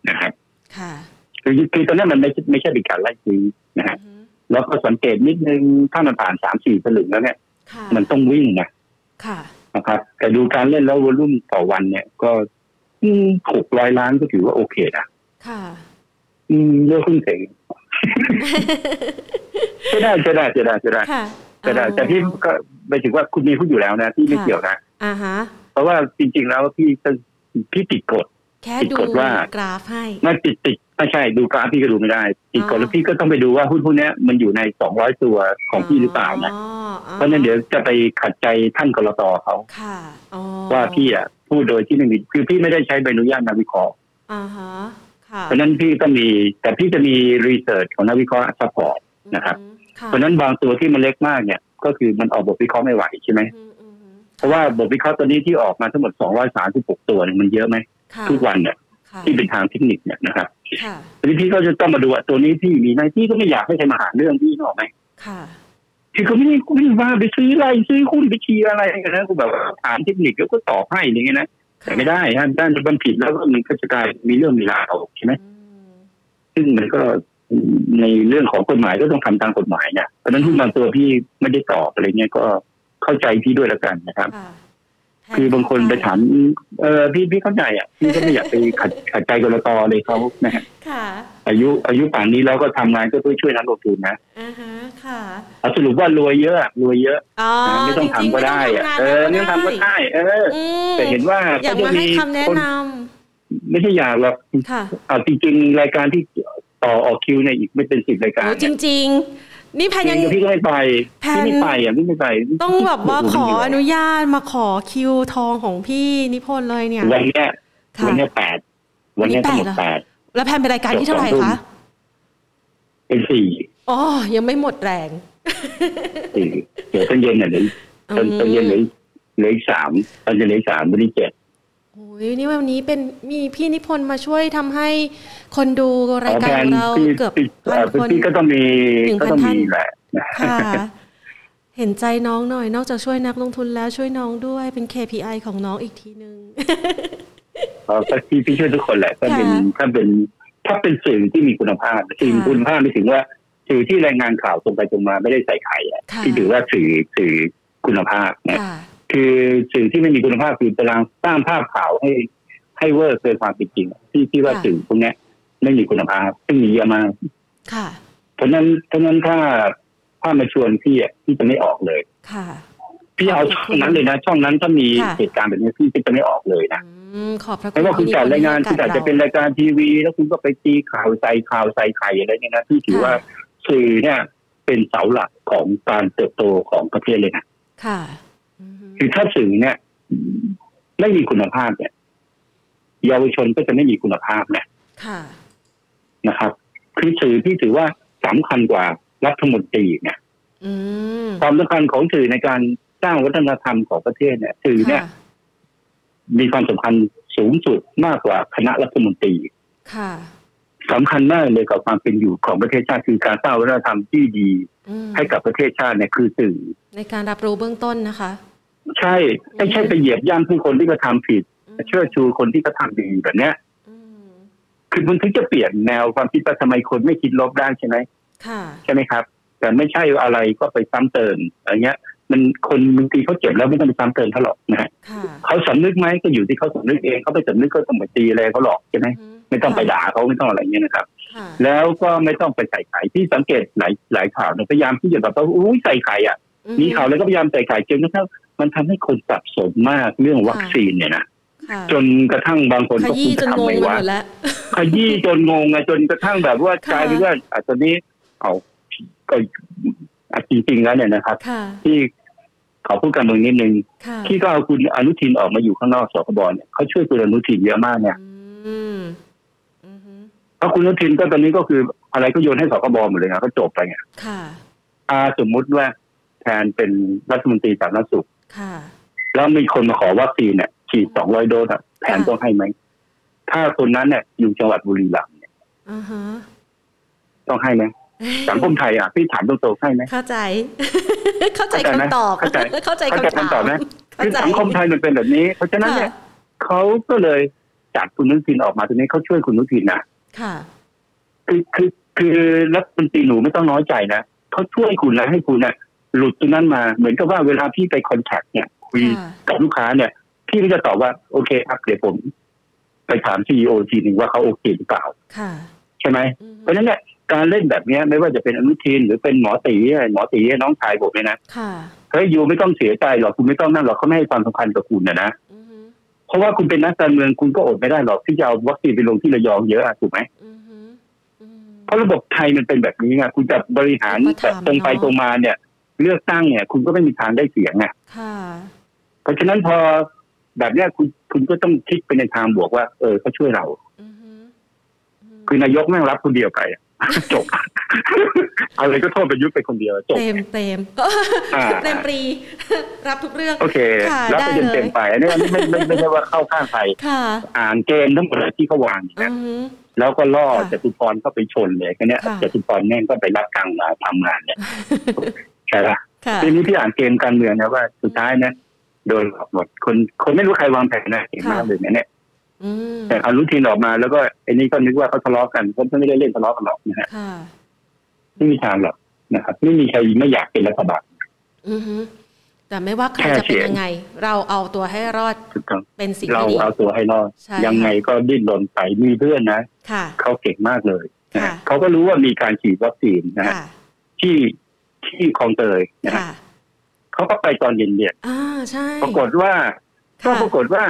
B: นะครับ
A: ค่ะ
B: คือคือตอนนี้มันไม่ใช่ไม่ใช่เป็นการไล่ซื้อนะ
A: อื
B: ฮะ
A: อฮึ
B: แล้วก็สังเกตนิดนึงถ้ามันผ่านสามสี่สลึงแล้วเนี่ย
A: ค่ะ
B: มันต้องวิ่งนะ
A: ค่ะ
B: นะครับแต่ดูการเล่นแล้ววอลลุ่มต่อวันเนี่ย ก็หกร้อยล้านก็ถือว่าโอเคนะ
A: ค่ะ
B: อืมเลือกหุ้นเสงจะได้จะได้จะได้จะได้
A: ค่ะ
B: จะได้
A: อ๋อ
B: แต่พี่ก็ไม่ถึงว่าคุณมีหุ้นอยู่แล้วนะพี่ไม่เกี่ยวนะ
A: อ่าฮะ
B: เพราะว่าจริง ๆ แล้วพี่ก็พี่ติดกฎ
A: แค่
B: ปรา
A: ดู
B: กฏว่า
A: กราฟให้
B: ไม่ติดติดไม่ใช่ดูกราฟพี่ก็ดูไม่ได้ ติดก
A: อ๋
B: ฎ
A: อ
B: แล้วพี่ก็ต้องไปดูว่าหุ้นพวกเนี้ยมันอยู่ในสองร้อยตัวของพี่หรือเปล่านะ
A: อ๋ออ๋อ
B: เพราะฉะนั้นเดี๋ยวจะไปขัดใจท่านกรตเขา
A: ค่ะอ๋อ
B: ว่าพี่อ่ะพูดโดยที่ไม่มีคือพี่ไม่ได้ใช้ใบอนุญาตนักวิเคราะห์
A: อ่าฮะค่ะ
B: เพราะฉะนั้นพี่ก็มีแต่พี่จะมีรีเสิร์ชของนักวิเคราะห์ซัพพอร์ต นะครับ
A: อืม
B: เพ
A: ค่ะ
B: ราะฉะนั้นบางตัวที่มันเล็กมากเนี่ยก็คือมันออกบทวิเคราะห์ไม่ไหวใช่ไหม
A: อืมอืมอืม
B: เพราะว่าบทวิเคราะห์ตัวนี้ที่ออกมาทั้งหมด 236 ตัวเนี่ยมันเยอะไหม
A: ค่ะ
B: ทุกวันเนี่ย
A: ค่ะ
B: ที่เป็นทางเทคนิคเนี่ยนะครับ
A: ค่ะ
B: ทีนี้พี่ก็จะต้องมาดูว่าตัวนี้ที่มีไหมพี่ก็ไม่อยากให้ใครมาหาเรื่องพี่นึกออกไหม
A: ค่ะ
B: พี่ก็ไม่ได้ไม่ได้ว่าไปซื้ออะไรซื้อหุ้นไปเชียร์อะไรนะกูแบบว่าถามเทคนิคแล้วก็ตอบให้อย่างเงี้ยนะ แต่ไม่ได้ฮะด้านมันผิดแล้วก็มันก็จะกลายมีเรื่องมีราวใช่ไหม
A: อืม
B: ซึ่งมันก็ในเรื่องของกฎหมายก็ต้องทำตามกฎหมายเนี่ยเพราะฉะนั้นหุ้นบางตัวพี่ไม่ได้ตอบอะไรเงี้ยก็เข้าใจพี่ด้วยละกันนะครับ
A: ค่ะ
B: คือบางคนไปถามเออพี่พี่เข้าใจอ่ะพี่ก็ไม่อยากไปขัดขัดใจกรตเลยเขานะฮะ
A: ค่ะ
B: อายุอายุป่านนี้แล้วก็ทำงานก็เพื่อช่วยนักลงทุนนะ
A: อ่าฮะค่ะ
B: เอาสรุปว่ารวยเยอะรวยเยอะ
A: อ๋อ
B: นะไม่ต้อง
A: จริ
B: ทำก็ได้
A: ม่
B: อะ
A: งาน
B: เออไม่ต้องทำก็ได้เออ
A: อืม
B: แต่เห็นว่า
A: อยา
B: เขา
A: ก
B: จะ
A: มา
B: มี
A: ให้คำแนะ
B: คน
A: น
B: ไม่ใช่อยากหรอก
A: ำค่ะ
B: เอาจริงๆรายการที่ต่อออกคิวเนี่ยอีกไม่เป็นสิบรายการ
A: โอ้
B: เนี่ย
A: จริง ๆ นี่แพนยัง
B: จริงๆพี่ก็ไม่ไป
A: แพน
B: พี่ไม่ไปอ่ะพี่ไม่ไป
A: ต้องแบบว่าขออนุญาตมาขอคิวทองของพี่นิพนธ์เลยเนี่ย
B: วันเนี้ย
A: ค่ะ
B: วันเนี้ยแปดวันเนี้ยทั้งหมด
A: วันนี้แป
B: แป
A: ด
B: ด
A: เหรอ แล้วแพนเป็นรายการที่เท่าไหร่คะ
B: เป็นสี่
A: อ๋อยังไม่หมดแรง
B: สี่เดี๋ยวตอนเย็นเนี่ยเหลือตอนตอนเย็นเหลือเหลืออีกสามตอนเย็นเหลืออีกสามวันนี้เจ็ด
A: โอ้ยนี่วันนี้เป็นมีพี่นิพนธ์มาช่วยทำให้คนดูรายการของเรา
B: พี่
A: เกือบ
B: พี่
A: พั
B: เอ่
A: น
B: อ
A: คน
B: พี่ก็ต้องมี
A: หนึ่งพัน
B: ก็ต้องมี
A: ท่าน
B: แหละ
A: ค่ะ เห็นใจน้องหน่อย นอกจากช่วยนักลงทุนแล้วช่วยน้องด้วยเป็น KPI ของน้องอีกทีนึง
B: เอ่อก็พี่พี่ช่วยทุกคนแหละ ก็เป็น
A: ค่ะ
B: ถ้าเป็นถ้าเป็นสื่อที่มีคุณภาพสื่อมี
A: ค่ะ
B: คุณภาพไม่ถึงว่าสื่อที่รายงานข่าวตรงไปตรงมาไม่ได้ใส่ไข่อ่ะ
A: ค่ะ
B: ที่ถือว่าสื่อสื่อคุณภาพนะ
A: ค่ะ
B: คือสื่อที่ไม่มีคุณภาพคือตารางสร้างภาพข่าวให้ให้เวอร์เกินความเป็นจริงที่ที่ว่า
A: ค่ะ
B: สื่อพวกเนี้ยไม่มีคุณภาพซึ่งมีเยอะมาก
A: ค่ะ
B: เพราะฉะนั้นเพราะฉะนั้นถ้าถ้ามาชวนพี่อ่ะพี่จะไม่ออกเลย
A: ค่ะ
B: พี่เอาช่องนั้นเลยนะ ช่องนั้นถ้ามี
A: ค่ะ
B: เหตุการณ์แบบนี้พี่ก็จะไม่ออกเลยนะ
A: อืมขอบพระคุ
B: ไม่
A: ณ
B: ว่าคุณ
A: พี่
B: จัดรายงาน
A: นิพ
B: คุณ
A: ธ์
B: จัดจะ
A: ให้โอกาสรา
B: เป็นรายการทีวี แล้วคุณก็ไปตีข่าวใส่ข่าวใส่ไข่อะไรเนี่ยนะพี่ถือ
A: ค่ะ
B: ว่าสื่อเนี่ยเป็นเสาหลักของการเติบโตของประเทศเลยนะ
A: ค่ะอือฮึ
B: คือถ้าสื่อเนี่ยไม่มีคุณภาพเนี่ย เยาวชนก็จะไม่มีคุณภาพเนี่ย
A: ค่ะ
B: นะครับ คือสื่อที่ถือว่าสำคัญกว่ารัฐมนตรีเนี่ย
A: อืม
B: ความสำคัญของสื่อในการสร้างวัฒนธรรมของประเทศเนี่ย สื่อเนี่ย
A: ค่ะ
B: มีความสำคัญสูงสุดมากกว่าคณะรัฐมนตรี
A: ค่ะ
B: สำคัญมากเลยกับความเป็นอยู่ของประเทศชาติคือการสร้างวัฒนธรรมที่ดี
A: อืม
B: ให้กับประเทศชาติเนี่ยคือสื่อ
A: ในการรับรู้เบื้องต้นนะคะ
B: ใช่ไม่ใช่ไปเหยียบย่ำผู้คนที่กระทำผิด
A: อืม
B: เชื่อชูคนที่กระทำดีแบบเนี้ย
A: อืม
B: คือมันถึงจะเปลี่ยนแนวความคิดว่าทำไมคนไม่คิดลบได้ใช่ไหม
A: ค่ะ
B: ใช่ไหมครับ แต่ไม่ใช่อะไรก็ไปซ้ำเติมอะไรเงี้ย มันคนบางทีเขาเจ็บแล้วไม่ต้องไปซ้ำเติมเขาหรอกนะฮะ
A: ค่ะ
B: เขาสำนึกไหมก็อยู่ที่เขาสำนึกเองเขาไปสำนึกก็ต้องไปตีอะไรเขาหรอกใช่ไหม
A: อื
B: ไม่ต้องไปด่าเขาไม่ต้องอะไรเงี้ยนะครับ
A: ค่ะ
B: แล้วก็ไม่ต้องไปใส่ไข่ที่สังเกตหลายหลายข่าวเนี่ยพยายามที่จะแบบว่าอุ้ยใส่ไข่อ่ะ
A: อื
B: มีข่าวแล้วก็พยายามใส่ไข่จนกระทั่งมันทำให้คนสับสนมากเรื่องวัคซีนเนี่ยนะ
A: ค่ะ
B: จนกระทั่งบางคน
A: ข
B: ก็
A: ยี้จน
B: ทำ
A: งง
B: ไม่
A: ไป
B: ว่า
A: หมดแล้ว *laughs*
B: ขยี้จนงงไงจนกระทั่งแบบว่า
A: ค่ะ
B: กลายเป็นว่าอ่ะตอนนี้เอาก็อ่ะจริงๆแล้วเนี่ยนะครับ
A: ค่ะ
B: ที่ขอพูดการเมืองนิดนึง
A: ค่ะ
B: ที่ก็เอาคุณอนุทินออกมาอยู่ข้างนอกสคบเนี่ยเขาช่วยคุณอนุทินเยอะมากเนี่ย
A: อืมอือฮึ
B: เพราะคุณอนุทินก็ตอนนี้ก็คืออะไรก็โยนให้สคบหมดเลยนะก็จบไปไง
A: ค่ะ
B: อ่าสมมุติว่าแทนเป็นรัฐมนตรีสาธารณสุข
A: ค่ะ
B: แล้วมีคนมาขอวัคซีนเนี่ยฉีดสองร้อยโดสอะแผน
A: ค่ะ
B: ต้องให้ไหมถ้าคนนั้นเนี่ยอยู่จังหวัดบุรีรัมย์เนี่ย
A: อ่าฮะ
B: ต้องให้ไหมสังคมไทยอ่ะพี่ถามตรงๆให้ไหม
A: เข้าใจ เข้าใจ
B: เข้าใจไหม
A: คำตอบ
B: เข้าใจ
A: เข้าใจ
B: เข้าใจ
A: คำ
B: คำต
A: ถา
B: อ
A: ม
B: บไหม
A: เข้า
B: คือ
A: ใจ
B: สังคมไทยมันเป็นแบบนี้ เพราะฉะนั้น
A: ค่ะ
B: เนี่ยเขาก็เลยจากคุณอนุทินออกมาตรงนี้เขาช่วยคุณอนุทินนะ
A: ค่ะ
B: คือคือคือรัฐมนตรีหนูไม่ต้องน้อยใจนะเขาช่วยคุณแล้วให้คุณน่ะหลุดตรงนั้นมา เหมือนกับว่าเวลาพี่ไปคอนแทคเนี่ยคุย
A: ค่ะ
B: กับลูกค้าเนี่ย พี่ก็จะตอบว่าโอเคครับเดี๋ยวผม ไปถามซีอีโอทีหนึ่งว่าเขาโอเคหรือเปล่า
A: ค่ะ
B: ใช่ไหม
A: อือ
B: เพ
A: ฮึ
B: ราะฉะนั้นเนี่ยการเล่นแบบเนี้ยไม่ว่าจะเป็นอนุทินหรือเป็นหมอตีอะไรหมอตีน้องชายผมเนี่ยนะ
A: ค่ะ
B: เฮ้ยยูไม่ต้องเสียใจหรอกคุณไม่ต้องนั่นหรอกเขาไม่ให้ความสำคัญกับคุณนะนะ
A: อือฮึ
B: เพราะว่าคุณเป็นนักการเมืองคุณก็อดไม่ได้หรอกที่จะเอาวัคซีนไปลงที่ระยองเยอะอะถูกไหม
A: อือฮึอืม
B: เพราะระบบไทยมันเป็นแบบนี้ไงคุณจะบริหาร
A: ก็
B: แบบ
A: ทำ
B: ตรงไป
A: เนอะ
B: ตรงมาเนี่ย เลือกตั้งเนี่ย คุณก็ไม่มีทางได้เสียงไง
A: ค่ะ
B: เพราะฉะนั้นพอแบบเนี้ยคุณคุณก็ต้องคิดไปในทางบวกว่า เออเขาช่วยเรา
A: อือฮึอืม
B: คือนายกแม่งรับคนเดียวไปอะ *laughs* จบ อะไรก็โทษประยุทธ์ไปคนเดียวจบ
A: เต็มเต็ม
B: อ่า
A: *laughs* เต็มปรี รับทุกเรื่อง
B: โอเค
A: ค่ะ
B: รับไป
A: ได้เลย
B: เต็มๆไปอันนี้อันนี้ไม่ไม่ไม่ใช่ว่าเข้าข้างใคร
A: ค่ะ
B: อ่านเกมทั้งหมดที่เขาวางอยู่
A: อื
B: นะ
A: อฮึ
B: แล้วก็ล่อ
A: ค่ะ
B: จตุพรเข้าไปชนเลยก็เนี้ย
A: ค่ะ
B: จตุพรแม่งก็ไปรับกลางมา
A: *laughs*
B: ทำงานเนี่ยใช่ปะ
A: ค่ะ
B: ทีนี้พี่อ่านเกมการเมืองนะว่าสุดท้ายนะ โดนหลอกหมด คนคนไม่รู้ใครวางแผนนะเห็นมากเลยนะเนี่ย
A: อืม
B: แต่เขารู้ทีนออกมาแล้วก็ไอ้นี่ก็นึกว่าเขาทะเลาะกันก็ไม่ได้เล่นทะเลาะกันหรอกนะฮะ
A: ค่ะ
B: ไม่มีทางหรอกนะครับ ไม่มีใครไม่อยากเป็นรัฐบาล
A: อือฮึแต่ไม่ว่าใครจะ
B: แค่เสี
A: เป็น
B: ยง
A: ยังไง เราเอาตัวให้รอด
B: ถูกต้อง
A: เป็นสิ่ง
B: เรา
A: ที่ดี
B: เอาตัวให้รอด
A: ใช่ค่ะ
B: ยังไงก็ดิ้นรนไปมีเพื่อนนะ
A: ค่ะ
B: เขาเก่งมากเลยนะฮะ
A: ค่ะ
B: เขาก็รู้ว่ามีการฉีดวัคซีนนะฮะ
A: ค่ะ
B: ที่ที่คลองเตยนะฮะ
A: ค่ะ
B: เขาก็ไปตอนเย็นๆ
A: อ่าใช่
B: ปรากฏว่าก็ปรากฏว่า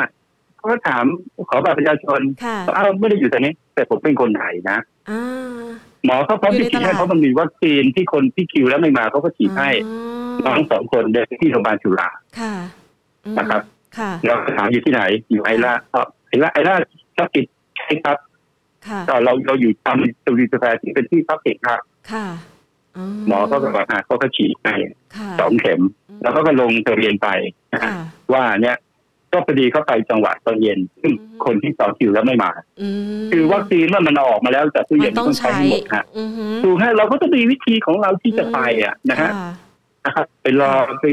B: เขาก็ถามขอบัตรประชาชน
A: ค่ะ
B: อ้าวไม่ได้อยู่ตรงนี้ แต่ผมเป็นคนไทยนะ
A: อ่า
B: หมอเขาพร้อม
A: อยู่
B: ที่
A: ในต
B: ฉีดให้
A: ลาด
B: เพราะมันมีวัคซีนที่คนที่คิวแล้วไม่มาเขาก็ฉีดให้
A: อ๋
B: น้
A: อ
B: องสองคนเดินไปที่โรงพยาบาลจุฬา
A: ค่ะอืม
B: นะครับ
A: ค่ะ
B: แล้วถามอยู่ที่ไหน อยู่ไอร่าอ้าวไอร่าไอร่าทับกิจใช่ครับ
A: ค่ะ
B: ก็เราเราอยู่ตามสวีสแฟร์ที่เป็นที่ทับกิจครับ
A: ค่ะอื
B: หมอเขาก็บอกอ่ะเขาก็ฉีดให้
A: ค่ะ
B: สองเข็ม แล้วเขาก็ลงทะเบียนไปนะฮะ
A: ค่ะ
B: ว่าเนี่ย ก็พอดีเขาไปจังหวะตอนเย็นซึ่ง
A: อืม
B: คนที่ต่อคิวแล้วไม่มา
A: อืม
B: คือวัคซีนเมื่อมันออกมาแล้วจากตู้เย็นต้องใช้หมดฮะ
A: อือฮึ
B: ถูกฮะเราก็ต้องมีวิธีของเราที่จะไปอ่ะนะฮะ
A: ค่
B: นะครับไปรอไป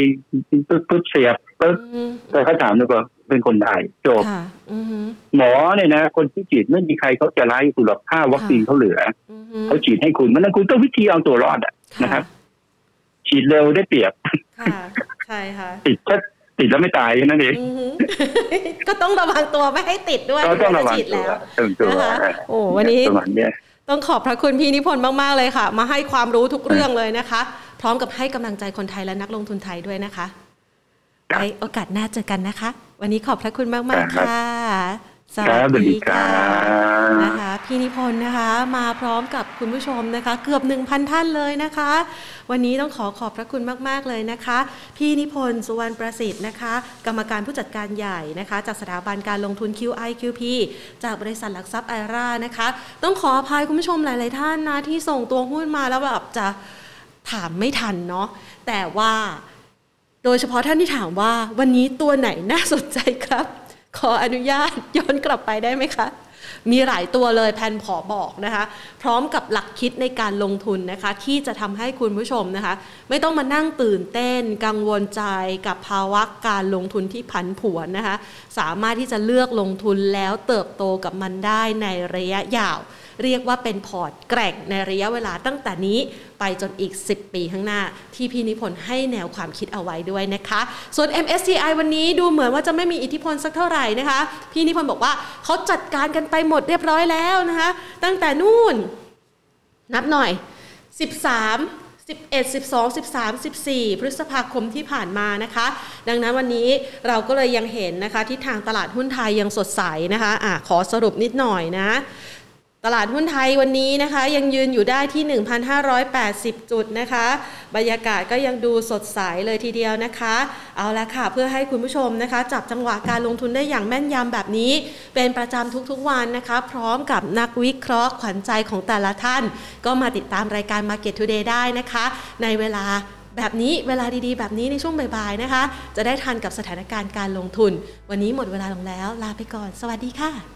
B: ปึ๊บปึ๊บเสียบปึ๊บ
A: อืม
B: แต่เขาถามแล้วก็เป็นคนไทยจบ
A: ค่ะ อือฮึ
B: หมอเนี่ยนะ คนที่ฉีดไม่มีใครเขาจะไล่คุณหรอกถ้าวัคซีนเขาเหลือ
A: อือฮึ
B: เขาฉีดให้คุณมันนั้นคุณต้องวิธีเอาตัวรอดอ่ะ นะครับ ฉีดเร็วได้เปรียบ
A: ค่ะ ใช่ค่ะ
B: ติดก็ติดแล้วไม่ตายแค่นั้นเอง
A: อือหือ *laughs* ก็ต้องระวังตัวไม่ให้ติดด้วย
B: ก็ต้องระวัง
A: ฉีด
B: ตั
A: แล้ว ว
B: ต้องตัว
A: นะคะโอ้วันนี้
B: ประมาณเนี้ย
A: ต้องขอบพระคุณพี่นิพนธ์มาก ๆ เลยค่ะ มาให้ความรู้ทุกเรื่องเลยนะคะ พร้อมกับให้กำลังใจคนไทยและนักลงทุนไทยด้วยนะคะ
B: ครับ
A: ไว้โอกาสหน้าเจอกันนะคะ วันนี้ขอบพระคุณมาก ๆ
B: ครับ
A: ค่ะส
B: ครับส
A: วั
B: วัส
A: ส
B: ดี
A: ดี
B: ครั
A: ค่ะ
B: บ
A: นะคะพี่นิพนธ์นะคะ มาพร้อมกับคุณผู้ชมนะคะ เกือบ 1,000 ท่านเลยนะคะ วันนี้ต้องขอขอบพระคุณมาก ๆ เลยนะคะ พี่นิพนธ์สุวรรณประสิทธิ์นะคะ กรรมการผู้จัดการใหญ่นะคะ จากสถาบันการลงทุน QIQP จากบริษัทหลักทรัพย์ไอรานะคะ ต้องขออภัยคุณผู้ชมหลาย ๆ ท่านนะ ที่ส่งตัวหุ้นมาแล้วแบบจะถามไม่ทันเนาะแต่ว่า โดยเฉพาะท่านที่ถามว่าวันนี้ตัวไหนน่าสนใจครับ *laughs* ขออนุญาตย้อนกลับไปได้ไหมคะ มีหลายตัวเลยแพนผอบอกนะคะ พร้อมกับหลักคิดในการลงทุนนะคะ ที่จะทำให้คุณผู้ชมนะคะ ไม่ต้องมานั่งตื่นเต้น กังวลใจกับภาวะการลงทุนที่ผันผวนนะคะ สามารถที่จะเลือกลงทุนแล้วเติบโตกับมันได้ในระยะยาว เรียกว่าเป็นพอร์ตแกร่งในระยะเวลาตั้งแต่นี้ไปจนอีก 10 ปีข้างหน้า ที่พี่นิพนธ์ให้แนวความคิดเอาไว้ด้วยนะคะ ส่วน MSCI วันนี้ดูเหมือนว่าจะไม่มีอิทธิพลสักเท่าไหร่นะคะ พี่นิพนธ์บอกว่าเขาจัดการกันไปหมดเรียบร้อยแล้วนะคะ ตั้งแต่นู่น นับหน่อย 13 11 12 13 14 พฤษภาคมที่ผ่านมานะคะ ดังนั้นวันนี้เราก็เลยยังเห็นนะคะทิศทางตลาดหุ้นไทยยังสดใสนะคะอะขอสรุปนิดหน่อยนะ ตลาดหุ้นไทยวันนี้นะคะ ยังยืนอยู่ได้ที่ 1,580 จุดนะคะ บรรยากาศก็ยังดูสดใสเลยทีเดียวนะคะ เอาละค่ะ เพื่อให้คุณผู้ชมนะคะ จับจังหวะการลงทุนได้อย่างแม่นยำแบบนี้ เป็นประจำทุกๆวันนะคะ พร้อมกับนักวิเคราะห์ขวัญใจของแต่ละท่าน ก็มาติดตามรายการ Market Today ได้นะคะ ในเวลา แบบนี้เวลาดีๆ แบบนี้ในช่วงบ่ายๆนะคะ จะได้ทันกับสถานการณ์การลงทุน วันนี้หมดเวลาลงแล้ว ลาไปก่อน สวัสดีค่ะ